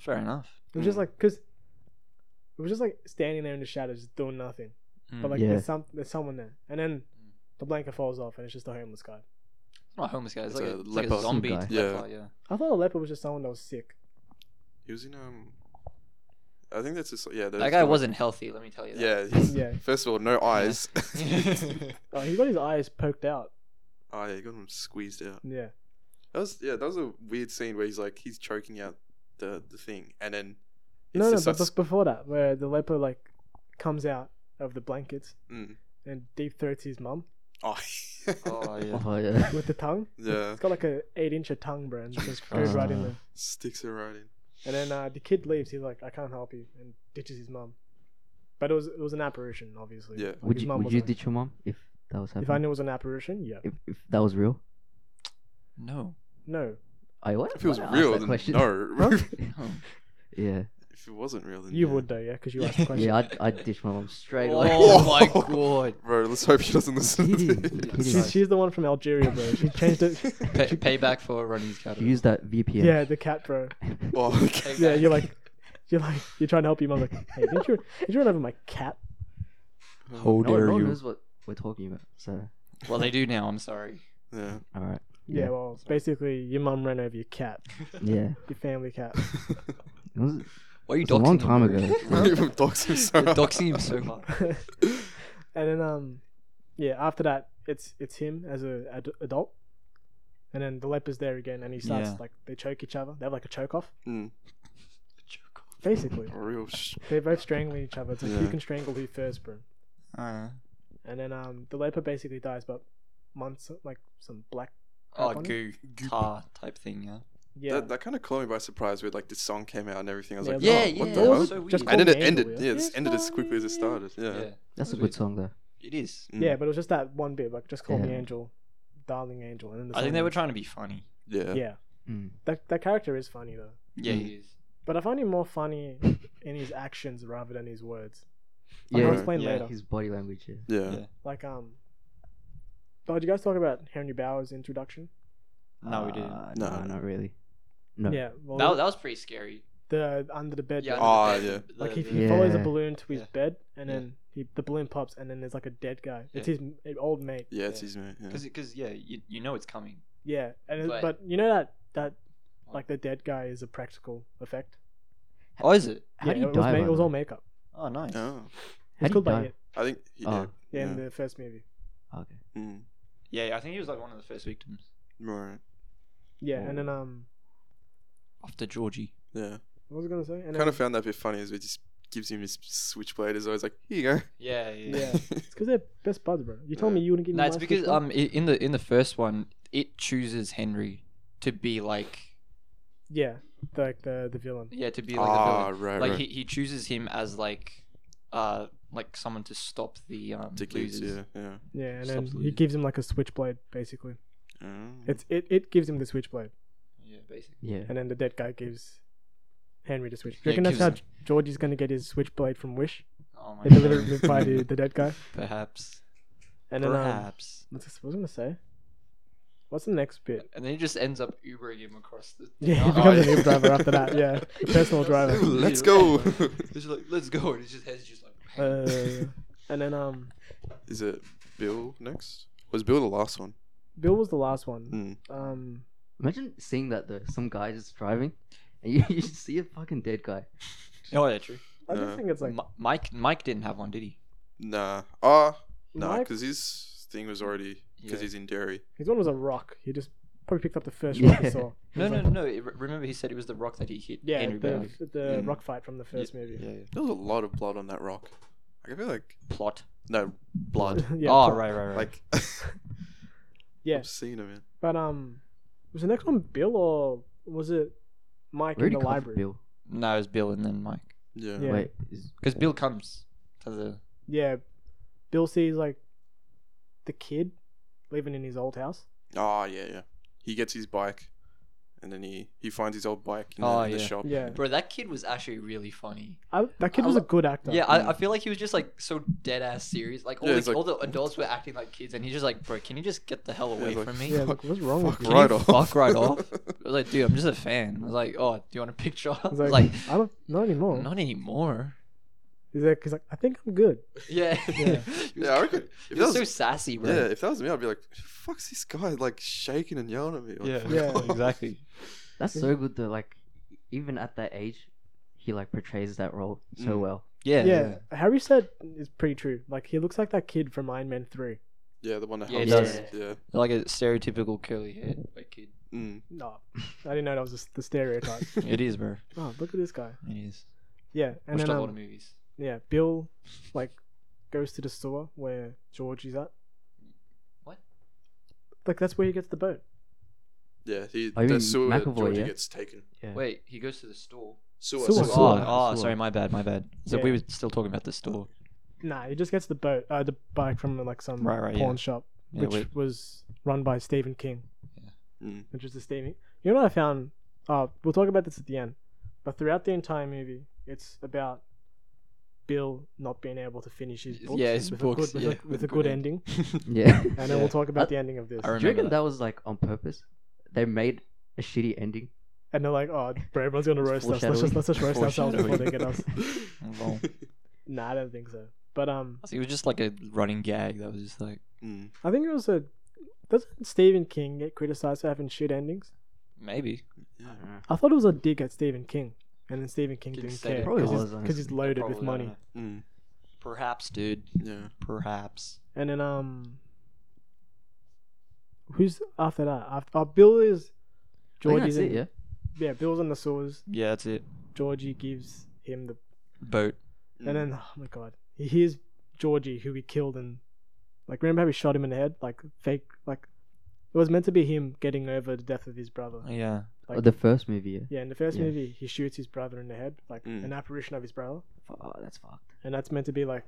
[SPEAKER 4] Fair enough.
[SPEAKER 2] It was just
[SPEAKER 1] Mm.
[SPEAKER 2] like because it was just like standing there in the shadows, just doing nothing. But like
[SPEAKER 3] Hmm. Yeah.
[SPEAKER 2] there's some there's someone there, and then
[SPEAKER 4] Hmm.
[SPEAKER 2] the blanket falls off, and it's just a homeless guy.
[SPEAKER 4] It's not a homeless guy. It's,
[SPEAKER 1] It's
[SPEAKER 4] like,
[SPEAKER 1] a
[SPEAKER 4] a, it's like a
[SPEAKER 1] leper.
[SPEAKER 4] zombie.
[SPEAKER 3] Some
[SPEAKER 1] guy. Yeah.
[SPEAKER 4] leper, yeah.
[SPEAKER 2] I thought a leper was just someone that was sick.
[SPEAKER 1] He was in um. I think that's just yeah.
[SPEAKER 4] That guy wasn't healthy. Let me tell you. That.
[SPEAKER 1] Yeah. he's-
[SPEAKER 2] Yeah.
[SPEAKER 1] First of all, no eyes.
[SPEAKER 2] Oh, he got his eyes poked out.
[SPEAKER 1] oh yeah, he got him squeezed out.
[SPEAKER 2] Yeah,
[SPEAKER 1] That was yeah. That was a weird scene where he's like he's choking out the the thing, and then it's
[SPEAKER 2] no, no,
[SPEAKER 1] just
[SPEAKER 2] but
[SPEAKER 1] starts-
[SPEAKER 2] just before that, where the leper like comes out of the blankets
[SPEAKER 1] Mm.
[SPEAKER 2] and deep throats his mum
[SPEAKER 1] Oh.
[SPEAKER 4] oh yeah.
[SPEAKER 3] Oh, yeah.
[SPEAKER 2] with the tongue.
[SPEAKER 1] yeah.
[SPEAKER 2] It's got like a eight inch of tongue, bro, and it just goes right
[SPEAKER 1] Uh.
[SPEAKER 2] in there.
[SPEAKER 1] Sticks it right in.
[SPEAKER 2] And then uh, the kid leaves. He's like, I can't help you, and ditches his mum. But it was it was an apparition, obviously.
[SPEAKER 1] Yeah.
[SPEAKER 2] Like,
[SPEAKER 3] Would
[SPEAKER 2] his
[SPEAKER 3] you,
[SPEAKER 2] mum
[SPEAKER 3] would
[SPEAKER 2] was
[SPEAKER 3] you
[SPEAKER 2] like-
[SPEAKER 3] ditch your mom if that was
[SPEAKER 2] If I
[SPEAKER 3] happening?
[SPEAKER 2] knew it was an apparition, yeah.
[SPEAKER 3] If, if that was real?
[SPEAKER 4] No.
[SPEAKER 2] No.
[SPEAKER 3] I what?
[SPEAKER 1] If it was
[SPEAKER 3] Why'd I ask
[SPEAKER 1] real,
[SPEAKER 3] that
[SPEAKER 1] then
[SPEAKER 3] question?
[SPEAKER 1] no.
[SPEAKER 4] no.
[SPEAKER 3] Yeah.
[SPEAKER 1] if it wasn't real, then
[SPEAKER 2] You
[SPEAKER 1] Mm, yeah.
[SPEAKER 2] would though, yeah, because you asked the question.
[SPEAKER 3] Yeah, I'd, I'd ditch my mom straight away.
[SPEAKER 4] Oh my god.
[SPEAKER 1] Bro, let's hope she doesn't listen to
[SPEAKER 3] Kidding, kidding.
[SPEAKER 1] this.
[SPEAKER 2] she's, she's the one from Algeria, bro. She changed it.
[SPEAKER 4] Pay, payback for running his cat.
[SPEAKER 3] She used that VPN.
[SPEAKER 2] Yeah, the cat, bro.
[SPEAKER 1] oh, okay.
[SPEAKER 2] Yeah, you're like, you're like, you're trying to help your mom. Like, hey, didn't you, did you run over my cat?
[SPEAKER 4] How
[SPEAKER 3] No, one- no one knows what we're talking about. So,
[SPEAKER 4] Well, they do now. I'm sorry.
[SPEAKER 1] Yeah.
[SPEAKER 3] all right.
[SPEAKER 2] Yeah,
[SPEAKER 3] Yeah.
[SPEAKER 2] well, basically, your mum ran over your cat,
[SPEAKER 3] Yeah.
[SPEAKER 2] your family cat.
[SPEAKER 3] It was, it
[SPEAKER 4] Why are you
[SPEAKER 3] was a long
[SPEAKER 4] doxing
[SPEAKER 3] time
[SPEAKER 4] him?
[SPEAKER 3] ago.
[SPEAKER 1] Even dogs are so
[SPEAKER 4] You're doxing him so hard.
[SPEAKER 2] and then, um, yeah, after that, it's it's him as a ad- adult, and then the leper's there again, and he starts
[SPEAKER 4] Yeah.
[SPEAKER 2] like they choke each other. They have like a choke off,
[SPEAKER 1] Mm,
[SPEAKER 2] basically.
[SPEAKER 1] real sh-
[SPEAKER 2] They're both strangling each other. It's like who
[SPEAKER 1] Yeah.
[SPEAKER 2] can strangle who first, bro.
[SPEAKER 4] Uh,
[SPEAKER 2] And then um, the leper basically dies, but months like some black.
[SPEAKER 4] oh,
[SPEAKER 2] Crap on
[SPEAKER 4] goo, tar type thing. Yeah.
[SPEAKER 2] Yeah,
[SPEAKER 1] That, that kind of caught me by surprise with like this song came out and everything. I was
[SPEAKER 2] Yeah,
[SPEAKER 1] like,
[SPEAKER 2] yeah,
[SPEAKER 1] oh, what
[SPEAKER 2] yeah,
[SPEAKER 1] the
[SPEAKER 2] that
[SPEAKER 1] hell?
[SPEAKER 2] was-
[SPEAKER 4] just
[SPEAKER 2] just
[SPEAKER 1] and then
[SPEAKER 2] called
[SPEAKER 1] it
[SPEAKER 2] the
[SPEAKER 1] ended.
[SPEAKER 2] angel, yeah.
[SPEAKER 1] Yeah, it's ended as quickly as it started. Yeah.
[SPEAKER 4] yeah.
[SPEAKER 3] That's a
[SPEAKER 4] Really?
[SPEAKER 3] good song, though.
[SPEAKER 4] It is.
[SPEAKER 1] Mm,
[SPEAKER 2] yeah, but it was just that one bit, like just call me
[SPEAKER 3] Yeah.
[SPEAKER 2] Angel, darling Angel, and then the
[SPEAKER 4] I think
[SPEAKER 2] song
[SPEAKER 4] they were
[SPEAKER 2] ends.
[SPEAKER 4] trying to be funny.
[SPEAKER 1] yeah.
[SPEAKER 2] Yeah,
[SPEAKER 3] Mm.
[SPEAKER 2] that that character is funny though,
[SPEAKER 4] Yeah,
[SPEAKER 3] Mm.
[SPEAKER 4] he is.
[SPEAKER 2] but I find him more funny in his actions rather than his words.
[SPEAKER 1] Yeah.
[SPEAKER 2] I'll
[SPEAKER 3] Yeah.
[SPEAKER 2] explain
[SPEAKER 4] Yeah.
[SPEAKER 2] later.
[SPEAKER 3] His body language. Yeah.
[SPEAKER 1] Yeah.
[SPEAKER 4] Yeah.
[SPEAKER 2] Like um, oh, did you guys talk about Henry Bowers' introduction?
[SPEAKER 4] No, we didn't.
[SPEAKER 3] Uh,
[SPEAKER 1] No.
[SPEAKER 3] nah, not really. No.
[SPEAKER 2] Yeah, well,
[SPEAKER 4] That, that was pretty scary.
[SPEAKER 2] the under the bed.
[SPEAKER 4] Yeah.
[SPEAKER 2] bit.
[SPEAKER 1] Oh,
[SPEAKER 4] I know the-
[SPEAKER 1] yeah.
[SPEAKER 4] the-
[SPEAKER 2] like he,
[SPEAKER 4] the-
[SPEAKER 2] he follows a
[SPEAKER 3] Yeah.
[SPEAKER 2] balloon to his
[SPEAKER 4] Yeah.
[SPEAKER 2] bed, and
[SPEAKER 4] Yeah.
[SPEAKER 2] then he, the balloon pops, and then there's like a dead guy. It's
[SPEAKER 4] Yeah.
[SPEAKER 2] his m- old mate.
[SPEAKER 1] Yeah, it's
[SPEAKER 4] Yeah.
[SPEAKER 1] his man. Yeah.
[SPEAKER 4] Because, because yeah, you, you know it's coming.
[SPEAKER 2] Yeah, and it- but,
[SPEAKER 4] But-
[SPEAKER 2] you know that that
[SPEAKER 4] What?
[SPEAKER 2] like the dead guy is a practical effect.
[SPEAKER 4] Oh, is it?
[SPEAKER 3] How
[SPEAKER 2] yeah,
[SPEAKER 3] do you
[SPEAKER 2] it was,
[SPEAKER 3] die?
[SPEAKER 2] ma-
[SPEAKER 3] by
[SPEAKER 2] it was
[SPEAKER 3] the
[SPEAKER 2] all
[SPEAKER 3] way?
[SPEAKER 2] makeup.
[SPEAKER 4] Oh, nice.
[SPEAKER 1] Oh,
[SPEAKER 3] How
[SPEAKER 2] It's
[SPEAKER 3] do you
[SPEAKER 2] called by
[SPEAKER 3] die?
[SPEAKER 2] it.
[SPEAKER 1] I think. He, yeah.
[SPEAKER 3] Oh.
[SPEAKER 2] Yeah, in
[SPEAKER 1] Yeah.
[SPEAKER 2] the first movie.
[SPEAKER 3] Okay.
[SPEAKER 1] Mm,
[SPEAKER 4] Yeah, yeah, I think he was like one of the first victims
[SPEAKER 1] right.
[SPEAKER 2] Yeah, and then
[SPEAKER 4] Oh.
[SPEAKER 2] um,
[SPEAKER 4] after Georgie.
[SPEAKER 1] Yeah.
[SPEAKER 2] what was I gonna say? And
[SPEAKER 1] Kind
[SPEAKER 2] then,
[SPEAKER 1] of found that a bit funny as it just gives him his switchblade. Is always like, here
[SPEAKER 4] Yeah, yeah.
[SPEAKER 1] you
[SPEAKER 2] yeah,
[SPEAKER 1] go.
[SPEAKER 2] it's because they're best buds, bro. You told me
[SPEAKER 1] Yeah.
[SPEAKER 2] you wouldn't give me.
[SPEAKER 4] No, it's
[SPEAKER 2] my
[SPEAKER 4] because
[SPEAKER 2] switchblade?
[SPEAKER 4] um i- in the in the first one it chooses Henry to be like
[SPEAKER 2] Yeah, the, like the the villain.
[SPEAKER 4] yeah to be like the
[SPEAKER 1] Ah,
[SPEAKER 4] villain.
[SPEAKER 1] right,
[SPEAKER 4] like
[SPEAKER 1] right.
[SPEAKER 4] he, he chooses him as like uh like someone to stop the um
[SPEAKER 1] Dick leaves,
[SPEAKER 4] losers.
[SPEAKER 1] Yeah, yeah.
[SPEAKER 2] Yeah, and then
[SPEAKER 4] Stops
[SPEAKER 2] he
[SPEAKER 4] losing.
[SPEAKER 2] gives him like a switchblade, basically.
[SPEAKER 1] Oh.
[SPEAKER 2] It's it, it gives him the switchblade,
[SPEAKER 4] yeah basically
[SPEAKER 3] Yeah.
[SPEAKER 2] and then the dead guy gives Henry the switch. Do you
[SPEAKER 4] Yeah,
[SPEAKER 2] reckon that's
[SPEAKER 4] gives
[SPEAKER 2] how
[SPEAKER 4] him-
[SPEAKER 2] Georgie's gonna get his switchblade from Wish?
[SPEAKER 4] oh my
[SPEAKER 2] They delivered
[SPEAKER 4] god
[SPEAKER 2] it by the, the dead guy,
[SPEAKER 4] perhaps
[SPEAKER 2] and then um,
[SPEAKER 4] perhaps
[SPEAKER 2] what's this- what was I gonna say? What's the next bit?
[SPEAKER 4] and then he just ends up Ubering him across the.
[SPEAKER 2] Yeah, he
[SPEAKER 4] Oh,
[SPEAKER 2] becomes an
[SPEAKER 1] yeah.
[SPEAKER 2] Uber driver after that. Yeah, personal driver.
[SPEAKER 1] Ooh, let's go.
[SPEAKER 4] He's like, let's go, and his just head's just like.
[SPEAKER 2] Uh, and then um,
[SPEAKER 1] Is it Bill next? Was Bill the last one?
[SPEAKER 2] Bill was the last one.
[SPEAKER 1] Mm.
[SPEAKER 2] Um,
[SPEAKER 3] Imagine seeing that though. Some guy just driving, and you, you just see a fucking dead guy.
[SPEAKER 4] oh, yeah, true.
[SPEAKER 2] I just
[SPEAKER 1] No.
[SPEAKER 2] think it's like
[SPEAKER 4] Mi- Mike, Mike didn't have one, did he?
[SPEAKER 1] Nah. Ah, nah,
[SPEAKER 2] Mike.
[SPEAKER 1] because his thing was already because
[SPEAKER 4] Yeah.
[SPEAKER 1] he's in dairy.
[SPEAKER 2] His one was a rock. He just probably picked up the first
[SPEAKER 3] Yeah.
[SPEAKER 2] rock he saw. He
[SPEAKER 4] No,
[SPEAKER 2] was
[SPEAKER 4] no,
[SPEAKER 2] like-
[SPEAKER 4] no. it- Remember, he said it was the rock that he hit.
[SPEAKER 2] Yeah,
[SPEAKER 4] Henry
[SPEAKER 2] the,
[SPEAKER 4] Brown.
[SPEAKER 2] the
[SPEAKER 1] Mm.
[SPEAKER 2] rock fight from the first movie.
[SPEAKER 4] Yeah, yeah.
[SPEAKER 1] There was a lot of blood on that rock. Like, I feel like
[SPEAKER 4] Plot.
[SPEAKER 1] no blood.
[SPEAKER 2] yeah.
[SPEAKER 4] oh,
[SPEAKER 2] so-
[SPEAKER 4] right, right, right.
[SPEAKER 1] Like
[SPEAKER 2] Yeah.
[SPEAKER 1] obscene of it.
[SPEAKER 2] But um, was the next one Bill or was it Mike
[SPEAKER 3] Where
[SPEAKER 2] in the
[SPEAKER 3] did he come from,
[SPEAKER 2] library?
[SPEAKER 3] Bill?
[SPEAKER 4] no, it was Bill and then Mike.
[SPEAKER 1] Yeah.
[SPEAKER 2] Yeah.
[SPEAKER 3] Wait, is,
[SPEAKER 4] Because Bill comes to the.
[SPEAKER 2] Yeah, Bill sees like the kid living in his old house.
[SPEAKER 1] Oh yeah, yeah. He gets his bike, and then he he finds his old bike in, the,
[SPEAKER 4] Oh,
[SPEAKER 1] in the
[SPEAKER 4] yeah.
[SPEAKER 1] shop.
[SPEAKER 2] Yeah,
[SPEAKER 4] Bro, that kid was actually really funny.
[SPEAKER 2] I, that kid was
[SPEAKER 4] I
[SPEAKER 2] a
[SPEAKER 4] lo-
[SPEAKER 2] good actor.
[SPEAKER 4] Yeah, I, I feel like he was just like so dead ass serious. Like all,
[SPEAKER 1] Yeah,
[SPEAKER 4] the,
[SPEAKER 1] it's like-
[SPEAKER 4] all the adults were acting like kids, and he's just like, bro, can you just get the hell away
[SPEAKER 1] he's like,
[SPEAKER 4] from me?
[SPEAKER 2] yeah. Like, what's wrong with
[SPEAKER 1] Fuck
[SPEAKER 2] you?
[SPEAKER 1] right
[SPEAKER 4] you
[SPEAKER 1] off.
[SPEAKER 4] fuck right off? I was like, dude, I'm just a fan. I was like, oh, do you want a picture? I
[SPEAKER 2] He's
[SPEAKER 4] was
[SPEAKER 2] like,
[SPEAKER 4] like, "Oh."
[SPEAKER 2] I don't, not anymore.
[SPEAKER 4] not anymore.
[SPEAKER 2] He's like, he's like, I think I'm good.
[SPEAKER 4] Yeah.
[SPEAKER 2] Yeah.
[SPEAKER 4] He was
[SPEAKER 1] yeah, I
[SPEAKER 4] cool.
[SPEAKER 1] reckon.
[SPEAKER 4] He
[SPEAKER 1] If that
[SPEAKER 4] was so
[SPEAKER 1] was,
[SPEAKER 4] sassy, bro.
[SPEAKER 1] yeah, if that was me, I'd be like, "Fuck's this guy like shaking and yelling at me?" Like, fuck
[SPEAKER 2] Yeah.
[SPEAKER 1] off.
[SPEAKER 4] exactly.
[SPEAKER 3] that's
[SPEAKER 2] Yeah.
[SPEAKER 3] so good though. Like, even at that age, he like portrays that role so
[SPEAKER 1] Mm.
[SPEAKER 3] well.
[SPEAKER 4] Yeah,
[SPEAKER 2] yeah, Harry said is pretty true. Like he looks like that kid from Iron Man three.
[SPEAKER 1] Yeah, the one that
[SPEAKER 4] Yeah,
[SPEAKER 3] he
[SPEAKER 1] helps.
[SPEAKER 3] does.
[SPEAKER 1] us. Yeah.
[SPEAKER 4] Like a stereotypical curly head white kid.
[SPEAKER 1] Mm.
[SPEAKER 2] No, I didn't know that was the stereotype.
[SPEAKER 4] it is, bro.
[SPEAKER 2] oh, look at this guy.
[SPEAKER 4] It is.
[SPEAKER 2] Yeah, and
[SPEAKER 4] Watched
[SPEAKER 2] then
[SPEAKER 4] a lot
[SPEAKER 2] um,
[SPEAKER 4] of movies.
[SPEAKER 2] yeah, Bill like goes to the store where George is at.
[SPEAKER 4] What?
[SPEAKER 2] Like that's where he gets the boat.
[SPEAKER 1] Yeah. He.
[SPEAKER 3] Oh, you mean
[SPEAKER 1] the sewer.
[SPEAKER 3] McAvoy,
[SPEAKER 1] Georgie
[SPEAKER 3] yeah?
[SPEAKER 1] gets taken.
[SPEAKER 3] Yeah.
[SPEAKER 4] Wait, he goes to the store.
[SPEAKER 1] Sewer. Sewer.
[SPEAKER 2] Sewer.
[SPEAKER 4] Oh,
[SPEAKER 3] Saw. Saw.
[SPEAKER 4] oh, sorry, my bad, my bad. So
[SPEAKER 2] Yeah.
[SPEAKER 4] we were still talking about the store.
[SPEAKER 2] Nah, he just gets the boat, uh, the bike from like some
[SPEAKER 4] Right, right, yeah.
[SPEAKER 2] pawn shop,
[SPEAKER 4] Yeah,
[SPEAKER 2] which
[SPEAKER 4] we-
[SPEAKER 2] was run by Stephen King.
[SPEAKER 4] Yeah.
[SPEAKER 1] Mm.
[SPEAKER 2] Which is the Stephen. You know what I found? Uh, we'll talk about this at the end, but throughout the entire movie, it's about Bill not being able to finish his
[SPEAKER 4] Yeah,
[SPEAKER 2] books.
[SPEAKER 4] his
[SPEAKER 2] with
[SPEAKER 4] books,
[SPEAKER 2] A good, with,
[SPEAKER 4] yeah,
[SPEAKER 2] a, with a good ending,
[SPEAKER 3] Yeah.
[SPEAKER 2] and then
[SPEAKER 4] Yeah.
[SPEAKER 2] we'll talk about the ending of this.
[SPEAKER 4] I
[SPEAKER 3] Do you
[SPEAKER 4] remember
[SPEAKER 3] reckon
[SPEAKER 4] that.
[SPEAKER 3] that. was like on purpose? They made a shitty ending.
[SPEAKER 2] And they're like, "Oh, bro, everyone's gonna
[SPEAKER 3] It's
[SPEAKER 2] roast us. Let's just let's just roast ourselves before they get us."
[SPEAKER 4] Lol.
[SPEAKER 2] Nah, I don't think so. But um,
[SPEAKER 4] It was just like a running gag that was just like,
[SPEAKER 1] Mm.
[SPEAKER 2] I think it was a. Doesn't Stephen King get criticized for having shit endings?
[SPEAKER 4] maybe.
[SPEAKER 1] Yeah.
[SPEAKER 3] I don't know.
[SPEAKER 2] I thought it was a dig at Stephen King, and then Stephen King
[SPEAKER 4] Didn't
[SPEAKER 2] didn't
[SPEAKER 4] say
[SPEAKER 2] care
[SPEAKER 4] it.
[SPEAKER 3] Probably
[SPEAKER 2] because
[SPEAKER 3] was,
[SPEAKER 2] he's, 'cause he's
[SPEAKER 3] honestly.
[SPEAKER 2] loaded
[SPEAKER 4] Probably, I
[SPEAKER 2] with
[SPEAKER 4] don't
[SPEAKER 2] money.
[SPEAKER 4] know.
[SPEAKER 1] Mm.
[SPEAKER 4] Perhaps, dude.
[SPEAKER 1] Yeah. Mm.
[SPEAKER 4] Perhaps.
[SPEAKER 2] And then um, who's after that? After oh, Bill is
[SPEAKER 3] I think
[SPEAKER 2] George
[SPEAKER 3] that's
[SPEAKER 2] is
[SPEAKER 3] it,
[SPEAKER 2] in,
[SPEAKER 3] yeah.
[SPEAKER 2] yeah. Bill's in the sewers.
[SPEAKER 4] Yeah, that's it.
[SPEAKER 2] Georgie gives him the,
[SPEAKER 4] Boat.
[SPEAKER 1] Mm.
[SPEAKER 2] and then oh my god, he hears Georgie who he killed and like remember how he shot him in the head like fake like it was meant to be him getting over the death of his brother.
[SPEAKER 4] Yeah.
[SPEAKER 3] Oh,
[SPEAKER 2] Like-
[SPEAKER 3] the first movie. Yeah.
[SPEAKER 2] Yeah, in the first
[SPEAKER 3] Yeah.
[SPEAKER 2] movie he shoots his brother in the head like
[SPEAKER 1] Mm.
[SPEAKER 2] an apparition of his brother.
[SPEAKER 3] Fu- Oh, that's fucked.
[SPEAKER 2] and that's meant to be like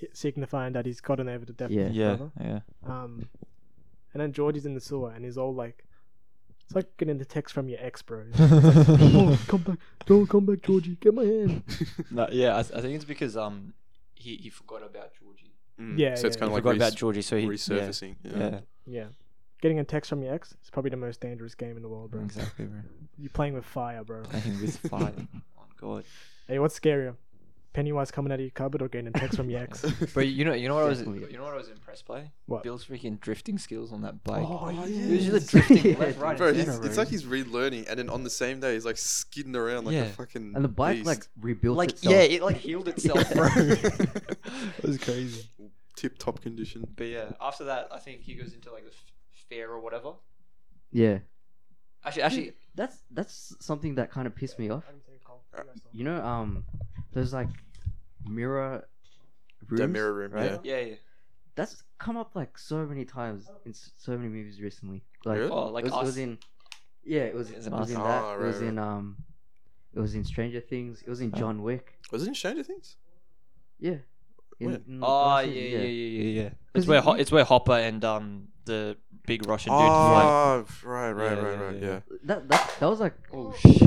[SPEAKER 2] hi- signifying that he's gotten over the death
[SPEAKER 3] Yeah.
[SPEAKER 2] of his
[SPEAKER 4] Yeah.
[SPEAKER 2] brother.
[SPEAKER 4] Yeah.
[SPEAKER 2] Um, and then George is in the sewer and he's all like, "It's like getting the text from your ex, bro." It's like, "Oh, come back, don't come back, Georgie. Get my hand.
[SPEAKER 4] no, yeah, I, I think it's because um he, he forgot about Georgie.
[SPEAKER 1] Mm.
[SPEAKER 2] Yeah,
[SPEAKER 1] So it's kind
[SPEAKER 2] yeah,
[SPEAKER 4] He
[SPEAKER 1] of like
[SPEAKER 4] forgot about
[SPEAKER 1] res-
[SPEAKER 4] Georgie, so he
[SPEAKER 1] resurfacing.
[SPEAKER 4] Yeah, yeah,
[SPEAKER 2] Yeah, getting a text from your ex is probably the most dangerous game in the world, bro.
[SPEAKER 3] Mm.
[SPEAKER 4] exactly, bro.
[SPEAKER 2] You're playing with fire, bro.
[SPEAKER 4] Playing with fire. oh God.
[SPEAKER 2] Hey, what's scarier, Pennywise coming out of your cupboard or getting a text from your ex?
[SPEAKER 4] But you know, you know what I was,
[SPEAKER 3] Definitely.
[SPEAKER 4] you know what I was impressed by?
[SPEAKER 2] What?
[SPEAKER 4] Bill's freaking drifting skills on that bike.
[SPEAKER 2] Oh,
[SPEAKER 1] yeah.
[SPEAKER 4] He was just
[SPEAKER 3] yes.
[SPEAKER 4] drifting
[SPEAKER 3] Yeah,
[SPEAKER 4] left, right,
[SPEAKER 1] Bro,
[SPEAKER 4] and
[SPEAKER 1] he's,
[SPEAKER 4] center,
[SPEAKER 1] it's
[SPEAKER 4] bro.
[SPEAKER 1] like he's relearning, and then on the same day he's like skidding around like a
[SPEAKER 4] Yeah.
[SPEAKER 1] fucking.
[SPEAKER 3] And the bike
[SPEAKER 1] beast.
[SPEAKER 3] like rebuilt
[SPEAKER 4] like
[SPEAKER 3] itself.
[SPEAKER 4] yeah, it like healed itself, bro.
[SPEAKER 1] That
[SPEAKER 4] was crazy.
[SPEAKER 1] tip top condition.
[SPEAKER 4] But yeah, after that, I think he goes into like the f- fair or whatever.
[SPEAKER 3] Yeah.
[SPEAKER 4] Actually, actually,
[SPEAKER 3] That's that's something that kind of pissed me off. You know, um, there's like mirror rooms.
[SPEAKER 1] The mirror room.
[SPEAKER 3] right?
[SPEAKER 1] Yeah.
[SPEAKER 4] yeah, yeah.
[SPEAKER 3] That's come up like so many times in s- so many movies recently. Like,
[SPEAKER 1] Really?
[SPEAKER 4] Oh, like
[SPEAKER 3] it, was, it
[SPEAKER 4] us.
[SPEAKER 3] was in. Yeah, it was,
[SPEAKER 4] It
[SPEAKER 3] it
[SPEAKER 4] was
[SPEAKER 3] was
[SPEAKER 4] in
[SPEAKER 3] in,
[SPEAKER 4] us.
[SPEAKER 3] that.
[SPEAKER 1] Ah,
[SPEAKER 3] it was
[SPEAKER 1] right, right.
[SPEAKER 3] in um, it was in Stranger Things. It was in
[SPEAKER 4] Oh.
[SPEAKER 3] John Wick.
[SPEAKER 1] Was it in Stranger Things?
[SPEAKER 3] Yeah. In,
[SPEAKER 1] When?
[SPEAKER 3] in the
[SPEAKER 4] Oh yeah,
[SPEAKER 3] last season,
[SPEAKER 4] yeah, yeah, yeah, yeah. It's
[SPEAKER 3] Because
[SPEAKER 4] where
[SPEAKER 3] he-
[SPEAKER 4] Ho- it's where Hopper and um the big Russian dude fight.
[SPEAKER 1] Ah, right, right, right,
[SPEAKER 4] Yeah, yeah,
[SPEAKER 1] right.
[SPEAKER 4] yeah.
[SPEAKER 1] Yeah.
[SPEAKER 3] That that that was like
[SPEAKER 4] Oh shit!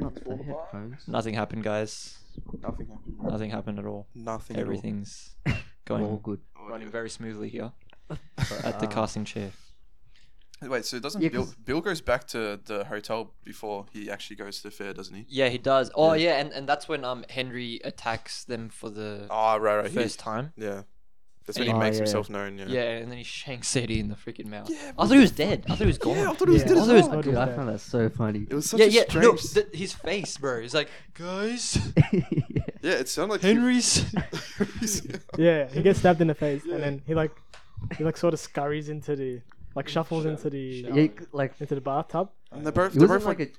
[SPEAKER 3] not the headphones.
[SPEAKER 4] Nothing happened, guys.
[SPEAKER 1] Nothing happened.
[SPEAKER 4] Nothing happened at all.
[SPEAKER 1] Nothing.
[SPEAKER 4] Everything's
[SPEAKER 3] All
[SPEAKER 4] going
[SPEAKER 3] good.
[SPEAKER 1] At all.
[SPEAKER 4] running very smoothly here
[SPEAKER 3] But,
[SPEAKER 4] at the
[SPEAKER 3] uh,
[SPEAKER 4] casting chair.
[SPEAKER 1] Wait, so doesn't
[SPEAKER 3] Yeah,
[SPEAKER 1] Bill
[SPEAKER 3] 'cause-
[SPEAKER 1] Bill goes back to the hotel before he actually goes to the fair, doesn't he?
[SPEAKER 4] Yeah, he does. Oh
[SPEAKER 1] Yeah.
[SPEAKER 4] yeah, and, and that's when um Henry attacks them for the
[SPEAKER 1] Ah, right, right. he-
[SPEAKER 4] first time.
[SPEAKER 1] yeah, that's when he
[SPEAKER 4] Ah,
[SPEAKER 1] makes
[SPEAKER 3] yeah.
[SPEAKER 1] himself known. Yeah.
[SPEAKER 4] Yeah. and then he shanks Eddie in the freaking mouth.
[SPEAKER 1] Yeah,
[SPEAKER 4] I thought he was dead. I thought he was gone.
[SPEAKER 1] Yeah, I thought he was
[SPEAKER 2] Yeah.
[SPEAKER 1] dead.
[SPEAKER 4] Also,
[SPEAKER 1] as
[SPEAKER 4] it's-
[SPEAKER 1] well.
[SPEAKER 3] Oh,
[SPEAKER 2] What
[SPEAKER 3] dude,
[SPEAKER 2] was
[SPEAKER 3] I
[SPEAKER 2] that?
[SPEAKER 3] found that so funny.
[SPEAKER 1] It was such
[SPEAKER 4] yeah,
[SPEAKER 1] a
[SPEAKER 4] yeah.
[SPEAKER 1] strange.
[SPEAKER 4] No, th- his face, bro. He's like, guys,
[SPEAKER 1] yeah, it sounded like he-
[SPEAKER 4] Henry's.
[SPEAKER 2] Yeah, he gets stabbed in the face,
[SPEAKER 1] Yeah.
[SPEAKER 2] and then he like he like sort of scurries into the like shuffles
[SPEAKER 4] Shower.
[SPEAKER 2] into the
[SPEAKER 4] Shower.
[SPEAKER 3] yeah, like
[SPEAKER 2] into the bathtub.
[SPEAKER 1] And they're both.
[SPEAKER 3] it
[SPEAKER 1] They're
[SPEAKER 3] wasn't
[SPEAKER 1] both
[SPEAKER 3] like
[SPEAKER 1] like,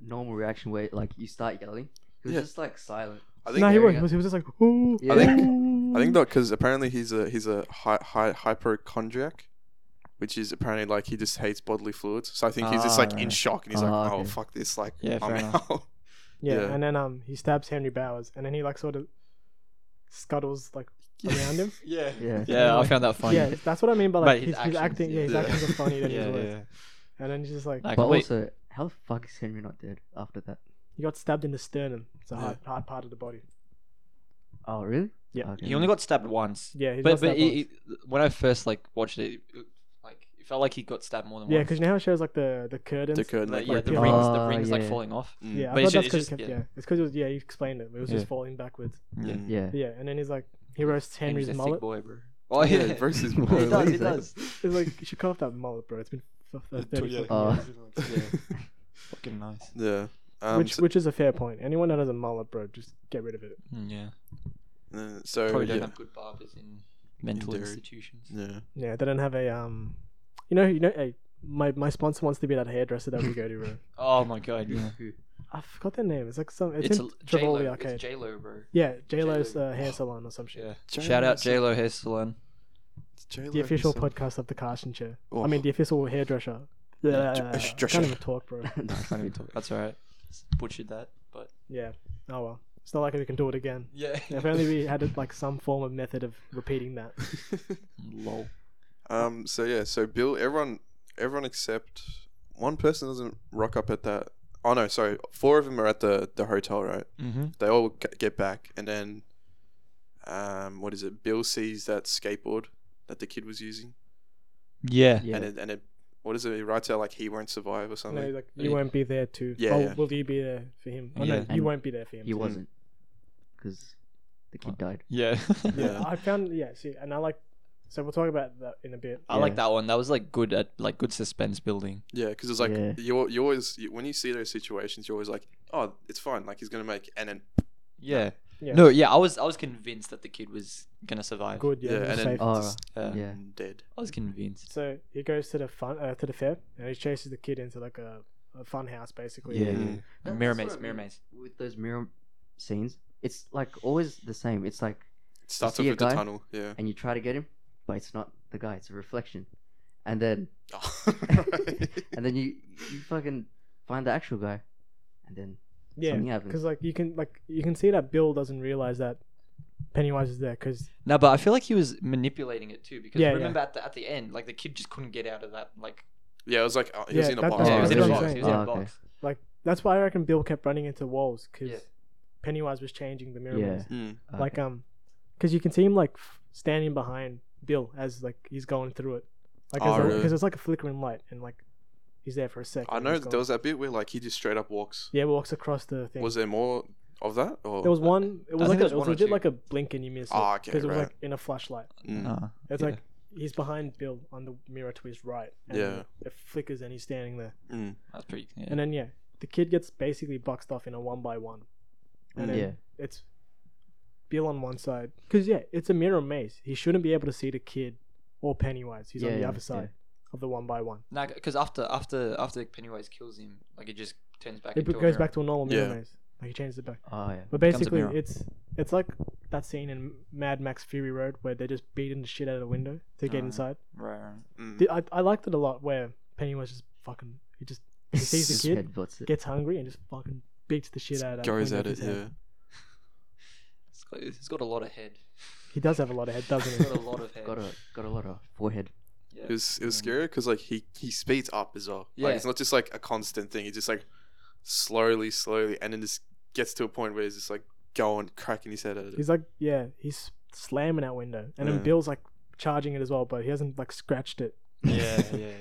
[SPEAKER 3] a normal reaction where like you start yelling. He was
[SPEAKER 1] Yeah.
[SPEAKER 3] just like silent.
[SPEAKER 1] I think
[SPEAKER 2] No, he
[SPEAKER 3] there we
[SPEAKER 2] was
[SPEAKER 3] go.
[SPEAKER 2] he was just like ooh.
[SPEAKER 3] Yeah.
[SPEAKER 1] I think-
[SPEAKER 2] ooh."
[SPEAKER 1] I think that because apparently he's a he's a hi- hi- hypochondriac, which is apparently like he just hates bodily fluids. So I think he's just
[SPEAKER 4] Ah,
[SPEAKER 1] like in
[SPEAKER 4] right.
[SPEAKER 1] shock and he's
[SPEAKER 3] Ah,
[SPEAKER 1] like, oh
[SPEAKER 3] okay.
[SPEAKER 1] fuck this, like
[SPEAKER 4] Yeah,
[SPEAKER 1] I'm
[SPEAKER 4] fair enough.
[SPEAKER 1] out.
[SPEAKER 2] yeah,
[SPEAKER 1] yeah.
[SPEAKER 2] and then um he stabs Henry Bowers, and then he like sort of scuttles like around him.
[SPEAKER 4] yeah.
[SPEAKER 3] Yeah.
[SPEAKER 4] Yeah, I found that funny.
[SPEAKER 2] Yeah, that's what I mean by
[SPEAKER 4] But
[SPEAKER 2] like
[SPEAKER 4] his
[SPEAKER 2] he's,
[SPEAKER 4] actions,
[SPEAKER 2] he's acting. Yeah, his
[SPEAKER 1] yeah.
[SPEAKER 2] actions are funny than
[SPEAKER 4] yeah,
[SPEAKER 2] his words.
[SPEAKER 4] yeah.
[SPEAKER 2] And then he's just like
[SPEAKER 4] Like,
[SPEAKER 3] But
[SPEAKER 4] wait,
[SPEAKER 3] also, how the fuck is Henry not dead after that?
[SPEAKER 2] he got stabbed in the sternum. It's a
[SPEAKER 1] Yeah.
[SPEAKER 2] hard, hard part of the body.
[SPEAKER 3] Oh really?
[SPEAKER 2] Yeah.
[SPEAKER 3] Okay.
[SPEAKER 4] he only got stabbed once.
[SPEAKER 2] Yeah, he's
[SPEAKER 4] but
[SPEAKER 2] got
[SPEAKER 4] but
[SPEAKER 2] stabbed
[SPEAKER 4] he-
[SPEAKER 2] once.
[SPEAKER 4] he- when I first like watched it, it like it felt like he got stabbed more than
[SPEAKER 2] yeah,
[SPEAKER 4] once.
[SPEAKER 2] because now it shows like the the curtains.
[SPEAKER 1] The curtain,
[SPEAKER 4] Like,
[SPEAKER 1] like,
[SPEAKER 4] yeah,
[SPEAKER 1] like, "Oh,
[SPEAKER 4] the
[SPEAKER 2] yeah.
[SPEAKER 4] rings, the
[SPEAKER 3] Ah,
[SPEAKER 4] rings like
[SPEAKER 3] yeah.
[SPEAKER 4] falling off.
[SPEAKER 1] mm,
[SPEAKER 2] Yeah, I
[SPEAKER 4] But
[SPEAKER 2] thought that's
[SPEAKER 4] it's ju-
[SPEAKER 2] because
[SPEAKER 4] it's
[SPEAKER 2] it kept.
[SPEAKER 4] just-
[SPEAKER 2] Yeah,
[SPEAKER 4] yeah.
[SPEAKER 2] it's because it was. Yeah, you explained it. It was
[SPEAKER 4] Yeah.
[SPEAKER 2] just falling backwards.
[SPEAKER 4] Yeah.
[SPEAKER 1] mm.
[SPEAKER 3] Yeah.
[SPEAKER 2] Yeah, and then he's like, he roasts Henry's
[SPEAKER 4] Henry's a
[SPEAKER 2] mullet.
[SPEAKER 4] thick boy, bro.
[SPEAKER 1] Oh yeah, versus
[SPEAKER 3] He
[SPEAKER 1] Molly.
[SPEAKER 3] does, he does.
[SPEAKER 2] He's like, you should cut off that mullet, bro. It's been f- f-
[SPEAKER 1] Yeah,
[SPEAKER 2] 30
[SPEAKER 1] yeah.
[SPEAKER 2] fucking
[SPEAKER 3] Oh.
[SPEAKER 2] years.
[SPEAKER 4] Fucking nice.
[SPEAKER 1] Yeah. Um,
[SPEAKER 2] which
[SPEAKER 1] so,
[SPEAKER 2] which is a fair point. Anyone that has a mullet, bro, just get rid of it.
[SPEAKER 4] Mm, Yeah.
[SPEAKER 1] uh, so,
[SPEAKER 4] Probably don't
[SPEAKER 1] yeah,
[SPEAKER 4] have good barbers in mental
[SPEAKER 1] Derry.
[SPEAKER 4] institutions.
[SPEAKER 1] yeah.
[SPEAKER 2] Yeah, they don't have a um, you know, you know, hey, my my sponsor wants to be that hairdresser that we go to, bro.
[SPEAKER 4] Oh my god. Yeah.
[SPEAKER 2] I forgot their name. It's like some. It's,
[SPEAKER 4] It's
[SPEAKER 2] in
[SPEAKER 4] a
[SPEAKER 2] Trivoli
[SPEAKER 4] J-Lo.
[SPEAKER 2] Arcade.
[SPEAKER 4] It's J-Lo, bro.
[SPEAKER 2] yeah, J Lo's
[SPEAKER 4] J-Lo.
[SPEAKER 2] uh, hair salon or some shit.
[SPEAKER 4] Yeah.
[SPEAKER 1] J-Lo
[SPEAKER 4] Shout out
[SPEAKER 1] is-
[SPEAKER 4] J-Lo Hair Salon.
[SPEAKER 1] J-Lo
[SPEAKER 2] The official
[SPEAKER 1] is a-
[SPEAKER 2] podcast of the Carson Chair.
[SPEAKER 1] Oh.
[SPEAKER 2] I mean, the official hairdresser. Yeah, I
[SPEAKER 1] hairdresser.
[SPEAKER 2] can't even talk, bro.
[SPEAKER 4] That's alright. Butchered that, but
[SPEAKER 2] Yeah. Oh well. It's not like we can do it again.
[SPEAKER 4] yeah.
[SPEAKER 2] If only we had like some form of method of repeating that.
[SPEAKER 4] Lol.
[SPEAKER 1] Um. So yeah. So Bill, everyone, everyone except one person doesn't rock up at that. Oh no, sorry. Four of them are at the the hotel, right?
[SPEAKER 4] Mm-hmm.
[SPEAKER 1] They all g- get back, and then, um, what is it? Bill sees that skateboard that the kid was using,
[SPEAKER 4] Yeah.
[SPEAKER 3] Yeah.
[SPEAKER 1] and it and it, what is it? He writes out like he won't survive or
[SPEAKER 2] And then
[SPEAKER 1] something.
[SPEAKER 2] he's like, you won't be there too.
[SPEAKER 1] Yeah,
[SPEAKER 2] oh,
[SPEAKER 1] yeah.
[SPEAKER 2] will you be there for him? Oh,
[SPEAKER 4] Yeah.
[SPEAKER 2] no, you
[SPEAKER 3] And
[SPEAKER 2] won't be there for him.
[SPEAKER 3] He
[SPEAKER 2] too.
[SPEAKER 3] wasn't, because the kid died.
[SPEAKER 4] Yeah.
[SPEAKER 2] Yeah,
[SPEAKER 1] Yeah.
[SPEAKER 2] I found yeah. See, and I like. So we'll talk about that in a bit.
[SPEAKER 4] I like that one. That was like good at like good suspense building.
[SPEAKER 1] Yeah, because it's like
[SPEAKER 3] Yeah.
[SPEAKER 1] you're you always you, when you see those situations, you're always like, oh, it's fine. Like he's gonna make and then
[SPEAKER 4] Yeah.
[SPEAKER 2] Yeah.
[SPEAKER 4] No, yeah, I was I was convinced that the kid was gonna survive.
[SPEAKER 2] Good. Yeah.
[SPEAKER 1] Yeah,
[SPEAKER 2] it was
[SPEAKER 1] and then-
[SPEAKER 2] safe.
[SPEAKER 3] Oh,
[SPEAKER 1] Just-
[SPEAKER 4] Yeah.
[SPEAKER 3] yeah.
[SPEAKER 1] dead.
[SPEAKER 4] I was convinced.
[SPEAKER 2] So he goes to the fun uh, to the fair and he chases the kid into like a, a fun house basically.
[SPEAKER 3] Yeah.
[SPEAKER 1] Mm.
[SPEAKER 3] That-
[SPEAKER 4] mirror
[SPEAKER 3] that's
[SPEAKER 4] maze,
[SPEAKER 3] what I
[SPEAKER 4] mirror
[SPEAKER 3] mean
[SPEAKER 4] maze.
[SPEAKER 3] With those mirror scenes, it's like always the same. It's like,
[SPEAKER 1] It starts
[SPEAKER 3] see
[SPEAKER 1] off
[SPEAKER 3] a
[SPEAKER 1] with the
[SPEAKER 3] guy?
[SPEAKER 1] tunnel. Yeah.
[SPEAKER 3] and you try to get him, but it's not the guy. It's a reflection, and then
[SPEAKER 1] Oh,
[SPEAKER 3] and then you you fucking find the actual guy, and then
[SPEAKER 2] Yeah.
[SPEAKER 3] something happens.
[SPEAKER 2] Because like you can like you can see that Bill doesn't realize that Pennywise is there because
[SPEAKER 4] No, but I feel like he was manipulating it too because
[SPEAKER 2] Yeah,
[SPEAKER 4] remember at the at the end, like the kid just couldn't get out of that like
[SPEAKER 1] yeah, it was like uh, he was
[SPEAKER 2] Yeah,
[SPEAKER 1] in a
[SPEAKER 2] that-
[SPEAKER 1] box.
[SPEAKER 2] that's
[SPEAKER 4] yeah, he was in a
[SPEAKER 2] what I'm
[SPEAKER 4] box.
[SPEAKER 2] saying.
[SPEAKER 4] He was in a
[SPEAKER 3] Ah, Oh, okay.
[SPEAKER 4] box.
[SPEAKER 2] like that's why I reckon Bill kept running into walls because
[SPEAKER 4] Yeah.
[SPEAKER 2] Pennywise was changing the mirror.
[SPEAKER 3] Yeah.
[SPEAKER 2] maze.
[SPEAKER 1] Mm.
[SPEAKER 3] Okay.
[SPEAKER 2] Like um, because you can see him like f- standing behind Bill as like he's going through it, like
[SPEAKER 1] Oh,
[SPEAKER 2] because
[SPEAKER 1] really?
[SPEAKER 2] it's like a flickering light and like he's there for a second.
[SPEAKER 1] I
[SPEAKER 2] and
[SPEAKER 1] know
[SPEAKER 2] he's
[SPEAKER 1] that
[SPEAKER 2] gone.
[SPEAKER 1] there was that bit where like he just straight up walks.
[SPEAKER 2] yeah walks across the thing.
[SPEAKER 1] Was there more of that? Or
[SPEAKER 2] There was one. It was
[SPEAKER 4] think
[SPEAKER 2] like a, it
[SPEAKER 4] there was
[SPEAKER 2] was
[SPEAKER 4] one or
[SPEAKER 2] legit
[SPEAKER 4] two.
[SPEAKER 2] like a blink and you miss it
[SPEAKER 1] Ah, okay,
[SPEAKER 2] it was
[SPEAKER 1] right.
[SPEAKER 2] like in a flashlight.
[SPEAKER 1] Mm.
[SPEAKER 4] Ah,
[SPEAKER 2] It's
[SPEAKER 4] yeah.
[SPEAKER 2] like he's behind Bill on the mirror to his right. And
[SPEAKER 1] Yeah.
[SPEAKER 2] It flickers and he's standing there.
[SPEAKER 1] Mm.
[SPEAKER 4] that's pretty. Yeah.
[SPEAKER 2] And then yeah, the kid gets basically boxed off in a one by one. And then
[SPEAKER 3] yeah,
[SPEAKER 2] it's Bill on one side because yeah, it's a mirror maze. He shouldn't be able to see the kid or Pennywise. He's
[SPEAKER 3] Yeah,
[SPEAKER 2] on the
[SPEAKER 3] yeah,
[SPEAKER 2] other side of the one by one.
[SPEAKER 4] Nah, because after after after Pennywise kills him, like it just turns back.
[SPEAKER 2] It
[SPEAKER 4] into
[SPEAKER 2] b-
[SPEAKER 4] a
[SPEAKER 2] goes
[SPEAKER 4] mirror.
[SPEAKER 2] back to a normal mirror
[SPEAKER 1] Yeah.
[SPEAKER 2] maze. Like he changes it back.
[SPEAKER 3] oh yeah,
[SPEAKER 2] But
[SPEAKER 4] Becomes a
[SPEAKER 2] basically,
[SPEAKER 4] mirror.
[SPEAKER 2] it's it's like that scene in Mad Max Fury Road where they're just beating the shit out of the window to get
[SPEAKER 4] Alright.
[SPEAKER 2] inside.
[SPEAKER 4] Right, right.
[SPEAKER 1] Mm.
[SPEAKER 2] The- I I liked it a lot where Pennywise just fucking he just he sees
[SPEAKER 3] Just
[SPEAKER 2] the kid
[SPEAKER 3] headbutts it.
[SPEAKER 2] gets hungry and just fucking beats the shit out of that
[SPEAKER 1] Goes
[SPEAKER 2] window
[SPEAKER 1] at it.
[SPEAKER 2] with his head.
[SPEAKER 1] Yeah.
[SPEAKER 4] It's got, it's got a lot of head.
[SPEAKER 2] He does have a lot of head, doesn't
[SPEAKER 4] It's
[SPEAKER 2] he?
[SPEAKER 4] got a lot of head.
[SPEAKER 3] Got a got a lot of forehead.
[SPEAKER 4] Yeah. Mm.
[SPEAKER 1] It was it was
[SPEAKER 2] Mm.
[SPEAKER 4] Yeah.
[SPEAKER 1] scary because like he he speeds up as well.
[SPEAKER 4] Yeah.
[SPEAKER 1] Like it's not just like a constant thing. It's just like slowly, slowly, and then just gets to a point where he's just like going cracking his head at it.
[SPEAKER 2] He's like, yeah, he's slamming that window, and then
[SPEAKER 1] Yeah.
[SPEAKER 2] Bill's like charging it as well, but he hasn't like scratched it.
[SPEAKER 4] yeah, yeah, yeah.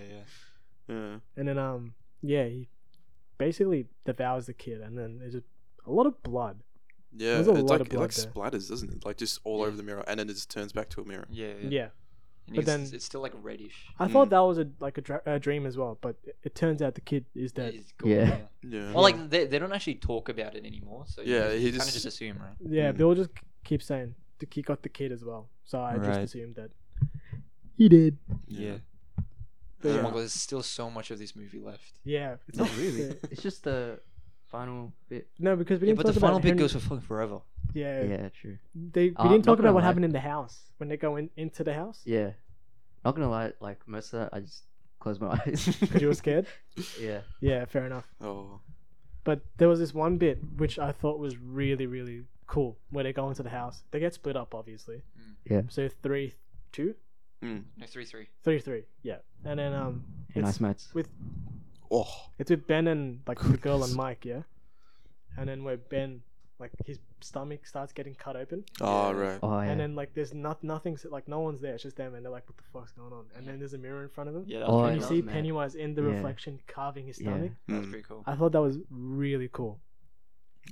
[SPEAKER 1] Yeah.
[SPEAKER 2] And then um yeah, he basically devours the kid and then there's just a lot of blood.
[SPEAKER 1] Yeah.
[SPEAKER 2] There's
[SPEAKER 1] It
[SPEAKER 2] a lot
[SPEAKER 1] like,
[SPEAKER 2] of
[SPEAKER 1] it like
[SPEAKER 2] blood there.
[SPEAKER 1] splatters, doesn't it? Like just all
[SPEAKER 4] Yeah.
[SPEAKER 1] over the mirror, and then it just turns back to a mirror.
[SPEAKER 4] Yeah.
[SPEAKER 2] Yeah.
[SPEAKER 4] And
[SPEAKER 2] But
[SPEAKER 4] it's-
[SPEAKER 2] then-
[SPEAKER 4] it's still like reddish.
[SPEAKER 2] I
[SPEAKER 1] Mm.
[SPEAKER 2] thought that was a like a, dra- a dream as well, but it, it turns out the kid is dead.
[SPEAKER 4] It's gone,
[SPEAKER 3] Yeah.
[SPEAKER 1] Yeah.
[SPEAKER 4] Well, like they, they don't actually talk about it anymore, so you
[SPEAKER 1] Yeah,
[SPEAKER 4] just-
[SPEAKER 1] he
[SPEAKER 4] you kind of
[SPEAKER 1] just-
[SPEAKER 4] just assume, right?
[SPEAKER 2] Yeah,
[SPEAKER 1] Mm.
[SPEAKER 2] Bill just k- keeps saying the kid got the kid as well. So I just
[SPEAKER 4] Right.
[SPEAKER 2] assumed that he did. But
[SPEAKER 4] Oh
[SPEAKER 2] yeah.
[SPEAKER 4] my God, there's still so much of this movie left.
[SPEAKER 2] Yeah, it's
[SPEAKER 4] Not really.
[SPEAKER 2] yeah.
[SPEAKER 3] It's just the final bit.
[SPEAKER 2] No, because we
[SPEAKER 4] Yeah,
[SPEAKER 2] didn't
[SPEAKER 4] but
[SPEAKER 2] talk
[SPEAKER 4] the final
[SPEAKER 2] about
[SPEAKER 4] bit
[SPEAKER 2] Henry-
[SPEAKER 4] goes for fucking forever.
[SPEAKER 2] yeah,
[SPEAKER 3] Yeah, true.
[SPEAKER 2] They we
[SPEAKER 3] Uh,
[SPEAKER 2] didn't
[SPEAKER 3] not
[SPEAKER 2] talk
[SPEAKER 3] gonna
[SPEAKER 2] about what
[SPEAKER 3] lie.
[SPEAKER 2] happened in the house when they go in, into the house.
[SPEAKER 3] Yeah. Not gonna lie, like most of that, I just closed my eyes.
[SPEAKER 2] Because you were scared.
[SPEAKER 3] yeah.
[SPEAKER 2] yeah, fair enough.
[SPEAKER 1] Oh.
[SPEAKER 2] But there was this one bit which I thought was really, really cool where they go into the house. They get split up, obviously.
[SPEAKER 3] Yeah.
[SPEAKER 2] So three, two,
[SPEAKER 1] Mm.
[SPEAKER 4] No, three, three.
[SPEAKER 2] three, three. Yeah, and then um,
[SPEAKER 3] And
[SPEAKER 2] it's-
[SPEAKER 3] nice mates.
[SPEAKER 2] with
[SPEAKER 1] Oh.
[SPEAKER 2] It's with Ben and like the girl
[SPEAKER 1] Goodness.
[SPEAKER 2] and Mike, yeah. And then where Ben, like his stomach starts getting cut open,
[SPEAKER 1] Oh right.
[SPEAKER 3] Oh yeah.
[SPEAKER 2] and then like there's not nothing, like no one's there, it's just them, and they're like, "What the fuck's going on?" And then there's a mirror in front of them,
[SPEAKER 4] Yeah,
[SPEAKER 3] that was Oh,
[SPEAKER 2] and
[SPEAKER 3] pretty
[SPEAKER 2] you
[SPEAKER 3] yeah.
[SPEAKER 2] see
[SPEAKER 3] mad.
[SPEAKER 2] Pennywise in the
[SPEAKER 3] Yeah.
[SPEAKER 2] reflection carving his
[SPEAKER 3] Yeah.
[SPEAKER 2] stomach.
[SPEAKER 4] That was
[SPEAKER 1] Mm.
[SPEAKER 4] pretty cool.
[SPEAKER 2] I thought that was really cool.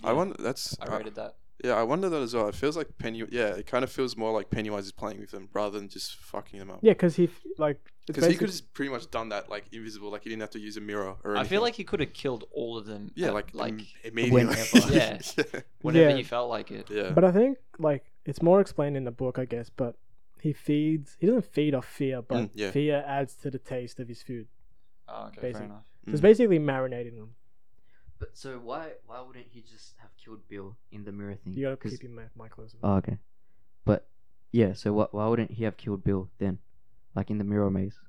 [SPEAKER 1] I wonder. That's.
[SPEAKER 4] I rated that.
[SPEAKER 1] Yeah, I wonder that as well. It feels like Penny. Yeah, it kind of feels more like Pennywise is playing with them rather than just fucking them up.
[SPEAKER 2] Yeah, because he f- like it's
[SPEAKER 1] Because he could
[SPEAKER 2] basic-
[SPEAKER 1] have just pretty much done that like invisible, like he didn't have to use a mirror or
[SPEAKER 4] I
[SPEAKER 1] anything.
[SPEAKER 4] feel like he could have killed all of them.
[SPEAKER 1] yeah,
[SPEAKER 4] at-
[SPEAKER 1] like mm.
[SPEAKER 4] like
[SPEAKER 1] like immediately.
[SPEAKER 3] whenever.
[SPEAKER 4] Yeah.
[SPEAKER 1] yeah,
[SPEAKER 4] whenever
[SPEAKER 2] Yeah.
[SPEAKER 4] you felt like it.
[SPEAKER 1] yeah.
[SPEAKER 2] But I think like it's more explained in the book, I guess. But he feeds. He doesn't feed off fear, but
[SPEAKER 1] Mm, yeah.
[SPEAKER 2] fear adds to the taste of his food.
[SPEAKER 4] Oh, okay,
[SPEAKER 2] Basic.
[SPEAKER 4] fair enough.
[SPEAKER 2] So
[SPEAKER 1] Mm.
[SPEAKER 2] it's basically marinating them.
[SPEAKER 3] But so why why wouldn't he just have killed Bill in the mirror thing?
[SPEAKER 2] You gotta
[SPEAKER 3] 'Cause-
[SPEAKER 2] keep your mi- mic closer.
[SPEAKER 3] Oh okay. But yeah, so why why wouldn't he have killed Bill then, like in the mirror maze?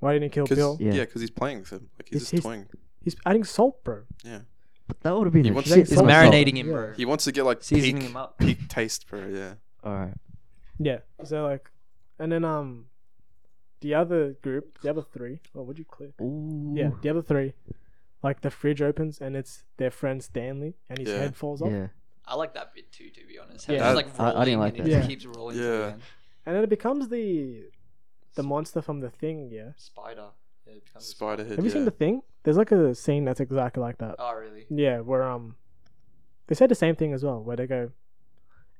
[SPEAKER 2] Why didn't he kill
[SPEAKER 1] Cause,
[SPEAKER 2] Bill?
[SPEAKER 1] yeah,
[SPEAKER 3] Yeah.
[SPEAKER 1] because he's playing with him. Like he's
[SPEAKER 2] It's
[SPEAKER 1] just
[SPEAKER 2] his-
[SPEAKER 1] toying.
[SPEAKER 2] He's adding salt, bro.
[SPEAKER 1] Yeah,
[SPEAKER 3] But that would have been
[SPEAKER 1] He
[SPEAKER 3] a
[SPEAKER 1] wants-
[SPEAKER 3] shit
[SPEAKER 4] He's
[SPEAKER 2] Salt.
[SPEAKER 3] insult.
[SPEAKER 4] marinating him,
[SPEAKER 2] Yeah.
[SPEAKER 4] bro.
[SPEAKER 1] he wants to get like
[SPEAKER 4] Seasoning
[SPEAKER 1] peak,
[SPEAKER 4] him up.
[SPEAKER 1] peak taste, bro. Yeah.
[SPEAKER 3] All right.
[SPEAKER 2] Yeah. So like, and then um, the other group, the other three. Oh, would you click?
[SPEAKER 3] Ooh.
[SPEAKER 2] Yeah, the other three. Like the fridge opens and it's their friend Stanley and his
[SPEAKER 1] Yeah.
[SPEAKER 2] head falls off,
[SPEAKER 3] Yeah.
[SPEAKER 4] I like that bit too, to be honest.
[SPEAKER 2] Yeah.
[SPEAKER 4] Yeah,
[SPEAKER 1] That-
[SPEAKER 4] like
[SPEAKER 3] I- I
[SPEAKER 4] rolling
[SPEAKER 3] didn't like
[SPEAKER 4] and
[SPEAKER 2] that.
[SPEAKER 4] It
[SPEAKER 2] Yeah.
[SPEAKER 4] just keeps rolling. Yeah,
[SPEAKER 1] Yeah.
[SPEAKER 4] the end.
[SPEAKER 2] and then it becomes the the monster from the thing. Yeah.
[SPEAKER 4] spider. Yeah, it becomes a
[SPEAKER 1] Spider head.
[SPEAKER 2] Have you
[SPEAKER 1] yeah.
[SPEAKER 2] seen the thing? There's like a scene that's exactly like that.
[SPEAKER 4] Oh, really?
[SPEAKER 2] Yeah, where um, they said the same thing as well, where they go,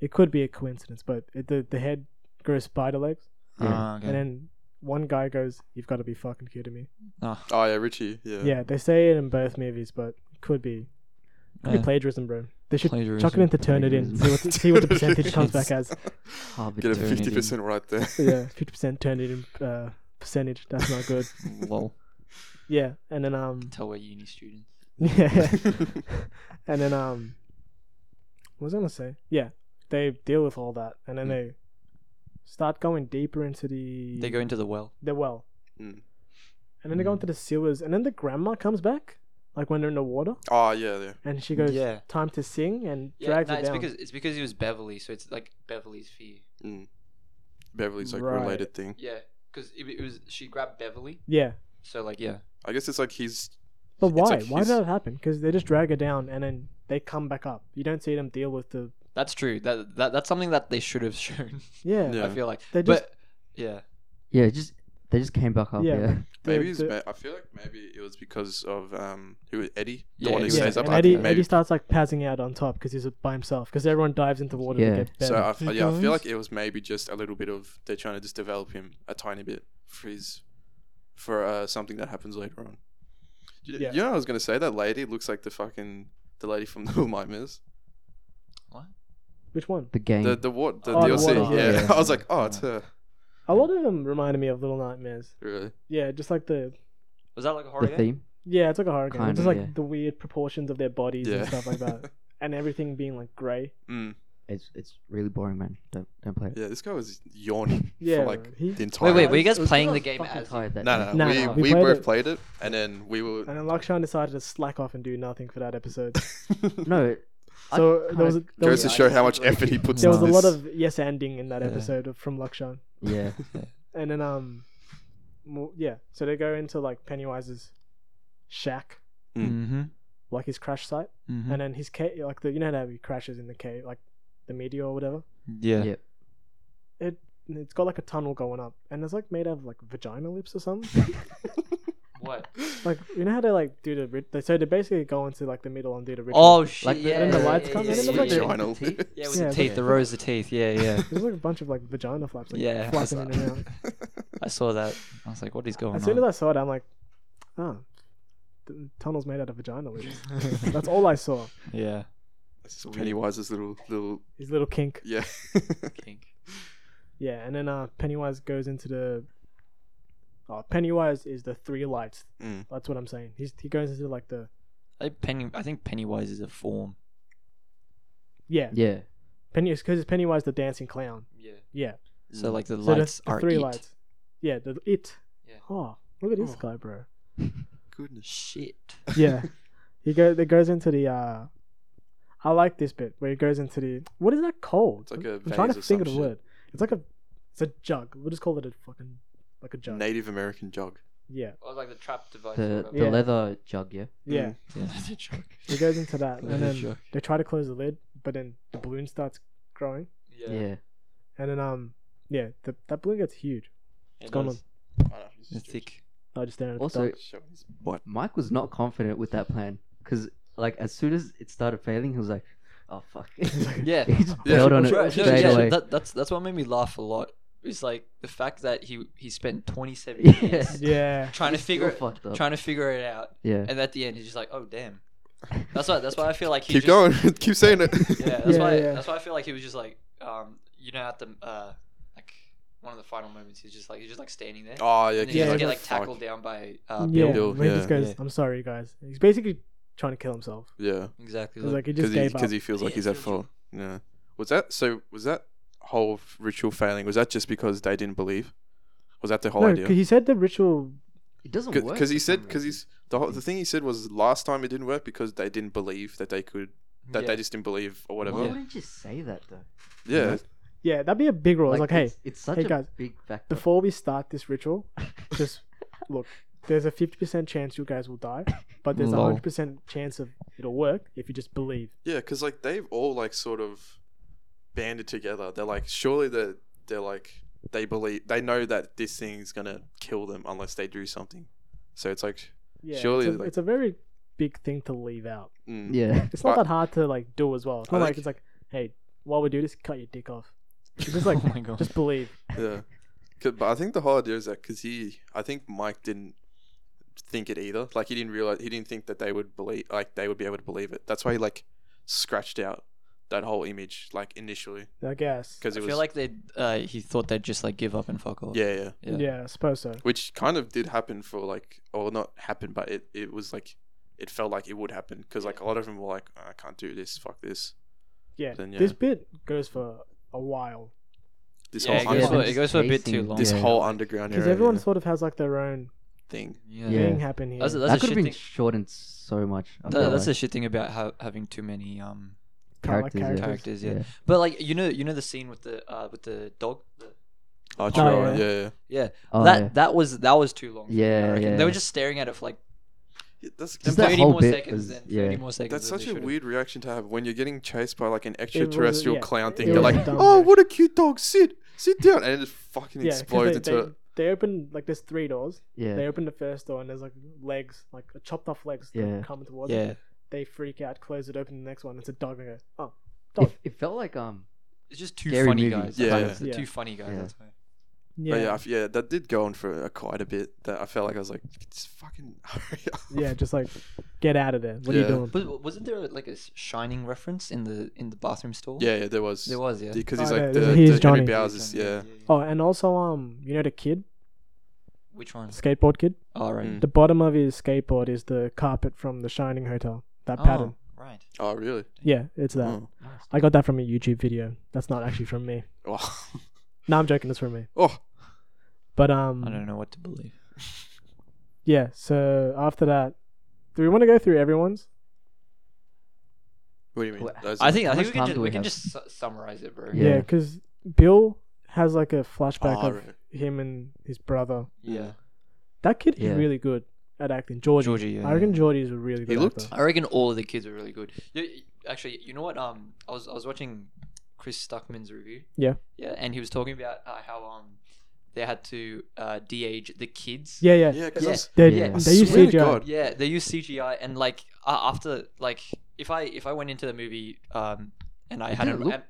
[SPEAKER 2] it could be a coincidence, but it, the the head grows spider legs,
[SPEAKER 1] Uh,
[SPEAKER 3] Yeah.
[SPEAKER 4] Oh, okay.
[SPEAKER 2] and then one guy goes, "You've got to be fucking kidding me."
[SPEAKER 4] Oh,
[SPEAKER 1] Oh yeah, Richie. Yeah.
[SPEAKER 2] Yeah, they say it in both movies, but it could be could be
[SPEAKER 4] Yeah.
[SPEAKER 2] plagiarism, bro. They should chuck it
[SPEAKER 4] Plagiarism.
[SPEAKER 2] into turn it in, see what the, see what the percentage comes back as.
[SPEAKER 4] Oh,
[SPEAKER 3] Harvard
[SPEAKER 1] Get a
[SPEAKER 3] turned it in.
[SPEAKER 1] fifty percent right there.
[SPEAKER 2] Yeah, fifty percent turn it in uh, percentage. That's not good.
[SPEAKER 4] lol.
[SPEAKER 2] Yeah, and then um,
[SPEAKER 4] Tell we're uni students.
[SPEAKER 2] yeah, and then um, what was I gonna say? Yeah, they deal with all that, and then
[SPEAKER 1] Mm.
[SPEAKER 2] they start going deeper into the
[SPEAKER 4] They go into the well.
[SPEAKER 2] the well,
[SPEAKER 1] Mm.
[SPEAKER 2] and then they go
[SPEAKER 1] Hmm.
[SPEAKER 4] Mm.
[SPEAKER 2] into the sewers, and then the grandma comes back, like when they're in the water,
[SPEAKER 1] Oh yeah, yeah.
[SPEAKER 2] and she goes,
[SPEAKER 4] Yeah.
[SPEAKER 2] "Time to sing," and
[SPEAKER 4] Yeah,
[SPEAKER 2] drags
[SPEAKER 4] no,
[SPEAKER 2] it
[SPEAKER 4] it's
[SPEAKER 2] down.
[SPEAKER 4] because it's because he was Beverly, so it's like Beverly's fear.
[SPEAKER 1] Mm. Beverly's like
[SPEAKER 2] Right.
[SPEAKER 1] related thing.
[SPEAKER 4] Yeah, because it, it was she grabbed Beverly,
[SPEAKER 2] yeah,
[SPEAKER 4] so like yeah,
[SPEAKER 1] I guess it's like he's.
[SPEAKER 2] But
[SPEAKER 1] it's
[SPEAKER 2] why?
[SPEAKER 1] like
[SPEAKER 2] why did
[SPEAKER 1] his-
[SPEAKER 2] that happen? Because they just drag her down and then they come back up. You don't see them deal with the
[SPEAKER 4] that's true. That, that that's something that they should have shown.
[SPEAKER 2] yeah.
[SPEAKER 1] Yeah.
[SPEAKER 4] I feel like,
[SPEAKER 2] They just-
[SPEAKER 4] but yeah,
[SPEAKER 3] Yeah, just they just came back up.
[SPEAKER 2] Yeah.
[SPEAKER 3] Yeah.
[SPEAKER 2] the-
[SPEAKER 1] Maybe it's
[SPEAKER 2] the-
[SPEAKER 1] ma- I feel like maybe it was because of um who Eddie, the
[SPEAKER 4] Yeah,
[SPEAKER 1] one who
[SPEAKER 4] Eddie
[SPEAKER 2] yeah.
[SPEAKER 1] stays
[SPEAKER 4] was-
[SPEAKER 1] up.
[SPEAKER 2] And
[SPEAKER 1] I
[SPEAKER 2] Eddie,
[SPEAKER 1] think maybe
[SPEAKER 2] Eddie starts like passing out on top because he's by himself because everyone dives into water
[SPEAKER 3] Yeah.
[SPEAKER 2] to get better.
[SPEAKER 1] So I, f-
[SPEAKER 2] Hey,
[SPEAKER 1] yeah, I feel
[SPEAKER 2] guys.
[SPEAKER 1] like it was maybe just a little bit of they're trying to just develop him a tiny bit for his for uh, something that happens later on. Do You,
[SPEAKER 2] Yeah.
[SPEAKER 1] you know, I was gonna say that lady looks like the fucking the lady from Little Nightmares,
[SPEAKER 4] what?
[SPEAKER 2] which one?
[SPEAKER 3] The gang.
[SPEAKER 1] the the what the
[SPEAKER 2] Oh, the
[SPEAKER 1] DLC.
[SPEAKER 2] water,
[SPEAKER 1] yeah,
[SPEAKER 4] yeah.
[SPEAKER 1] I was like, oh, it's her.
[SPEAKER 2] A lot of them reminded me of Little Nightmares.
[SPEAKER 1] Really?
[SPEAKER 2] Yeah, just like the
[SPEAKER 4] Was that like a horror
[SPEAKER 3] the
[SPEAKER 4] game?
[SPEAKER 3] theme.
[SPEAKER 2] yeah, it's like a horror game.
[SPEAKER 3] Kind
[SPEAKER 2] Just
[SPEAKER 3] of,
[SPEAKER 2] like
[SPEAKER 3] yeah.
[SPEAKER 2] the weird proportions of their bodies
[SPEAKER 1] Yeah.
[SPEAKER 2] and stuff like that, and everything being like gray.
[SPEAKER 1] Mm.
[SPEAKER 3] It's it's really boring, man. Don't don't play it.
[SPEAKER 1] Yeah, this guy was yawning
[SPEAKER 2] Yeah,
[SPEAKER 1] for like
[SPEAKER 2] man, he-
[SPEAKER 1] the entire.
[SPEAKER 4] Wait, wait, were you
[SPEAKER 2] It was-
[SPEAKER 4] guys
[SPEAKER 2] it was
[SPEAKER 4] playing
[SPEAKER 3] I
[SPEAKER 4] the
[SPEAKER 3] was
[SPEAKER 4] game
[SPEAKER 3] fucking
[SPEAKER 4] as?
[SPEAKER 3] tired that
[SPEAKER 1] No,
[SPEAKER 3] day.
[SPEAKER 1] no,
[SPEAKER 2] Nah,
[SPEAKER 1] we,
[SPEAKER 2] nah, we
[SPEAKER 1] we,
[SPEAKER 2] played
[SPEAKER 1] both
[SPEAKER 2] it.
[SPEAKER 1] played it, and then we were.
[SPEAKER 2] And then Lakshan decided to slack off and do nothing for that episode.
[SPEAKER 3] No. it- I
[SPEAKER 2] So
[SPEAKER 3] kinda-
[SPEAKER 2] there was a, there
[SPEAKER 1] Goes
[SPEAKER 2] was,
[SPEAKER 1] to
[SPEAKER 3] I
[SPEAKER 1] show how much
[SPEAKER 3] just-
[SPEAKER 1] effort he puts.
[SPEAKER 2] there was a
[SPEAKER 1] into
[SPEAKER 2] lot
[SPEAKER 1] this.
[SPEAKER 2] of yes ending in that
[SPEAKER 4] Yeah.
[SPEAKER 2] episode of, from Lakshan.
[SPEAKER 3] Yeah.
[SPEAKER 2] and then um mo- yeah so they go into like pennywise's shack
[SPEAKER 4] Mm-hmm.
[SPEAKER 2] like his crash site
[SPEAKER 4] Mm-hmm.
[SPEAKER 2] and then his cave like the you know how he crashes in the cave like the meteor or whatever
[SPEAKER 4] Yeah.
[SPEAKER 3] Yeah.
[SPEAKER 2] it and it's got like a tunnel going up and it's like made out of like vagina lips or something
[SPEAKER 4] What?
[SPEAKER 2] Like you know how they like do the ri- they so they basically go into like the middle and do the ritual.
[SPEAKER 4] Oh shit!
[SPEAKER 3] Like the,
[SPEAKER 4] yeah,
[SPEAKER 2] and
[SPEAKER 3] yeah,
[SPEAKER 2] the lights
[SPEAKER 3] yeah,
[SPEAKER 2] come
[SPEAKER 3] yeah,
[SPEAKER 2] in and
[SPEAKER 3] yeah,
[SPEAKER 2] the
[SPEAKER 3] yeah,
[SPEAKER 1] vagina.
[SPEAKER 3] with the teeth.
[SPEAKER 4] Yeah, with
[SPEAKER 2] Yeah,
[SPEAKER 4] the teeth, the rows, the teeth. Yeah, yeah.
[SPEAKER 2] There's like a bunch of like vagina flaps like
[SPEAKER 4] Yeah, I
[SPEAKER 2] flapping
[SPEAKER 4] saw
[SPEAKER 2] in and out.
[SPEAKER 4] I saw that. I was like, what is going
[SPEAKER 2] As soon as
[SPEAKER 4] on?
[SPEAKER 2] I saw it, I'm like, oh, the tunnel's made out of vagina loops. That's all I saw.
[SPEAKER 4] yeah.
[SPEAKER 1] This is Pennywise's little little
[SPEAKER 2] His little kink.
[SPEAKER 1] yeah.
[SPEAKER 2] Yeah, and then uh, Pennywise goes into the. Oh, Pennywise is the three lights.
[SPEAKER 1] Mm.
[SPEAKER 2] That's what I'm saying. He's, he goes into like the
[SPEAKER 4] I, Penny, I think Pennywise is a form.
[SPEAKER 2] yeah.
[SPEAKER 3] Yeah.
[SPEAKER 2] Penny because it's Pennywise the dancing clown.
[SPEAKER 4] Yeah.
[SPEAKER 2] Yeah.
[SPEAKER 4] So like the
[SPEAKER 2] So the-
[SPEAKER 4] lights
[SPEAKER 2] the,
[SPEAKER 4] are
[SPEAKER 2] three
[SPEAKER 4] it.
[SPEAKER 2] lights. Yeah, the it.
[SPEAKER 4] Yeah.
[SPEAKER 2] Oh, look at this
[SPEAKER 1] Oh.
[SPEAKER 2] guy, bro.
[SPEAKER 1] Goodness.
[SPEAKER 4] Shit.
[SPEAKER 2] Yeah. he goes. It goes into the. uh I like this bit where he goes into the. What is that called?
[SPEAKER 1] It's like a
[SPEAKER 2] I'm trying
[SPEAKER 1] vase
[SPEAKER 2] to
[SPEAKER 1] or
[SPEAKER 2] think of the
[SPEAKER 1] some shit.
[SPEAKER 2] word. It's like a. It's a jug. We'll just call it a fucking like a jug.
[SPEAKER 1] Native American jug.
[SPEAKER 2] yeah.
[SPEAKER 4] Or Oh, like the trap device.
[SPEAKER 3] The the
[SPEAKER 2] Yeah.
[SPEAKER 3] leather jug, yeah.
[SPEAKER 2] Yeah.
[SPEAKER 1] Mm.
[SPEAKER 4] yeah, the joke.
[SPEAKER 2] He goes into that, and
[SPEAKER 4] Leather
[SPEAKER 2] then
[SPEAKER 4] jug.
[SPEAKER 2] they try to close the lid, but then the balloon starts growing,
[SPEAKER 3] Yeah.
[SPEAKER 2] and then um, yeah, the, that balloon gets huge.
[SPEAKER 4] It's
[SPEAKER 2] gone
[SPEAKER 1] I know, he's
[SPEAKER 4] It's
[SPEAKER 1] just
[SPEAKER 4] thick.
[SPEAKER 2] I was just staring at the
[SPEAKER 3] Also,
[SPEAKER 2] dog.
[SPEAKER 1] showing his butt.
[SPEAKER 3] Mike was not confident with that plan because, like, as soon as it started failing, he was like, "Oh fuck."
[SPEAKER 4] Yeah.
[SPEAKER 3] he just
[SPEAKER 1] Yeah.
[SPEAKER 3] bailed on
[SPEAKER 4] No,
[SPEAKER 3] it
[SPEAKER 4] no,
[SPEAKER 3] straight
[SPEAKER 4] yeah,
[SPEAKER 3] away.
[SPEAKER 4] That, that's that's what made me laugh a lot. It's like the fact that he he spent 27
[SPEAKER 3] Yeah.
[SPEAKER 4] years
[SPEAKER 2] Yeah,
[SPEAKER 4] trying to
[SPEAKER 3] He's
[SPEAKER 4] figure
[SPEAKER 3] still fucked up.
[SPEAKER 4] trying to figure it out,
[SPEAKER 3] yeah.
[SPEAKER 4] and at the end he's just like, oh damn. That's why that's why I feel like he
[SPEAKER 1] Keep
[SPEAKER 4] just,
[SPEAKER 1] going. Keep saying it.
[SPEAKER 4] Yeah, that's
[SPEAKER 2] Yeah,
[SPEAKER 4] why
[SPEAKER 2] yeah.
[SPEAKER 4] that's why I feel like he was just like um you know at the uh like one of the final moments he's just like he's just like standing there.
[SPEAKER 1] Oh yeah.
[SPEAKER 4] and then
[SPEAKER 1] keep
[SPEAKER 4] he
[SPEAKER 2] yeah,
[SPEAKER 4] just
[SPEAKER 1] going.
[SPEAKER 4] get like
[SPEAKER 1] Fuck.
[SPEAKER 4] tackled down by uh
[SPEAKER 2] yeah.
[SPEAKER 4] Bill.
[SPEAKER 1] Bill,
[SPEAKER 2] when he just
[SPEAKER 1] Ah, yeah.
[SPEAKER 2] goes,
[SPEAKER 4] Yeah.
[SPEAKER 2] "I'm sorry, guys." He's basically trying to kill himself
[SPEAKER 1] Yeah.
[SPEAKER 4] Exactly.
[SPEAKER 2] because like he
[SPEAKER 1] Because
[SPEAKER 2] just
[SPEAKER 1] he,
[SPEAKER 2] gave up.
[SPEAKER 1] because he feels like
[SPEAKER 4] Yeah,
[SPEAKER 1] he's at
[SPEAKER 4] feel
[SPEAKER 1] fault. Yeah. Was that so? Was that whole ritual failing? Was that just because they didn't believe? Was that the whole
[SPEAKER 2] No,
[SPEAKER 1] idea?
[SPEAKER 2] 'cause he said the ritual.
[SPEAKER 3] It doesn't work.
[SPEAKER 1] because he
[SPEAKER 3] for
[SPEAKER 1] said
[SPEAKER 3] some
[SPEAKER 1] because
[SPEAKER 3] reason.
[SPEAKER 1] he's the whole, the thing he said was last time it didn't work because they didn't believe that they could that
[SPEAKER 4] yeah.
[SPEAKER 1] they just didn't believe or
[SPEAKER 3] Why
[SPEAKER 1] whatever.
[SPEAKER 4] Yeah.
[SPEAKER 3] wouldn't you say that though?
[SPEAKER 1] Yeah,
[SPEAKER 2] Yeah, that'd be a big rule. It's like, hey,
[SPEAKER 3] it's, it's such
[SPEAKER 2] hey,
[SPEAKER 3] a
[SPEAKER 2] guys,
[SPEAKER 3] big factor.
[SPEAKER 2] before we start this ritual, just look. There's a fifty percent chance you guys will die, but there's a
[SPEAKER 4] Lol.
[SPEAKER 2] hundred percent chance of it'll work if you just believe.
[SPEAKER 1] yeah, because like they've all like sort of banded together. They're like surely they're they're like they believe they know that this thing's gonna kill them unless they do something. So it's like
[SPEAKER 2] Yeah,
[SPEAKER 1] Surely,
[SPEAKER 2] it's a,
[SPEAKER 1] like-
[SPEAKER 2] it's a very big thing to leave out.
[SPEAKER 1] mm,
[SPEAKER 3] Yeah.
[SPEAKER 2] It's not
[SPEAKER 1] But-
[SPEAKER 2] that hard to like do as well. It's
[SPEAKER 1] I
[SPEAKER 2] not like
[SPEAKER 1] think-
[SPEAKER 2] it's like, hey, while we do this, cut your dick off. It's just like,
[SPEAKER 4] oh my god.
[SPEAKER 2] just believe.
[SPEAKER 1] Yeah. 'Cause- But I think the whole idea is that because he, I think Mike didn't think it either. Like he didn't realize, he didn't think that they would believe, like they would be able to believe it. That's why he like scratched out that whole image, like initially,
[SPEAKER 2] I guess.
[SPEAKER 1] because
[SPEAKER 4] I
[SPEAKER 1] it
[SPEAKER 4] feel
[SPEAKER 1] was
[SPEAKER 4] like they uh, he thought they'd just like give up and fuck off.
[SPEAKER 1] yeah, yeah,
[SPEAKER 2] Yeah.
[SPEAKER 4] Yeah.
[SPEAKER 2] I suppose so.
[SPEAKER 1] which kind of did happen for like, or not happen, but it it was like. It felt like it would happen because like a lot of them were like, "Oh, I can't do this, fuck this.
[SPEAKER 2] Yeah.
[SPEAKER 1] Then,
[SPEAKER 2] This
[SPEAKER 1] yeah.
[SPEAKER 2] bit goes for a while
[SPEAKER 1] This
[SPEAKER 4] Yeah,
[SPEAKER 1] whole
[SPEAKER 4] it goes,
[SPEAKER 1] under-
[SPEAKER 4] for, it goes for a bit too
[SPEAKER 3] Spacing.
[SPEAKER 4] long.
[SPEAKER 1] this
[SPEAKER 3] Yeah.
[SPEAKER 1] whole underground
[SPEAKER 2] because
[SPEAKER 1] area
[SPEAKER 2] everyone
[SPEAKER 1] yeah,
[SPEAKER 2] sort of has like their own
[SPEAKER 1] thing.
[SPEAKER 4] Yeah.
[SPEAKER 3] Yeah.
[SPEAKER 2] thing happen here.
[SPEAKER 4] That's a-
[SPEAKER 3] That
[SPEAKER 4] that's
[SPEAKER 3] could
[SPEAKER 4] a
[SPEAKER 3] have
[SPEAKER 4] shit
[SPEAKER 3] been
[SPEAKER 4] thing.
[SPEAKER 3] shortened so much. I
[SPEAKER 4] Tha-
[SPEAKER 3] feel
[SPEAKER 4] that's the
[SPEAKER 3] like.
[SPEAKER 4] shit thing about ha- having too many um
[SPEAKER 2] Kinda like
[SPEAKER 3] characters, yeah.
[SPEAKER 2] characters.
[SPEAKER 4] characters. Yeah. But like you know you know the scene with the uh with the dog. The,
[SPEAKER 1] Oh,
[SPEAKER 4] Oh,
[SPEAKER 1] true,
[SPEAKER 2] yeah.
[SPEAKER 1] yeah, yeah.
[SPEAKER 4] yeah.
[SPEAKER 3] Oh,
[SPEAKER 4] that
[SPEAKER 3] yeah.
[SPEAKER 4] that was that was too long.
[SPEAKER 3] Yeah,
[SPEAKER 4] I reckon.
[SPEAKER 3] yeah.
[SPEAKER 4] They were just staring at it for like
[SPEAKER 1] yeah. That's,
[SPEAKER 3] Just that
[SPEAKER 4] thirty
[SPEAKER 3] whole
[SPEAKER 4] more
[SPEAKER 3] bit
[SPEAKER 4] seconds
[SPEAKER 3] was-
[SPEAKER 4] then
[SPEAKER 3] yeah.
[SPEAKER 4] thirty more seconds.
[SPEAKER 1] That's
[SPEAKER 4] than
[SPEAKER 1] such
[SPEAKER 4] they
[SPEAKER 1] a
[SPEAKER 4] should've.
[SPEAKER 1] weird reaction to have when you're getting chased by like an extraterrestrial
[SPEAKER 2] yeah,
[SPEAKER 1] clown
[SPEAKER 2] it
[SPEAKER 1] thing.
[SPEAKER 2] was
[SPEAKER 1] They're like,
[SPEAKER 2] dumb,
[SPEAKER 1] "Oh,
[SPEAKER 2] yeah.
[SPEAKER 1] what a cute dog! Sit, sit down," and it fucking
[SPEAKER 2] Yeah, 'cause
[SPEAKER 1] explodes
[SPEAKER 2] they,
[SPEAKER 1] into
[SPEAKER 2] they, they open like there's three doors.
[SPEAKER 3] Yeah.
[SPEAKER 2] They open the first door and there's like legs, like chopped off legs
[SPEAKER 3] Yeah.
[SPEAKER 2] that come towards them.
[SPEAKER 4] Yeah.
[SPEAKER 2] They freak out, close it, open the next one. It's a dog. And I go, oh,
[SPEAKER 3] It,
[SPEAKER 2] dog.
[SPEAKER 3] it felt like um.
[SPEAKER 4] It's just two
[SPEAKER 3] Scary
[SPEAKER 4] funny
[SPEAKER 3] movie.
[SPEAKER 4] guys.
[SPEAKER 1] Yeah.
[SPEAKER 4] That's
[SPEAKER 2] Yeah.
[SPEAKER 4] the two funny guys.
[SPEAKER 3] Yeah.
[SPEAKER 4] That's why.
[SPEAKER 1] yeah,
[SPEAKER 2] Yeah,
[SPEAKER 1] yeah, I f- yeah, that did go on for uh, quite a bit. That I felt like I was like, "Just fucking hurry up."
[SPEAKER 2] yeah. Just like, get out of there. What are
[SPEAKER 1] Yeah.
[SPEAKER 2] you doing?
[SPEAKER 4] But wasn't there like a s- shining reference in the in the bathroom store?
[SPEAKER 1] Yeah, yeah, there was.
[SPEAKER 4] There was yeah.
[SPEAKER 1] because he's
[SPEAKER 2] Oh,
[SPEAKER 1] like
[SPEAKER 2] no,
[SPEAKER 1] the, the
[SPEAKER 2] he's
[SPEAKER 1] Henry
[SPEAKER 2] Johnny.
[SPEAKER 1] Bowers is yeah.
[SPEAKER 2] Oh, and also, um, you know the kid,
[SPEAKER 4] Which one?
[SPEAKER 2] the skateboard kid.
[SPEAKER 4] Oh right.
[SPEAKER 1] Mm.
[SPEAKER 2] The bottom of his skateboard is the carpet from the Shining Hotel. That pattern.
[SPEAKER 4] Oh, right.
[SPEAKER 1] Oh, really?
[SPEAKER 2] Yeah, it's that.
[SPEAKER 1] Oh.
[SPEAKER 2] I got that from a YouTube video. That's not actually from me.
[SPEAKER 1] Oh.
[SPEAKER 2] No, I'm joking. It's from me.
[SPEAKER 1] Oh.
[SPEAKER 2] But um,
[SPEAKER 4] I
[SPEAKER 3] Mm.
[SPEAKER 4] don't know what to believe.
[SPEAKER 2] yeah. So after that, do we want to go through everyone's?
[SPEAKER 1] What do you mean?
[SPEAKER 3] Well,
[SPEAKER 1] Those
[SPEAKER 4] I
[SPEAKER 1] are-
[SPEAKER 4] think
[SPEAKER 3] How
[SPEAKER 4] I think
[SPEAKER 3] much
[SPEAKER 4] we can
[SPEAKER 3] time
[SPEAKER 4] just,
[SPEAKER 3] do
[SPEAKER 4] we
[SPEAKER 3] we
[SPEAKER 4] can
[SPEAKER 3] have?
[SPEAKER 4] just su- summarize it, bro.
[SPEAKER 3] Yeah.
[SPEAKER 2] Yeah, because Bill has like a flashback
[SPEAKER 1] Oh,
[SPEAKER 2] of
[SPEAKER 1] right.
[SPEAKER 2] him and his brother.
[SPEAKER 4] Yeah.
[SPEAKER 2] That kid
[SPEAKER 3] Yeah.
[SPEAKER 2] is really good at acting. Georgie.
[SPEAKER 4] Georgie, yeah,
[SPEAKER 2] I reckon
[SPEAKER 4] yeah.
[SPEAKER 2] Georgie is a really good.
[SPEAKER 1] He looked-
[SPEAKER 2] actor.
[SPEAKER 4] I reckon all of the kids are really good. You, actually, you know what? Um, I was I was watching Chris Stuckman's review.
[SPEAKER 2] Yeah.
[SPEAKER 4] Yeah, and he was talking about uh, how um they had to uh, de-age the kids.
[SPEAKER 2] Yeah, yeah.
[SPEAKER 1] Yeah,
[SPEAKER 4] Yeah.
[SPEAKER 1] because
[SPEAKER 2] They,
[SPEAKER 3] Yeah.
[SPEAKER 2] they use
[SPEAKER 1] Swear to
[SPEAKER 2] CGI.
[SPEAKER 1] God.
[SPEAKER 4] Yeah, they use CGI and like uh, after like if I if I went into the movie um and I
[SPEAKER 3] It
[SPEAKER 4] hadn't
[SPEAKER 3] didn't look
[SPEAKER 4] and,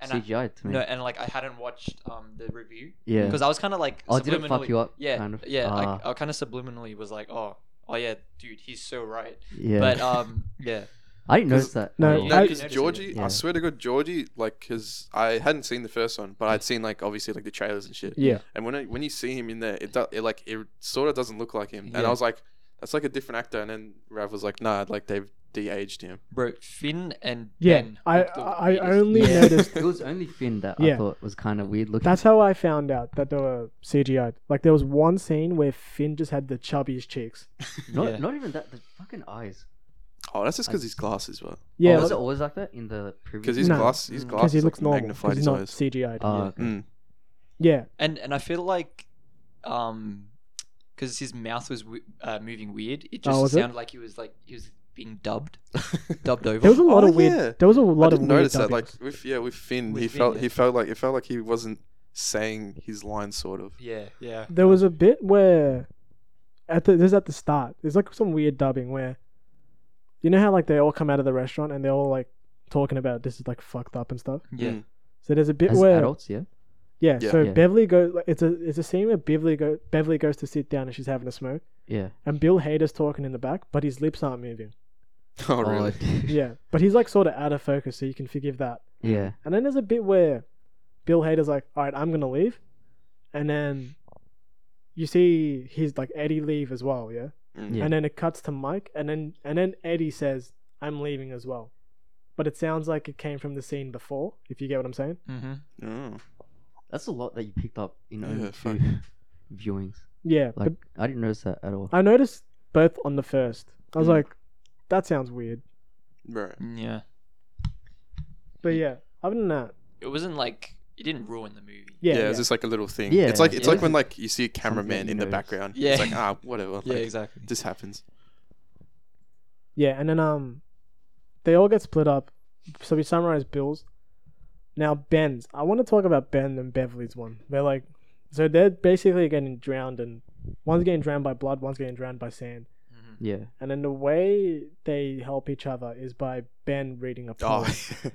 [SPEAKER 4] and I,
[SPEAKER 3] CGI to me.
[SPEAKER 4] no and like I hadn't watched um the review
[SPEAKER 3] yeah.
[SPEAKER 4] because I was kind of like
[SPEAKER 3] Oh, did it fuck
[SPEAKER 4] subliminally-
[SPEAKER 3] you up?
[SPEAKER 4] Yeah,
[SPEAKER 3] Kind of.
[SPEAKER 4] yeah. like,
[SPEAKER 3] Ah.
[SPEAKER 4] I kind of subliminally was like, oh, oh yeah, dude, he's so right.
[SPEAKER 3] Yeah.
[SPEAKER 4] But um, yeah,
[SPEAKER 3] I didn't
[SPEAKER 1] 'cause-
[SPEAKER 3] notice that.
[SPEAKER 2] No,
[SPEAKER 3] at
[SPEAKER 2] Yeah.
[SPEAKER 3] all.
[SPEAKER 1] No,
[SPEAKER 2] I-
[SPEAKER 1] because
[SPEAKER 4] Noticing it.
[SPEAKER 1] Georgie,
[SPEAKER 3] Yeah.
[SPEAKER 1] I swear to God, Georgie, like, because I hadn't seen the first one, but I'd seen like obviously like the trailers and shit.
[SPEAKER 2] Yeah.
[SPEAKER 1] And when I, when you see him in there, it, do, it like it sort of doesn't look like him. And
[SPEAKER 4] Yeah.
[SPEAKER 1] I was like, that's like a different actor. And then Rav was like, nah, like they've de-aged him.
[SPEAKER 4] bro, Finn and
[SPEAKER 2] Yeah,
[SPEAKER 4] Ben
[SPEAKER 2] I-
[SPEAKER 4] looked the
[SPEAKER 2] I- I
[SPEAKER 4] weirdest.
[SPEAKER 2] only
[SPEAKER 3] Yeah.
[SPEAKER 2] noticed-
[SPEAKER 3] it was only Finn that I
[SPEAKER 2] Yeah.
[SPEAKER 3] thought was kind of weird looking.
[SPEAKER 2] That's how I found out that they were CGI. Like there was one scene where Finn just had the chubbiest cheeks.
[SPEAKER 3] not
[SPEAKER 4] Yeah.
[SPEAKER 3] not even that. The fucking eyes.
[SPEAKER 1] Oh, that's just because his glasses were.
[SPEAKER 3] Yeah,
[SPEAKER 2] Yeah,
[SPEAKER 3] was
[SPEAKER 2] like-
[SPEAKER 3] it always like that in the previous?
[SPEAKER 1] Because his
[SPEAKER 2] No.
[SPEAKER 1] glass, his
[SPEAKER 4] Mm.
[SPEAKER 2] because
[SPEAKER 1] glasses
[SPEAKER 2] he looks
[SPEAKER 1] like,
[SPEAKER 2] normal. 'cause
[SPEAKER 1] magnified
[SPEAKER 2] he's
[SPEAKER 1] his
[SPEAKER 2] not
[SPEAKER 1] eyes.
[SPEAKER 2] CGI.
[SPEAKER 3] Oh,
[SPEAKER 4] Yeah.
[SPEAKER 3] okay.
[SPEAKER 1] Mm.
[SPEAKER 2] yeah,
[SPEAKER 4] and and I feel like um because his mouth was w- uh, moving weird, it
[SPEAKER 2] Oh,
[SPEAKER 4] just
[SPEAKER 2] was it?
[SPEAKER 4] sounded like he was like he was being dubbed, dubbed over.
[SPEAKER 2] there was a lot
[SPEAKER 1] Oh,
[SPEAKER 2] of weird.
[SPEAKER 1] yeah.
[SPEAKER 2] There was a
[SPEAKER 1] I
[SPEAKER 2] lot of
[SPEAKER 1] didn't
[SPEAKER 2] weird.
[SPEAKER 1] notice that.
[SPEAKER 2] dubbings.
[SPEAKER 1] Like with yeah, with Finn,
[SPEAKER 4] With
[SPEAKER 1] he
[SPEAKER 4] Finn,
[SPEAKER 1] felt
[SPEAKER 4] yeah.
[SPEAKER 1] he felt like it felt like he wasn't saying his line sort of.
[SPEAKER 4] yeah, yeah.
[SPEAKER 2] there was a bit where at the this is at the start. There's like some weird dubbing where you know how like they all come out of the restaurant and they're all like talking about this is like fucked up and stuff.
[SPEAKER 4] Yeah.
[SPEAKER 1] Mm.
[SPEAKER 2] So there's a bit
[SPEAKER 3] As
[SPEAKER 2] where
[SPEAKER 3] adults, yeah.
[SPEAKER 2] yeah,
[SPEAKER 1] Yeah.
[SPEAKER 2] So
[SPEAKER 3] Yeah.
[SPEAKER 2] Beverly goes. Like, it's a it's a scene where Beverly go Beverly goes to sit down and she's having a smoke
[SPEAKER 3] Yeah.
[SPEAKER 2] and Bill Hader's talking in the back, but his lips aren't moving.
[SPEAKER 1] Oh really?
[SPEAKER 3] dude.
[SPEAKER 2] Yeah, but he's like sort of out of focus, so you can forgive that.
[SPEAKER 3] yeah.
[SPEAKER 2] And then there's a bit where Bill Hader's like, "All right, I'm gonna leave," and then you see he's like Eddie leave as well, yeah.
[SPEAKER 1] Mm.
[SPEAKER 3] Yeah.
[SPEAKER 2] And then it cuts to Mike, and then and then Eddie says, "I'm leaving as well," but it sounds like it came from the scene before. If you get what I'm saying?
[SPEAKER 4] Mm-hmm.
[SPEAKER 1] Oh.
[SPEAKER 3] That's a lot that you picked up in
[SPEAKER 1] Yeah,
[SPEAKER 3] only
[SPEAKER 1] fuck.
[SPEAKER 3] two viewings.
[SPEAKER 2] Yeah,
[SPEAKER 3] Like I didn't notice that at all.
[SPEAKER 2] but I noticed both on the first. I was
[SPEAKER 1] Mm.
[SPEAKER 2] like, "That sounds weird,"
[SPEAKER 1] Right.
[SPEAKER 4] Yeah,
[SPEAKER 2] but yeah. Other than that,
[SPEAKER 4] it wasn't like it didn't ruin the movie.
[SPEAKER 2] yeah,
[SPEAKER 1] Yeah,
[SPEAKER 2] yeah.
[SPEAKER 1] it's just like a little thing.
[SPEAKER 3] Yeah,
[SPEAKER 1] it's like it's
[SPEAKER 4] yeah.
[SPEAKER 1] like when like you see a
[SPEAKER 3] Something
[SPEAKER 1] cameraman
[SPEAKER 3] you
[SPEAKER 1] in the
[SPEAKER 3] notice.
[SPEAKER 1] background.
[SPEAKER 4] Yeah.
[SPEAKER 1] It's like ah, whatever. Like,
[SPEAKER 4] yeah, exactly.
[SPEAKER 1] This happens.
[SPEAKER 2] Yeah, and then um, they all get split up. So we summarize Bill's. Now Ben's. I want to talk about Ben and Beverly's one. They're like, so they're basically getting drowned, and one's getting drowned by blood, one's getting drowned by sand.
[SPEAKER 4] Mhm.
[SPEAKER 3] Yeah.
[SPEAKER 2] And then the way they help each other is by Ben reading a poem.
[SPEAKER 1] Oh.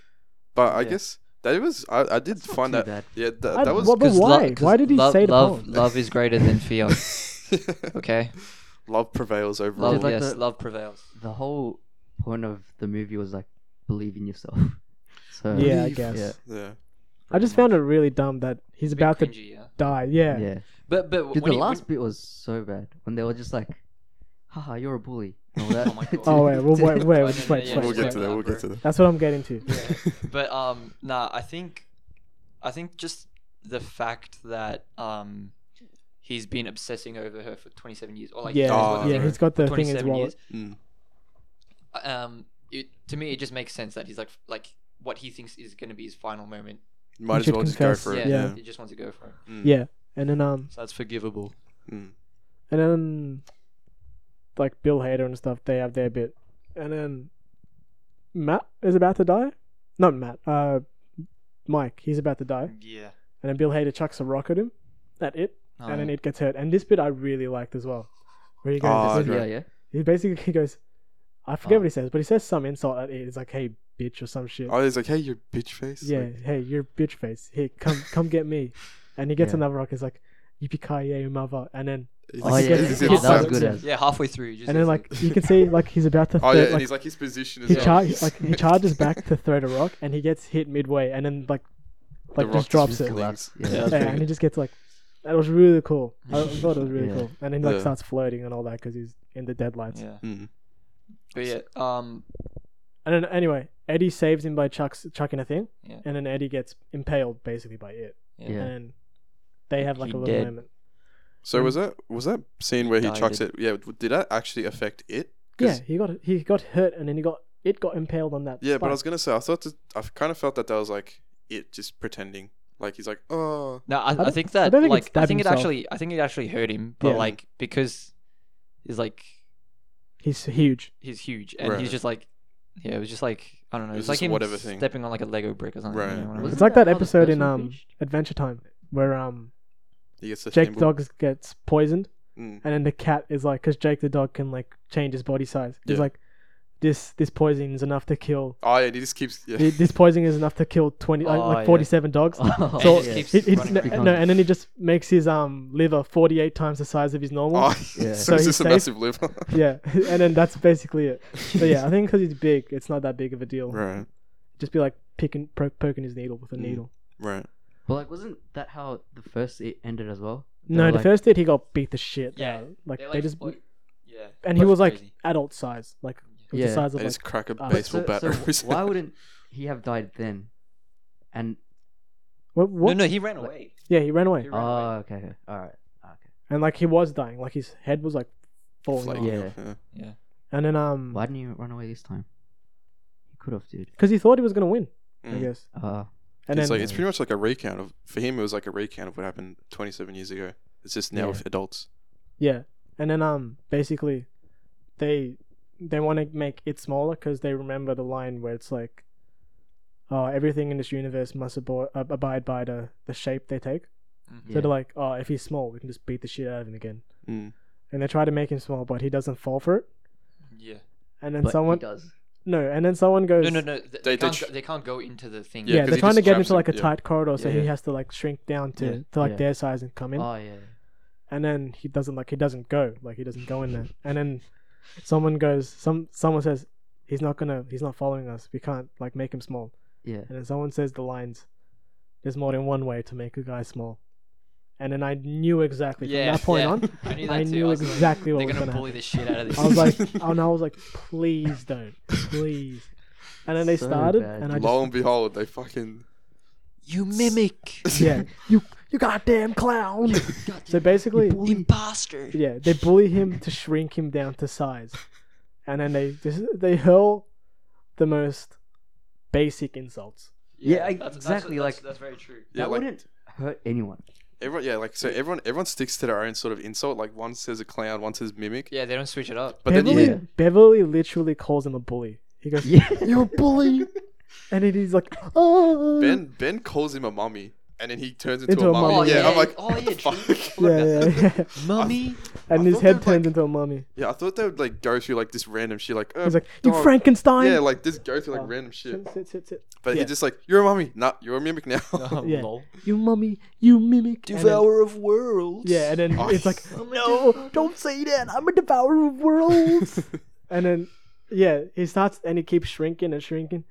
[SPEAKER 1] but I
[SPEAKER 4] Yeah.
[SPEAKER 1] guess that was I, I did
[SPEAKER 3] It's not
[SPEAKER 1] find
[SPEAKER 3] too
[SPEAKER 1] that
[SPEAKER 3] bad.
[SPEAKER 1] yeah that,
[SPEAKER 2] I-
[SPEAKER 1] that was
[SPEAKER 2] what- But
[SPEAKER 4] 'Cause lo-
[SPEAKER 2] why?
[SPEAKER 4] 'cause
[SPEAKER 2] Why did he
[SPEAKER 4] love,
[SPEAKER 2] say the
[SPEAKER 4] love?
[SPEAKER 2] poem?
[SPEAKER 4] Love is greater than fear. Okay,
[SPEAKER 1] love prevails over
[SPEAKER 4] love.
[SPEAKER 1] all.
[SPEAKER 3] like
[SPEAKER 4] yes,
[SPEAKER 3] the-
[SPEAKER 4] love prevails.
[SPEAKER 3] The whole point of the movie was like believe in yourself. So
[SPEAKER 2] Yeah, I
[SPEAKER 1] Believe.
[SPEAKER 2] guess.
[SPEAKER 3] Yeah.
[SPEAKER 1] Yeah.
[SPEAKER 2] I just found it really dumb that he's
[SPEAKER 4] Bit
[SPEAKER 2] about to
[SPEAKER 4] cringy, yeah.
[SPEAKER 2] die. Yeah.
[SPEAKER 3] yeah.
[SPEAKER 4] But but
[SPEAKER 3] Dude,
[SPEAKER 4] when
[SPEAKER 3] the
[SPEAKER 4] he-
[SPEAKER 3] last bit was so bad when they were just like, "Haha, you're a bully." and all that.
[SPEAKER 4] Oh my God.
[SPEAKER 2] Oh wait, we'll wait, wait,
[SPEAKER 4] Yeah,
[SPEAKER 2] wait, just wait,
[SPEAKER 4] yeah,
[SPEAKER 2] wait,
[SPEAKER 1] we'll
[SPEAKER 4] just
[SPEAKER 2] wait.
[SPEAKER 1] get to that.
[SPEAKER 4] wait.
[SPEAKER 1] We'll get to that.
[SPEAKER 2] That's what I'm getting to.
[SPEAKER 4] Yeah. but um nah i think i think just the fact that um he's been obsessing over her for 27 years or like
[SPEAKER 2] yeah,
[SPEAKER 1] Oh,
[SPEAKER 2] yeah,
[SPEAKER 1] right.
[SPEAKER 2] he's got the thing in his
[SPEAKER 4] 27
[SPEAKER 2] wallet.
[SPEAKER 4] years
[SPEAKER 1] Mm.
[SPEAKER 4] um it, to me it just makes sense that he's like like what he thinks is going to be his final moment
[SPEAKER 1] Might as
[SPEAKER 2] should
[SPEAKER 1] well just
[SPEAKER 2] confess.
[SPEAKER 1] go for it.
[SPEAKER 4] yeah,
[SPEAKER 1] Yeah.
[SPEAKER 4] he just wants to go for it
[SPEAKER 1] Mm.
[SPEAKER 2] Yeah, and then um,
[SPEAKER 4] so that's forgivable
[SPEAKER 1] Mm.
[SPEAKER 2] and then like Bill Hader and stuff, they have their bit, and then Matt is about to die. Not Matt. Uh, Mike. He's about to die,
[SPEAKER 4] yeah
[SPEAKER 2] and then Bill Hader chucks a rock at him. That it, and then it gets hurt. And this bit I really liked as well, where he goes,
[SPEAKER 1] Oh,
[SPEAKER 3] yeah,
[SPEAKER 1] right.
[SPEAKER 3] yeah.
[SPEAKER 2] he basically he goes, I forget
[SPEAKER 3] Oh.
[SPEAKER 2] what he says, but he says some insult at it. It's like, hey, bitch, or some shit.
[SPEAKER 1] Oh, he's like, hey, you bitch face.
[SPEAKER 2] yeah,
[SPEAKER 1] Like,
[SPEAKER 2] hey, you're bitch face. Here, come, come get me. And he gets
[SPEAKER 3] Yeah.
[SPEAKER 2] another rock. He's like, yippee mother. And then
[SPEAKER 1] he's
[SPEAKER 3] Oh,
[SPEAKER 1] like-
[SPEAKER 3] yeah,
[SPEAKER 1] he's
[SPEAKER 3] yeah,
[SPEAKER 1] like-
[SPEAKER 3] that was
[SPEAKER 1] Yeah.
[SPEAKER 3] good. As,
[SPEAKER 4] yeah halfway through he just
[SPEAKER 2] and then
[SPEAKER 4] is
[SPEAKER 2] like you can see like he's about to
[SPEAKER 1] Oh
[SPEAKER 2] throw-
[SPEAKER 1] yeah,
[SPEAKER 2] like,
[SPEAKER 1] and he's like his position is
[SPEAKER 2] he
[SPEAKER 1] well.
[SPEAKER 2] charges like he charges back to throw the rock and he gets hit midway and then like
[SPEAKER 1] The
[SPEAKER 2] like
[SPEAKER 1] rock
[SPEAKER 2] just drops
[SPEAKER 1] just
[SPEAKER 2] it
[SPEAKER 1] collapses.
[SPEAKER 3] Collapse.
[SPEAKER 1] Yeah.
[SPEAKER 3] Yeah.
[SPEAKER 2] yeah, and he just gets like that was really cool I thought it was really
[SPEAKER 3] Yeah.
[SPEAKER 2] cool and then like
[SPEAKER 1] Yeah.
[SPEAKER 2] starts flirting and all that because he's in the deadlights
[SPEAKER 4] yeah
[SPEAKER 1] Mm.
[SPEAKER 4] but yeah um
[SPEAKER 2] and then anyway Eddie saves him by chucks chucking a thing
[SPEAKER 4] Yeah.
[SPEAKER 2] and then Eddie gets impaled basically by it
[SPEAKER 4] yeah,
[SPEAKER 3] Yeah.
[SPEAKER 2] and they have like
[SPEAKER 4] He
[SPEAKER 2] a little
[SPEAKER 4] dead.
[SPEAKER 2] moment
[SPEAKER 1] So
[SPEAKER 2] Mm.
[SPEAKER 1] was that was that scene where he
[SPEAKER 4] No, he
[SPEAKER 1] chucks it? Yeah. w- Did that actually affect it? 'Cause-
[SPEAKER 2] yeah he got he got hurt and then he got it got impaled on that
[SPEAKER 1] Yeah, but I was
[SPEAKER 2] spike.
[SPEAKER 1] gonna say I thought that I kind of felt that that was like it just pretending. Like he's like, oh,
[SPEAKER 4] No, I, I,
[SPEAKER 2] don't-
[SPEAKER 4] think that
[SPEAKER 2] don't think it
[SPEAKER 4] like I
[SPEAKER 2] stabbed
[SPEAKER 4] think it
[SPEAKER 2] himself.
[SPEAKER 4] actually I think it actually hurt him, but
[SPEAKER 2] Yeah.
[SPEAKER 4] like because he's like
[SPEAKER 2] he's huge
[SPEAKER 4] he's huge and
[SPEAKER 1] Right.
[SPEAKER 4] he's just like yeah, it was just like I don't know,
[SPEAKER 1] It
[SPEAKER 4] it's
[SPEAKER 1] was
[SPEAKER 4] like
[SPEAKER 1] just
[SPEAKER 4] him
[SPEAKER 1] whatever thing.
[SPEAKER 4] stepping on like a Lego brick or something. you
[SPEAKER 1] Right.
[SPEAKER 4] know what I
[SPEAKER 3] Wasn't
[SPEAKER 4] mean?
[SPEAKER 2] it's like that
[SPEAKER 3] how the
[SPEAKER 2] episode
[SPEAKER 3] first
[SPEAKER 2] in
[SPEAKER 3] one
[SPEAKER 2] um
[SPEAKER 3] finished?
[SPEAKER 2] Adventure Time where um
[SPEAKER 1] He gets the
[SPEAKER 2] Jake the
[SPEAKER 1] thimble.
[SPEAKER 2] dog gets poisoned,
[SPEAKER 1] Mm.
[SPEAKER 2] and then the cat is like, because Jake the dog can like change his body size. He's
[SPEAKER 1] Yeah.
[SPEAKER 2] like, this this poison is enough to kill.
[SPEAKER 1] Oh yeah, he just keeps. Yeah.
[SPEAKER 2] thi- This poison is enough to kill twenty, like-
[SPEAKER 4] Oh, yeah.
[SPEAKER 2] like forty-seven dogs. So
[SPEAKER 3] Oh,
[SPEAKER 4] just
[SPEAKER 3] yeah.
[SPEAKER 4] keeps-
[SPEAKER 2] He, he,
[SPEAKER 4] Running
[SPEAKER 3] around.
[SPEAKER 2] no, and then he just makes his um liver forty-eight times the size of his normal.
[SPEAKER 1] Oh, so,
[SPEAKER 3] Yeah.
[SPEAKER 2] So
[SPEAKER 1] it's just
[SPEAKER 2] he
[SPEAKER 1] a
[SPEAKER 2] stays-
[SPEAKER 1] massive liver.
[SPEAKER 2] Yeah, and then that's basically it. So yeah, I think because he's big, it's not that big of a deal.
[SPEAKER 1] right,
[SPEAKER 2] Just be like picking, pro- poking his needle with a
[SPEAKER 1] Mm.
[SPEAKER 2] needle.
[SPEAKER 1] right.
[SPEAKER 3] But like, wasn't that how the first it ended as well? They
[SPEAKER 2] No,
[SPEAKER 3] were
[SPEAKER 2] the
[SPEAKER 3] like-
[SPEAKER 2] first date he got beat the shit.
[SPEAKER 4] Yeah,
[SPEAKER 2] Yeah, like they just,
[SPEAKER 4] yeah.
[SPEAKER 2] and he was like
[SPEAKER 4] crazy.
[SPEAKER 2] adult size, like it was
[SPEAKER 3] Yeah.
[SPEAKER 2] the size
[SPEAKER 1] They
[SPEAKER 2] of like
[SPEAKER 1] just crack a
[SPEAKER 2] uh,
[SPEAKER 1] baseball
[SPEAKER 3] so,
[SPEAKER 1] bat.
[SPEAKER 3] so
[SPEAKER 1] every
[SPEAKER 3] why
[SPEAKER 1] time.
[SPEAKER 3] wouldn't he have died then? And
[SPEAKER 2] what? what?
[SPEAKER 4] No, no, he ran
[SPEAKER 3] Like-
[SPEAKER 4] away.
[SPEAKER 2] Yeah, he ran away,
[SPEAKER 4] He ran
[SPEAKER 3] oh,
[SPEAKER 4] away.
[SPEAKER 3] okay, okay, all right, Ah, okay.
[SPEAKER 2] and like he was dying, like his head was like falling off.
[SPEAKER 1] Flaking
[SPEAKER 3] Yeah.
[SPEAKER 1] off, yeah.
[SPEAKER 4] Yeah.
[SPEAKER 2] And then um,
[SPEAKER 3] Why didn't you run away this time? He could have, dude.
[SPEAKER 2] because he thought he was gonna win, I
[SPEAKER 1] Mm.
[SPEAKER 2] guess.
[SPEAKER 3] Uh,
[SPEAKER 2] And
[SPEAKER 1] it's
[SPEAKER 2] then
[SPEAKER 1] like it's pretty much like a recount of for him. It was like a recount of what happened 27 years ago. It's just now
[SPEAKER 3] Yeah.
[SPEAKER 1] with adults.
[SPEAKER 2] yeah, and then um, basically, they they want to make it smaller because they remember the line where it's like, oh, everything in this universe must abo- ab- abide by the the shape they take. So
[SPEAKER 4] Mm-hmm.
[SPEAKER 3] Yeah.
[SPEAKER 2] they're like, oh, if he's small, we can just beat the shit out of him again.
[SPEAKER 1] Mm.
[SPEAKER 2] And they try to make him small, but he doesn't fall for it.
[SPEAKER 4] Yeah.
[SPEAKER 2] And then
[SPEAKER 3] but
[SPEAKER 2] someone
[SPEAKER 3] he does.
[SPEAKER 2] no, and then someone goes
[SPEAKER 4] No, no, no. th-
[SPEAKER 1] They- they
[SPEAKER 4] They, can't.
[SPEAKER 1] tr-
[SPEAKER 4] go, they can't go into the thing.
[SPEAKER 1] Yeah,
[SPEAKER 2] Yeah,
[SPEAKER 1] 'cause
[SPEAKER 2] they're
[SPEAKER 1] he
[SPEAKER 2] trying to
[SPEAKER 1] just
[SPEAKER 2] get him into
[SPEAKER 1] traps
[SPEAKER 2] like a
[SPEAKER 1] him, yeah.
[SPEAKER 2] tight corridor, so
[SPEAKER 3] Yeah,
[SPEAKER 2] he
[SPEAKER 3] yeah.
[SPEAKER 2] has to like shrink down to,
[SPEAKER 3] Yeah,
[SPEAKER 2] to like
[SPEAKER 3] yeah.
[SPEAKER 2] their size and come in.
[SPEAKER 3] Oh yeah.
[SPEAKER 2] And then he doesn't like he doesn't go like he doesn't go in there. and then someone goes some someone says he's not gonna he's not following us. We can't like make him small.
[SPEAKER 3] Yeah.
[SPEAKER 2] And then someone says the lines. There's more than one way to make a guy small. And then I knew exactly from
[SPEAKER 4] Yeah,
[SPEAKER 2] that point
[SPEAKER 4] yeah.
[SPEAKER 2] on.
[SPEAKER 4] I knew, that
[SPEAKER 2] I
[SPEAKER 4] too.
[SPEAKER 2] knew
[SPEAKER 4] was like,
[SPEAKER 2] exactly what
[SPEAKER 4] They're
[SPEAKER 2] was
[SPEAKER 4] gonna
[SPEAKER 2] gonna
[SPEAKER 4] bully the shit out of this.
[SPEAKER 2] I was like, and I was like, please don't, please. And then they
[SPEAKER 3] So
[SPEAKER 2] started,
[SPEAKER 3] bad.
[SPEAKER 2] and I just
[SPEAKER 1] Lo and behold, they fucking
[SPEAKER 4] you mimic,
[SPEAKER 2] yeah, you you goddamn clown. so basically,
[SPEAKER 4] imposter.
[SPEAKER 2] yeah, they bully him to shrink him down to size, and then they just, they hurl the most basic insults.
[SPEAKER 3] Yeah, I- exactly, like-
[SPEAKER 4] that's very true.
[SPEAKER 1] yeah,
[SPEAKER 3] that
[SPEAKER 1] like
[SPEAKER 3] wouldn't hurt anyone.
[SPEAKER 1] everyone. Yeah, like so everyone everyone sticks to their own sort of insult. Like one says a clown, one says mimic.
[SPEAKER 4] Yeah, they don't switch it up.
[SPEAKER 1] But then
[SPEAKER 2] Beverly
[SPEAKER 1] you,
[SPEAKER 3] yeah.
[SPEAKER 2] Beverly literally calls him a bully. He goes,
[SPEAKER 3] Yeah.
[SPEAKER 2] "You're a bully," and then he's like, "Oh."
[SPEAKER 1] Ben Ben calls him a mummy, and then he turns into,
[SPEAKER 2] Into
[SPEAKER 1] a
[SPEAKER 2] a
[SPEAKER 1] mummy.
[SPEAKER 2] mummy. Oh,
[SPEAKER 1] yeah,
[SPEAKER 4] yeah.
[SPEAKER 1] I'm like,
[SPEAKER 4] Oh,
[SPEAKER 1] what
[SPEAKER 4] yeah,
[SPEAKER 1] the
[SPEAKER 4] true.
[SPEAKER 1] fuck?
[SPEAKER 2] Yeah, yeah, yeah.
[SPEAKER 4] Mummy,
[SPEAKER 2] and
[SPEAKER 1] I
[SPEAKER 2] his
[SPEAKER 1] thought they
[SPEAKER 2] head
[SPEAKER 1] would,
[SPEAKER 2] turns
[SPEAKER 1] like-
[SPEAKER 2] into a mummy.
[SPEAKER 1] Yeah, I thought they would like go through like this random shit. Like, uh,
[SPEAKER 2] He's like, "You
[SPEAKER 1] dog."
[SPEAKER 2] Frankenstein."
[SPEAKER 1] Yeah, like just go through like
[SPEAKER 2] Oh.
[SPEAKER 1] random shit.
[SPEAKER 2] Sit, sit, sit, sit.
[SPEAKER 1] But he
[SPEAKER 2] Yeah.
[SPEAKER 1] just like, you're a mummy. Nah, you're a mimic now.
[SPEAKER 2] Yeah. You mummy, you mimic. and then-
[SPEAKER 4] of worlds.
[SPEAKER 2] Yeah, and then
[SPEAKER 1] Oh.
[SPEAKER 2] it's like, no, don't say that. I'm a devourer of worlds. and then, yeah, he starts and he keeps shrinking and shrinking,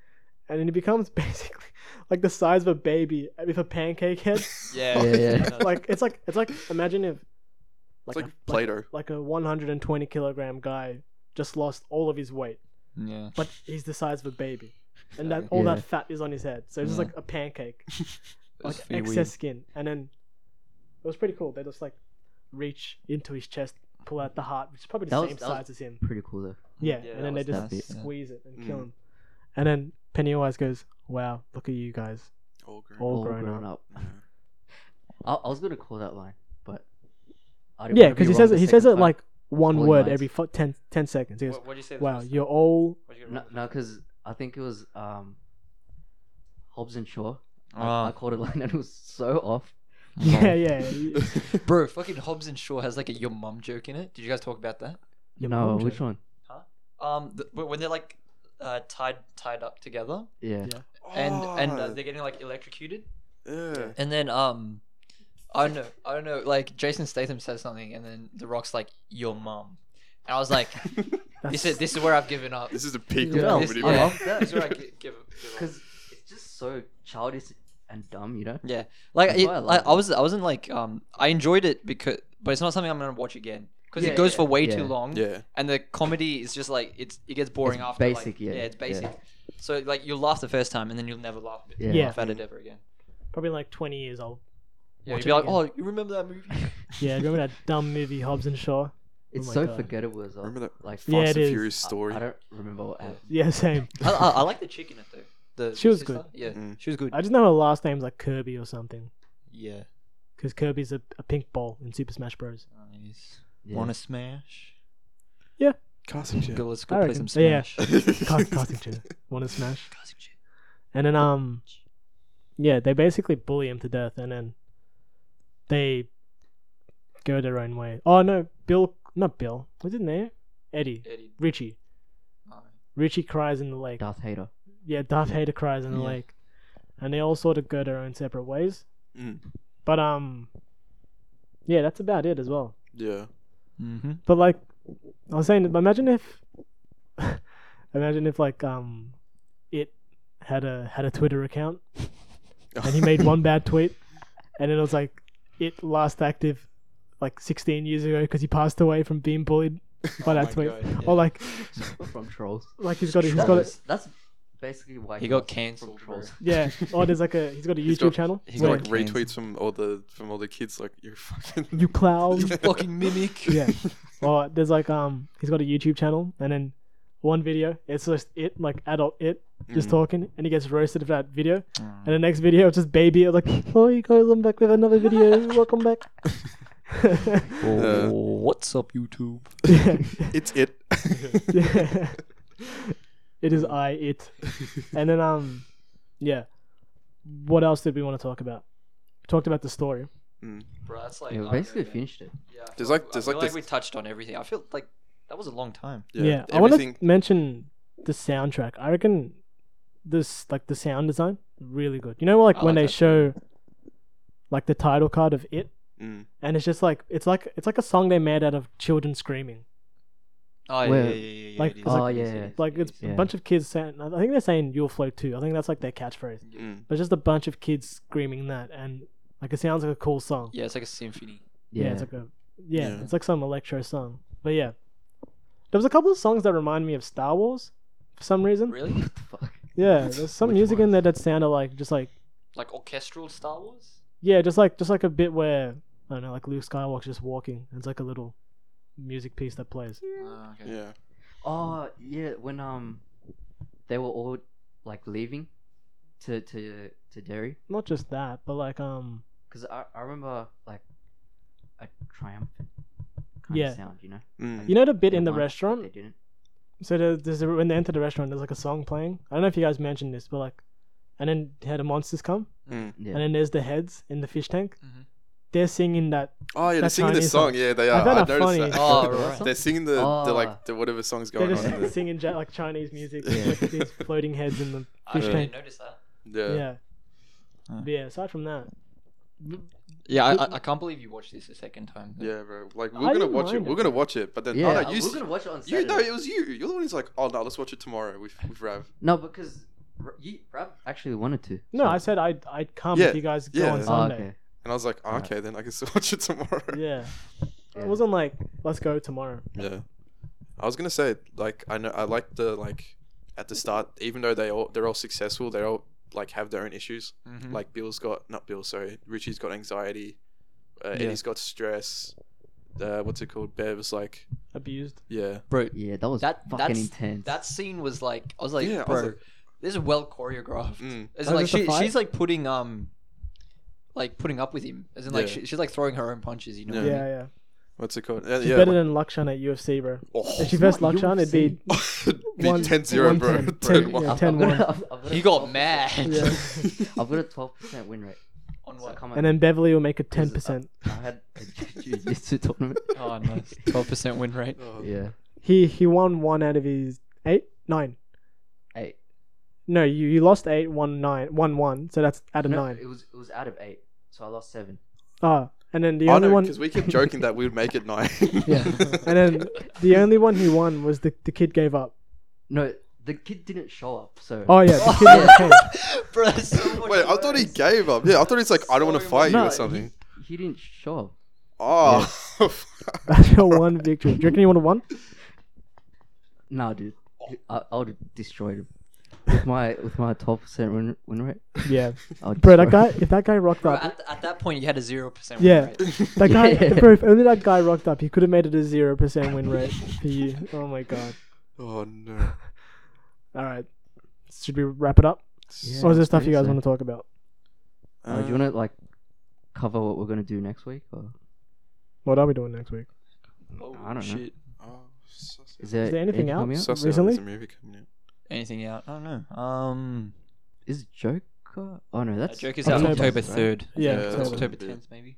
[SPEAKER 2] and then he becomes basically like the size of a baby with a pancake head.
[SPEAKER 4] yeah,
[SPEAKER 3] Yeah, yeah.
[SPEAKER 2] like it's like it's like imagine if
[SPEAKER 1] it's
[SPEAKER 2] like
[SPEAKER 1] like
[SPEAKER 2] a, like,
[SPEAKER 1] Play-Doh.
[SPEAKER 2] like a 120 kilogram guy just lost all of his weight,
[SPEAKER 4] yeah.
[SPEAKER 2] but he's the size of a baby, and that all
[SPEAKER 3] Yeah.
[SPEAKER 2] that fat is on his head, so it's just
[SPEAKER 4] Yeah.
[SPEAKER 2] like a pancake
[SPEAKER 4] That's
[SPEAKER 2] like
[SPEAKER 4] pretty
[SPEAKER 2] excess
[SPEAKER 4] weird.
[SPEAKER 2] skin, and then it was pretty cool. They just like reach into his chest, pull out the heart, which is probably the
[SPEAKER 3] That was-
[SPEAKER 2] same
[SPEAKER 3] that was- Mm.
[SPEAKER 2] size as him.
[SPEAKER 3] Pretty cool though.
[SPEAKER 2] Yeah,
[SPEAKER 4] Yeah, that
[SPEAKER 2] and then they
[SPEAKER 4] was
[SPEAKER 2] just
[SPEAKER 4] nice, yeah.
[SPEAKER 2] squeeze it and kill
[SPEAKER 1] Mm.
[SPEAKER 2] him. And then Pennywise goes, "Wow, look at you guys,
[SPEAKER 1] All green.
[SPEAKER 2] all,
[SPEAKER 3] All
[SPEAKER 2] grown, up."
[SPEAKER 1] Yeah.
[SPEAKER 3] I, I was gonna call that line, but I didn't
[SPEAKER 2] Yeah,
[SPEAKER 3] wanna be
[SPEAKER 2] because he
[SPEAKER 3] wrong
[SPEAKER 2] says
[SPEAKER 3] the
[SPEAKER 2] it. He says it
[SPEAKER 3] second time.
[SPEAKER 2] like one
[SPEAKER 3] Calling
[SPEAKER 2] word
[SPEAKER 3] lines.
[SPEAKER 2] every fu- 10, 10 seconds. He goes,
[SPEAKER 4] What, what'd you say? the
[SPEAKER 2] "Wow,
[SPEAKER 4] first
[SPEAKER 2] you're
[SPEAKER 4] time?
[SPEAKER 2] all."
[SPEAKER 4] What'd you get
[SPEAKER 3] no,
[SPEAKER 4] wrong?
[SPEAKER 3] no, because I think it was um, Hobbs and Shaw. I, I
[SPEAKER 1] Oh.
[SPEAKER 4] Ah.
[SPEAKER 3] called a line and it was so off.
[SPEAKER 2] Yeah, yeah. yeah.
[SPEAKER 4] Bro, fucking Hobbs and Shaw has like a your mum joke in it. Did you guys talk about that?
[SPEAKER 2] Your
[SPEAKER 3] no,
[SPEAKER 2] mum
[SPEAKER 3] which
[SPEAKER 2] joke.
[SPEAKER 3] one?
[SPEAKER 4] Um, the, but when they're like uh, tied tied up together,
[SPEAKER 3] Yeah.
[SPEAKER 4] and and uh,
[SPEAKER 1] Oh,
[SPEAKER 4] they're getting like electrocuted,
[SPEAKER 1] yeah.
[SPEAKER 4] and then um, I don't know, I don't know. Like Jason Statham says something, and then The Rock's like, "Your mum," and I was like,
[SPEAKER 2] That's-
[SPEAKER 4] "This is this is where I've given up."
[SPEAKER 1] This is the peak
[SPEAKER 3] Yeah,
[SPEAKER 1] of
[SPEAKER 3] this-
[SPEAKER 1] comedy.
[SPEAKER 3] I
[SPEAKER 1] bro.
[SPEAKER 3] love that.
[SPEAKER 4] This is where I gi- give, give up.
[SPEAKER 3] Because it's just so childish and dumb, you know.
[SPEAKER 4] Yeah, like
[SPEAKER 3] That's
[SPEAKER 4] it,
[SPEAKER 3] why I
[SPEAKER 4] I,
[SPEAKER 3] love
[SPEAKER 4] I
[SPEAKER 3] it.
[SPEAKER 4] was, I wasn't like, um, I enjoyed it because, but it's not something I'm gonna watch again because
[SPEAKER 3] Yeah,
[SPEAKER 4] it goes
[SPEAKER 3] yeah,
[SPEAKER 4] for way
[SPEAKER 3] yeah.
[SPEAKER 4] too long.
[SPEAKER 1] Yeah.
[SPEAKER 4] and the comedy is just like it's it gets boring
[SPEAKER 3] It's
[SPEAKER 4] after like-
[SPEAKER 3] basic, yeah,
[SPEAKER 4] it's
[SPEAKER 3] yeah.
[SPEAKER 4] basic so like you'll laugh the first time and then you'll never laugh
[SPEAKER 3] Yeah.
[SPEAKER 2] Yeah.
[SPEAKER 4] laugh at it ever again
[SPEAKER 2] Probably like twenty years old.
[SPEAKER 4] yeah
[SPEAKER 2] Watch
[SPEAKER 4] you'll
[SPEAKER 2] it
[SPEAKER 4] be like
[SPEAKER 2] again.
[SPEAKER 4] oh you remember that movie
[SPEAKER 2] Yeah, remember that dumb movie Hobbs and Shaw?
[SPEAKER 3] It's
[SPEAKER 2] my
[SPEAKER 3] so
[SPEAKER 2] God.
[SPEAKER 3] forgettable as well.
[SPEAKER 1] Remember that
[SPEAKER 3] Like
[SPEAKER 2] Yeah,
[SPEAKER 1] Fast
[SPEAKER 2] it
[SPEAKER 1] and
[SPEAKER 2] is.
[SPEAKER 1] Furious
[SPEAKER 3] I-
[SPEAKER 1] story?
[SPEAKER 3] I, don't remember what happened.
[SPEAKER 2] Yeah, same.
[SPEAKER 4] I, I, I like the chick in it though the
[SPEAKER 2] She was
[SPEAKER 4] sister?
[SPEAKER 2] good.
[SPEAKER 4] yeah
[SPEAKER 1] Mm.
[SPEAKER 4] she was good
[SPEAKER 2] I just know her last name's like Kirby or something,
[SPEAKER 4] yeah
[SPEAKER 2] because Kirby's a, a pink ball in Super Smash Bros.
[SPEAKER 4] nice
[SPEAKER 3] Yeah.
[SPEAKER 4] wanna smash
[SPEAKER 1] Casting
[SPEAKER 4] go
[SPEAKER 1] shit.
[SPEAKER 4] let's
[SPEAKER 2] I
[SPEAKER 4] go play some
[SPEAKER 2] reckon- yeah.
[SPEAKER 4] smash yeah.
[SPEAKER 2] Cast- casting chair. Want to smash?
[SPEAKER 4] Casting shit.
[SPEAKER 2] And then um, yeah, they basically bully him to death, and then they go their own way. Oh no, Bill, not Bill. What's his name? Eddie,
[SPEAKER 4] Eddie.
[SPEAKER 2] Richie. Richie cries in the lake.
[SPEAKER 3] Darth Hater.
[SPEAKER 2] Yeah, Darth Hader cries in the
[SPEAKER 4] Yeah.
[SPEAKER 2] lake, and they all sort of go their own separate ways.
[SPEAKER 1] Mm.
[SPEAKER 2] But um, yeah, that's about it as well.
[SPEAKER 1] Yeah.
[SPEAKER 4] Mm-hmm.
[SPEAKER 2] But like, I was saying, imagine if, imagine if like um, it had a had a Twitter account and he made one bad tweet, and it was like it last active like 16 years ago because he passed away from being bullied by
[SPEAKER 1] Oh
[SPEAKER 2] that
[SPEAKER 4] Oh
[SPEAKER 2] tweet. Or like,
[SPEAKER 3] From trolls.
[SPEAKER 2] like he's got a, he's
[SPEAKER 3] That
[SPEAKER 2] got a,
[SPEAKER 3] was- that's basically why
[SPEAKER 4] He got
[SPEAKER 3] from
[SPEAKER 4] cancelled, bro.
[SPEAKER 3] trolls.
[SPEAKER 2] yeah. Or there's like a he's got a
[SPEAKER 1] He's
[SPEAKER 2] YouTube
[SPEAKER 1] got-
[SPEAKER 2] channel.
[SPEAKER 4] he's
[SPEAKER 1] got
[SPEAKER 2] where
[SPEAKER 1] like
[SPEAKER 4] Wait.
[SPEAKER 1] retweets from all the from all the kids like you're fucking
[SPEAKER 2] you clown.
[SPEAKER 4] Fucking mimic.
[SPEAKER 2] yeah. Or there's like um he's got a YouTube channel and then one video it's just it like adult it just
[SPEAKER 1] Mm.
[SPEAKER 2] talking and he gets roasted for that video
[SPEAKER 4] Mm.
[SPEAKER 2] and the next video it's just baby it's like oh you guys I'm back with another video welcome back.
[SPEAKER 1] Uh,
[SPEAKER 4] what's up, YouTube?
[SPEAKER 2] yeah.
[SPEAKER 1] It's it.
[SPEAKER 2] Yeah. it is
[SPEAKER 4] Uh-huh.
[SPEAKER 2] I it and then um yeah what else did we want to talk about? We talked about the story.
[SPEAKER 4] Bro, that's like uh,
[SPEAKER 3] Yeah, we basically finished it.
[SPEAKER 4] Yeah,
[SPEAKER 1] There's like- there's
[SPEAKER 4] I feel
[SPEAKER 1] like
[SPEAKER 4] like
[SPEAKER 1] this-
[SPEAKER 4] we touched on everything. I feel like that was a long time.
[SPEAKER 2] Yeah,
[SPEAKER 1] Yeah.
[SPEAKER 2] I want
[SPEAKER 1] everything.
[SPEAKER 2] to mention the soundtrack. I reckon this like the sound design really good. You know, like
[SPEAKER 4] I
[SPEAKER 2] when
[SPEAKER 4] like
[SPEAKER 2] they
[SPEAKER 4] that.
[SPEAKER 2] show like the title card of it,
[SPEAKER 1] Mm.
[SPEAKER 2] and it's just like it's like it's like a song they made out of children screaming.
[SPEAKER 4] Oh yeah,
[SPEAKER 3] Where-
[SPEAKER 4] yeah, yeah, yeah.
[SPEAKER 2] like-
[SPEAKER 4] it is,
[SPEAKER 2] oh,
[SPEAKER 4] it
[SPEAKER 3] yeah,
[SPEAKER 4] is, it
[SPEAKER 3] yeah.
[SPEAKER 4] is,
[SPEAKER 2] Like
[SPEAKER 4] it
[SPEAKER 2] it's
[SPEAKER 4] is.
[SPEAKER 2] a
[SPEAKER 3] Yeah.
[SPEAKER 2] bunch of kids saying. I think they're saying "You'll flow too." I think that's like their catchphrase.
[SPEAKER 1] Mm.
[SPEAKER 2] But just a bunch of kids screaming that, and like it sounds like a cool song.
[SPEAKER 4] yeah, it's like a symphony.
[SPEAKER 2] Yeah,
[SPEAKER 3] Yeah.
[SPEAKER 2] it's like a yeah,
[SPEAKER 1] Yeah.
[SPEAKER 2] it's like some electro song. But yeah, there was a couple of songs that remind me of Star Wars for some reason.
[SPEAKER 4] Really?
[SPEAKER 3] what the fuck?
[SPEAKER 2] Yeah, there's some
[SPEAKER 3] Which
[SPEAKER 2] music in
[SPEAKER 3] ones?
[SPEAKER 2] there that sounded like just like
[SPEAKER 4] Like orchestral Star Wars?
[SPEAKER 2] yeah, just like just like a bit where I don't know, like Luke Skywalker's just walking. And it's like a little music piece that plays.
[SPEAKER 4] Oh, okay.
[SPEAKER 1] Yeah.
[SPEAKER 3] Oh yeah, when um, they were all like leaving, to to to Derry,
[SPEAKER 2] Not just that, but like um
[SPEAKER 3] because I I remember like a triumphant kind
[SPEAKER 2] Yeah.
[SPEAKER 3] of sound, you know.
[SPEAKER 1] Mm.
[SPEAKER 2] you know the bit
[SPEAKER 3] They
[SPEAKER 2] in the
[SPEAKER 3] won, but They
[SPEAKER 2] restaurant.
[SPEAKER 3] didn't.
[SPEAKER 2] So there, there's a, when they enter the restaurant, there's like a song playing. I don't know if you guys mentioned this, but like, and then they had the monsters come,
[SPEAKER 1] Mm.
[SPEAKER 3] Yeah.
[SPEAKER 2] and then there's the heads in the fish tank.
[SPEAKER 4] Mhm.
[SPEAKER 2] They're singing that.
[SPEAKER 1] Oh yeah, they're
[SPEAKER 2] That's
[SPEAKER 1] singing this
[SPEAKER 2] Chinese
[SPEAKER 1] song.
[SPEAKER 2] song.
[SPEAKER 1] Yeah, they
[SPEAKER 2] I
[SPEAKER 1] are.
[SPEAKER 2] found
[SPEAKER 1] I
[SPEAKER 2] it
[SPEAKER 1] noticed
[SPEAKER 2] funny.
[SPEAKER 1] that.
[SPEAKER 4] Oh,
[SPEAKER 3] right.
[SPEAKER 1] They're singing the, the
[SPEAKER 3] Oh.
[SPEAKER 1] like the whatever song's
[SPEAKER 2] They're
[SPEAKER 1] going
[SPEAKER 2] just
[SPEAKER 1] on. in the-
[SPEAKER 2] singing ja- like Chinese music,
[SPEAKER 1] Yeah.
[SPEAKER 2] with these floating heads in the
[SPEAKER 4] I
[SPEAKER 2] Fish
[SPEAKER 4] didn't
[SPEAKER 2] tank.
[SPEAKER 4] notice that.
[SPEAKER 1] yeah.
[SPEAKER 2] yeah.
[SPEAKER 4] Oh.
[SPEAKER 2] But yeah, aside from that,
[SPEAKER 4] Yeah, I, I, I can't believe you watched this a second time.
[SPEAKER 1] Yeah, bro. Like we're
[SPEAKER 2] I
[SPEAKER 1] gonna
[SPEAKER 2] didn't
[SPEAKER 1] watch it.
[SPEAKER 2] mind it,
[SPEAKER 1] We're gonna
[SPEAKER 2] bro.
[SPEAKER 1] watch it, but then
[SPEAKER 3] yeah,
[SPEAKER 1] oh, no,
[SPEAKER 3] uh,
[SPEAKER 1] you,
[SPEAKER 3] we're
[SPEAKER 1] s-
[SPEAKER 3] gonna watch it on Saturday.
[SPEAKER 1] you know it was you. You're the one who's like, oh no, let's watch it tomorrow with with Rav.
[SPEAKER 3] No, because R- you Rab actually wanted to.
[SPEAKER 2] no,
[SPEAKER 3] so-
[SPEAKER 2] I said I'd I'd come
[SPEAKER 1] Yeah,
[SPEAKER 2] if you guys go
[SPEAKER 1] yeah.
[SPEAKER 2] on
[SPEAKER 1] Oh,
[SPEAKER 3] Oh,
[SPEAKER 2] Sunday.
[SPEAKER 3] okay.
[SPEAKER 1] And I was like, oh,
[SPEAKER 3] Alright.
[SPEAKER 1] okay, then I can still watch it tomorrow.
[SPEAKER 2] Yeah.
[SPEAKER 3] Yeah.
[SPEAKER 2] It wasn't like let's go tomorrow.
[SPEAKER 1] Yeah. I was gonna say like I know I like the like at the start, even though they all they're all successful, they all like have their own issues.
[SPEAKER 4] Mhm.
[SPEAKER 1] Like Bill's got not Bill, sorry, Richie's got anxiety, uh,
[SPEAKER 4] Yeah.
[SPEAKER 1] Eddie's got stress. Uh, what's it called? Bev's like
[SPEAKER 2] Abused.
[SPEAKER 1] yeah.
[SPEAKER 4] bro,
[SPEAKER 3] Yeah, that was
[SPEAKER 4] That-
[SPEAKER 3] fucking
[SPEAKER 4] that's-
[SPEAKER 3] intense.
[SPEAKER 4] that scene was like, I was like,
[SPEAKER 1] Yeah, I was
[SPEAKER 4] bro,
[SPEAKER 1] like-
[SPEAKER 4] this is well choreographed.
[SPEAKER 1] Mm.
[SPEAKER 4] As
[SPEAKER 2] Oh,
[SPEAKER 4] in, like
[SPEAKER 2] is this a
[SPEAKER 4] she,
[SPEAKER 2] fight?
[SPEAKER 4] she's like putting um, like putting up with him. As in, like
[SPEAKER 1] Yeah.
[SPEAKER 4] she, she's like throwing her own punches. You know.
[SPEAKER 1] Yeah.
[SPEAKER 2] Yeah,
[SPEAKER 4] what I mean?
[SPEAKER 2] yeah.
[SPEAKER 1] What's it called? Uh,
[SPEAKER 2] She's
[SPEAKER 1] yeah.
[SPEAKER 2] better
[SPEAKER 1] like-
[SPEAKER 2] than Lakshan at UFC, bro. If she
[SPEAKER 1] oh,
[SPEAKER 2] vests
[SPEAKER 3] not
[SPEAKER 2] Lakshan, it'd be
[SPEAKER 1] be
[SPEAKER 2] one-
[SPEAKER 1] 10-0, bro.
[SPEAKER 2] 1-10,
[SPEAKER 1] 10
[SPEAKER 2] yeah,
[SPEAKER 1] one.
[SPEAKER 3] I've-
[SPEAKER 2] 10
[SPEAKER 3] I've got
[SPEAKER 2] one.
[SPEAKER 3] a- I've- I've got a
[SPEAKER 4] He got
[SPEAKER 3] 12%
[SPEAKER 4] mad.
[SPEAKER 2] Yeah.
[SPEAKER 3] I've got a twelve percent win rate.
[SPEAKER 4] On
[SPEAKER 3] So
[SPEAKER 4] what?
[SPEAKER 3] come on.
[SPEAKER 2] And then Beverly will make it
[SPEAKER 3] This
[SPEAKER 2] ten
[SPEAKER 3] is-
[SPEAKER 2] percent.
[SPEAKER 3] I had a jiu-jitsu tournament.
[SPEAKER 4] Oh, nice. Twelve percent win rate.
[SPEAKER 1] Oh.
[SPEAKER 3] Yeah.
[SPEAKER 2] He he won one out of his eight nine.
[SPEAKER 3] Eight.
[SPEAKER 2] No, you, you lost eight one nine one one. So that's out of
[SPEAKER 3] No,
[SPEAKER 2] nine.
[SPEAKER 3] It was it was out of eight, so I lost seven.
[SPEAKER 2] Ah, and then the
[SPEAKER 1] I
[SPEAKER 2] only
[SPEAKER 1] know,
[SPEAKER 2] one
[SPEAKER 1] because Oh, we kept joking that we would make it nine.
[SPEAKER 2] Yeah. and then the only one he won was the the kid gave up.
[SPEAKER 3] No, the kid didn't show up, so
[SPEAKER 2] Oh yeah, the kid
[SPEAKER 3] Yeah.
[SPEAKER 2] never came.
[SPEAKER 4] Bro, that's so much
[SPEAKER 1] Wait, I thought he
[SPEAKER 4] worse.
[SPEAKER 1] gave up. Yeah, I thought he's like, I don't want to
[SPEAKER 4] Sorry,
[SPEAKER 1] fight you
[SPEAKER 3] No,
[SPEAKER 1] or something.
[SPEAKER 3] He, he didn't show up.
[SPEAKER 1] Oh,
[SPEAKER 2] That's your one victory. Do you reckon he would have won?
[SPEAKER 3] Nah, dude, I, I would have destroyed him with my with my twelve percent win win rate.
[SPEAKER 2] Yeah,
[SPEAKER 3] I would
[SPEAKER 2] bro. That
[SPEAKER 3] destroy
[SPEAKER 2] guy,
[SPEAKER 3] him.
[SPEAKER 2] if that guy rocked
[SPEAKER 4] Bro,
[SPEAKER 2] up,
[SPEAKER 4] at, at that point, you had a zero percent.
[SPEAKER 2] Yeah.
[SPEAKER 4] Rate.
[SPEAKER 2] that guy,
[SPEAKER 3] Yeah.
[SPEAKER 2] bro. If only that guy rocked up, he could have made it a zero percent win rate for you. Oh my god.
[SPEAKER 1] oh no.
[SPEAKER 2] All right, should we wrap it up?
[SPEAKER 3] Yeah,
[SPEAKER 2] or is there stuff you
[SPEAKER 3] I
[SPEAKER 2] guys
[SPEAKER 3] think
[SPEAKER 2] want to talk about?
[SPEAKER 3] so. Uh, do you want to like cover what we're gonna do next week, or
[SPEAKER 2] What are we doing next week?
[SPEAKER 4] Oh,
[SPEAKER 3] I don't know.
[SPEAKER 4] shit.
[SPEAKER 1] Oh, sausage.
[SPEAKER 3] is there,
[SPEAKER 2] Is there anything
[SPEAKER 3] else?
[SPEAKER 2] else?
[SPEAKER 3] Coming out?
[SPEAKER 1] Sausage,
[SPEAKER 2] Recently?
[SPEAKER 1] there's a movie coming out.
[SPEAKER 4] Anything out? I don't know. Um,
[SPEAKER 3] Is Oh, Joker? Oh no,
[SPEAKER 4] that
[SPEAKER 3] that's
[SPEAKER 4] joke is out
[SPEAKER 2] October,
[SPEAKER 4] October
[SPEAKER 3] right?
[SPEAKER 4] third.
[SPEAKER 2] Yeah,
[SPEAKER 1] Yeah,
[SPEAKER 2] October.
[SPEAKER 1] that's
[SPEAKER 4] October
[SPEAKER 1] what it is.
[SPEAKER 4] tenth maybe.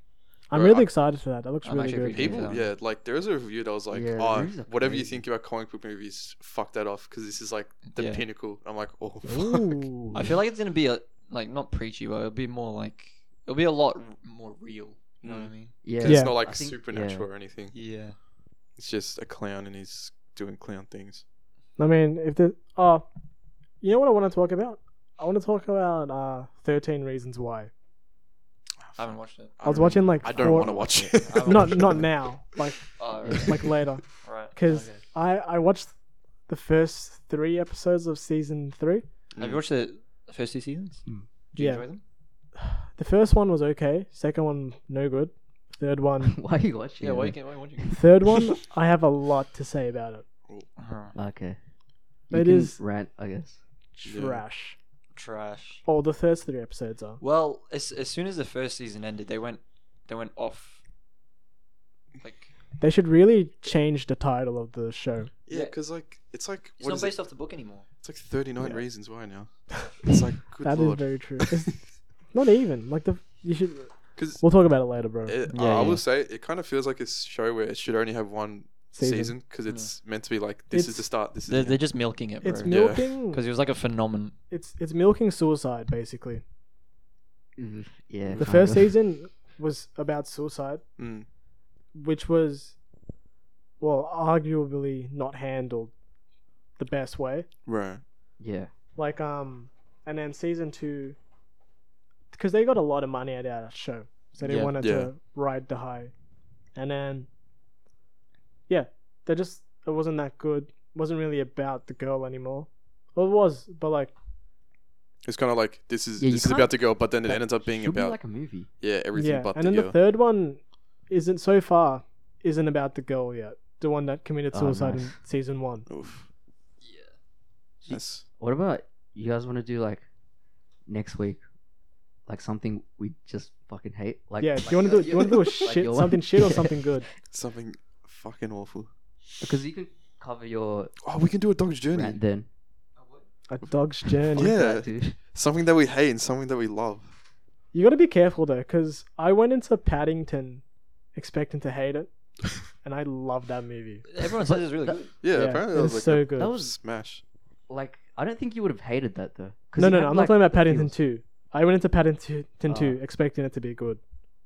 [SPEAKER 2] I'm
[SPEAKER 1] Bro,
[SPEAKER 2] really
[SPEAKER 1] I-
[SPEAKER 2] excited for that. That looks
[SPEAKER 4] I'm
[SPEAKER 2] really
[SPEAKER 4] actually
[SPEAKER 2] good.
[SPEAKER 4] pretty
[SPEAKER 1] People,
[SPEAKER 4] Yeah.
[SPEAKER 1] yeah. like there was a review that was like,
[SPEAKER 2] Yeah.
[SPEAKER 1] "Oh,
[SPEAKER 3] Reviews are
[SPEAKER 1] whatever you
[SPEAKER 3] crazy.
[SPEAKER 1] think about comic book movies, fuck that off," because this is like the
[SPEAKER 4] Yeah.
[SPEAKER 1] pinnacle. I'm like, oh, fuck.
[SPEAKER 2] Ooh.
[SPEAKER 4] I feel like it's gonna be a like not preachy, but it'll be more like it'll be a lot r- more real. You know
[SPEAKER 1] Mm.
[SPEAKER 4] what I mean?
[SPEAKER 3] Yeah.
[SPEAKER 1] 'Cause
[SPEAKER 2] Yeah.
[SPEAKER 1] it's not
[SPEAKER 3] I
[SPEAKER 1] like
[SPEAKER 3] think-
[SPEAKER 1] supernatural or anything.
[SPEAKER 4] Yeah.
[SPEAKER 1] It's just a clown and he's doing clown things. Ah,
[SPEAKER 2] I mean, if the uh, you know what I want to talk about? I want to talk about uh, Thirteen Reasons Why.
[SPEAKER 4] I haven't watched it.
[SPEAKER 2] I was watching like
[SPEAKER 1] I don't
[SPEAKER 2] four-
[SPEAKER 1] want to watch it.
[SPEAKER 4] I haven't
[SPEAKER 2] Not
[SPEAKER 4] watched
[SPEAKER 2] not
[SPEAKER 4] it.
[SPEAKER 2] now, like
[SPEAKER 4] Oh,
[SPEAKER 3] right.
[SPEAKER 2] like later,
[SPEAKER 4] right.
[SPEAKER 2] because I I watched the first three episodes of season three.
[SPEAKER 4] have you watched the first two seasons?
[SPEAKER 3] Mm.
[SPEAKER 4] Did you
[SPEAKER 2] Yeah.
[SPEAKER 4] enjoy them?
[SPEAKER 2] The first one was okay. Second one no good. Third one,
[SPEAKER 3] why are you watching?
[SPEAKER 4] Yeah.
[SPEAKER 3] it,
[SPEAKER 4] Why you
[SPEAKER 3] man?
[SPEAKER 4] can't? Why you watching?
[SPEAKER 2] third one, I have a lot to say about it.
[SPEAKER 4] Uh-huh.
[SPEAKER 3] Okay. You
[SPEAKER 2] It
[SPEAKER 3] can
[SPEAKER 2] is-
[SPEAKER 3] rant, I guess.
[SPEAKER 1] Yeah.
[SPEAKER 2] Trash.
[SPEAKER 4] Trash.
[SPEAKER 2] All the first three episodes are.
[SPEAKER 4] Well, as as soon as the first season ended, they went they went off. Like
[SPEAKER 2] They should really change the title of the show.
[SPEAKER 1] Yeah,
[SPEAKER 4] Yeah.
[SPEAKER 1] because like it's like
[SPEAKER 4] it's
[SPEAKER 1] what
[SPEAKER 4] not
[SPEAKER 1] is it?
[SPEAKER 4] based off the book anymore.
[SPEAKER 1] It's like 39
[SPEAKER 2] Yeah.
[SPEAKER 1] reasons why now. It's like good
[SPEAKER 2] That is
[SPEAKER 1] lord.
[SPEAKER 2] very true. It's not even like the you should.
[SPEAKER 1] Because
[SPEAKER 2] We'll talk about it later, bro.
[SPEAKER 1] I,
[SPEAKER 4] Yeah,
[SPEAKER 1] I
[SPEAKER 4] yeah.
[SPEAKER 1] will say it kind of feels like a show where it should only have one
[SPEAKER 2] Season.
[SPEAKER 1] season because it's meant to be like this
[SPEAKER 2] It's-
[SPEAKER 1] is the start. This is
[SPEAKER 4] They're,
[SPEAKER 1] the
[SPEAKER 4] they're just milking it, bro.
[SPEAKER 2] It's
[SPEAKER 4] Because
[SPEAKER 1] mil-
[SPEAKER 2] milking.
[SPEAKER 4] it was like a phenomenon.
[SPEAKER 2] It's it's milking suicide basically.
[SPEAKER 3] Mm, Yeah.
[SPEAKER 2] The
[SPEAKER 3] kinda.
[SPEAKER 2] first season was about suicide,
[SPEAKER 1] end. Mm,
[SPEAKER 2] which was, well, arguably not handled the best way.
[SPEAKER 1] Mm, right.
[SPEAKER 3] Yeah.
[SPEAKER 2] Like um, and then season two, because they got a lot of money out of that show, so they
[SPEAKER 4] Yeah.
[SPEAKER 2] wanted
[SPEAKER 1] Yeah.
[SPEAKER 2] to ride the high, and then, yeah, they just it wasn't that good. wasn't really about the girl anymore. Well, it was, but like
[SPEAKER 1] It's kind of like this is
[SPEAKER 3] Yeah, you
[SPEAKER 1] this is
[SPEAKER 3] can't-
[SPEAKER 1] about the girl, but then it
[SPEAKER 3] That
[SPEAKER 1] ends up being
[SPEAKER 3] should be
[SPEAKER 1] about
[SPEAKER 3] like a movie.
[SPEAKER 1] yeah everything
[SPEAKER 2] yeah,
[SPEAKER 1] but
[SPEAKER 2] and
[SPEAKER 1] the
[SPEAKER 2] then
[SPEAKER 1] girl.
[SPEAKER 2] the third one isn't so far isn't about the girl yet. The one that committed
[SPEAKER 3] Oh,
[SPEAKER 2] suicide in
[SPEAKER 3] nice.
[SPEAKER 2] season one.
[SPEAKER 1] Oof.
[SPEAKER 4] Yeah.
[SPEAKER 1] That's
[SPEAKER 3] What about you guys want to do like next week, like something we just fucking hate? Like
[SPEAKER 2] yeah,
[SPEAKER 3] like
[SPEAKER 2] do you want to
[SPEAKER 3] your-
[SPEAKER 2] do you want to do a
[SPEAKER 3] like
[SPEAKER 2] shit
[SPEAKER 3] your-
[SPEAKER 2] something shit or
[SPEAKER 3] Yeah.
[SPEAKER 2] something good?
[SPEAKER 1] something fucking awful.
[SPEAKER 3] Because you can cover your
[SPEAKER 1] Oh, we can do a dog's journey.
[SPEAKER 3] rant then.
[SPEAKER 2] A dog's journey.
[SPEAKER 1] Yeah.
[SPEAKER 3] That, dude.
[SPEAKER 1] Something that we hate and something that we love.
[SPEAKER 2] You got to be careful though, because I went into Paddington expecting to hate it, and I love that movie.
[SPEAKER 4] Everyone says it's really
[SPEAKER 3] that-
[SPEAKER 4] good.
[SPEAKER 1] Yeah,
[SPEAKER 2] Yeah,
[SPEAKER 1] apparently
[SPEAKER 2] it
[SPEAKER 1] that was
[SPEAKER 2] was
[SPEAKER 1] like
[SPEAKER 2] so
[SPEAKER 1] a
[SPEAKER 2] good.
[SPEAKER 3] That was
[SPEAKER 1] smash.
[SPEAKER 3] like I don't think you would have hated that though. 'Cause
[SPEAKER 2] no,
[SPEAKER 3] it
[SPEAKER 2] no,
[SPEAKER 3] had,
[SPEAKER 2] no. I'm
[SPEAKER 3] like,
[SPEAKER 2] not talking about
[SPEAKER 3] the
[SPEAKER 2] Paddington
[SPEAKER 3] feels.
[SPEAKER 2] two. I went into Paddington two
[SPEAKER 3] Ah.
[SPEAKER 2] expecting it to be good.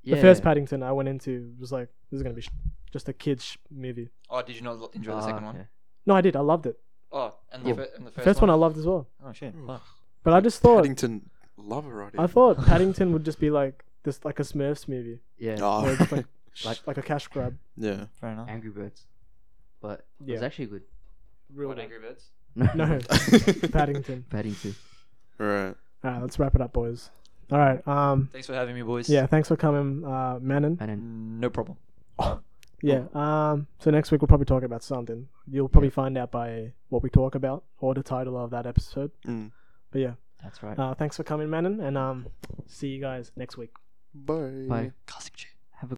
[SPEAKER 3] Yeah.
[SPEAKER 2] The first Paddington I went into was like, this is gonna be sh- just a kids sh- movie.
[SPEAKER 4] Oh, did you not l- enjoy the
[SPEAKER 3] Ah,
[SPEAKER 4] second one?
[SPEAKER 3] okay.
[SPEAKER 2] No, I did. I loved it.
[SPEAKER 4] Oh, and the,
[SPEAKER 3] Yeah.
[SPEAKER 4] fir- and the
[SPEAKER 2] The
[SPEAKER 4] first,
[SPEAKER 2] first one I loved as well.
[SPEAKER 4] Oh shit.
[SPEAKER 1] Oof.
[SPEAKER 4] fuck.
[SPEAKER 2] But I just thought
[SPEAKER 1] Paddington love already.
[SPEAKER 2] I thought Paddington would just be like this, like a Smurfs movie,
[SPEAKER 3] Yeah.
[SPEAKER 1] Oh.
[SPEAKER 2] Yeah, it's like-
[SPEAKER 3] Like-
[SPEAKER 2] like a cash grab.
[SPEAKER 1] yeah.
[SPEAKER 4] Fair enough.
[SPEAKER 3] Angry Birds, but it was
[SPEAKER 2] Yeah.
[SPEAKER 3] actually good.
[SPEAKER 2] Real
[SPEAKER 4] What,
[SPEAKER 2] one.
[SPEAKER 4] Angry Birds?
[SPEAKER 2] No, Paddington.
[SPEAKER 3] Paddington.
[SPEAKER 1] Right.
[SPEAKER 2] All right, let's wrap it up, boys. All right. Um.
[SPEAKER 4] Thanks for having me, boys.
[SPEAKER 2] Yeah. Thanks for coming, uh, Manon.
[SPEAKER 3] Paddington.
[SPEAKER 4] No problem.
[SPEAKER 2] Yeah. Um. So next week we'll probably talk about something. You'll probably find out by what we talk about or the title of that episode. Uh,
[SPEAKER 1] Mm.
[SPEAKER 2] But yeah.
[SPEAKER 3] That's right.
[SPEAKER 2] Uh. Thanks for coming, Manon, and um. See you guys next week.
[SPEAKER 1] Bye.
[SPEAKER 3] Bye.
[SPEAKER 4] Classic J.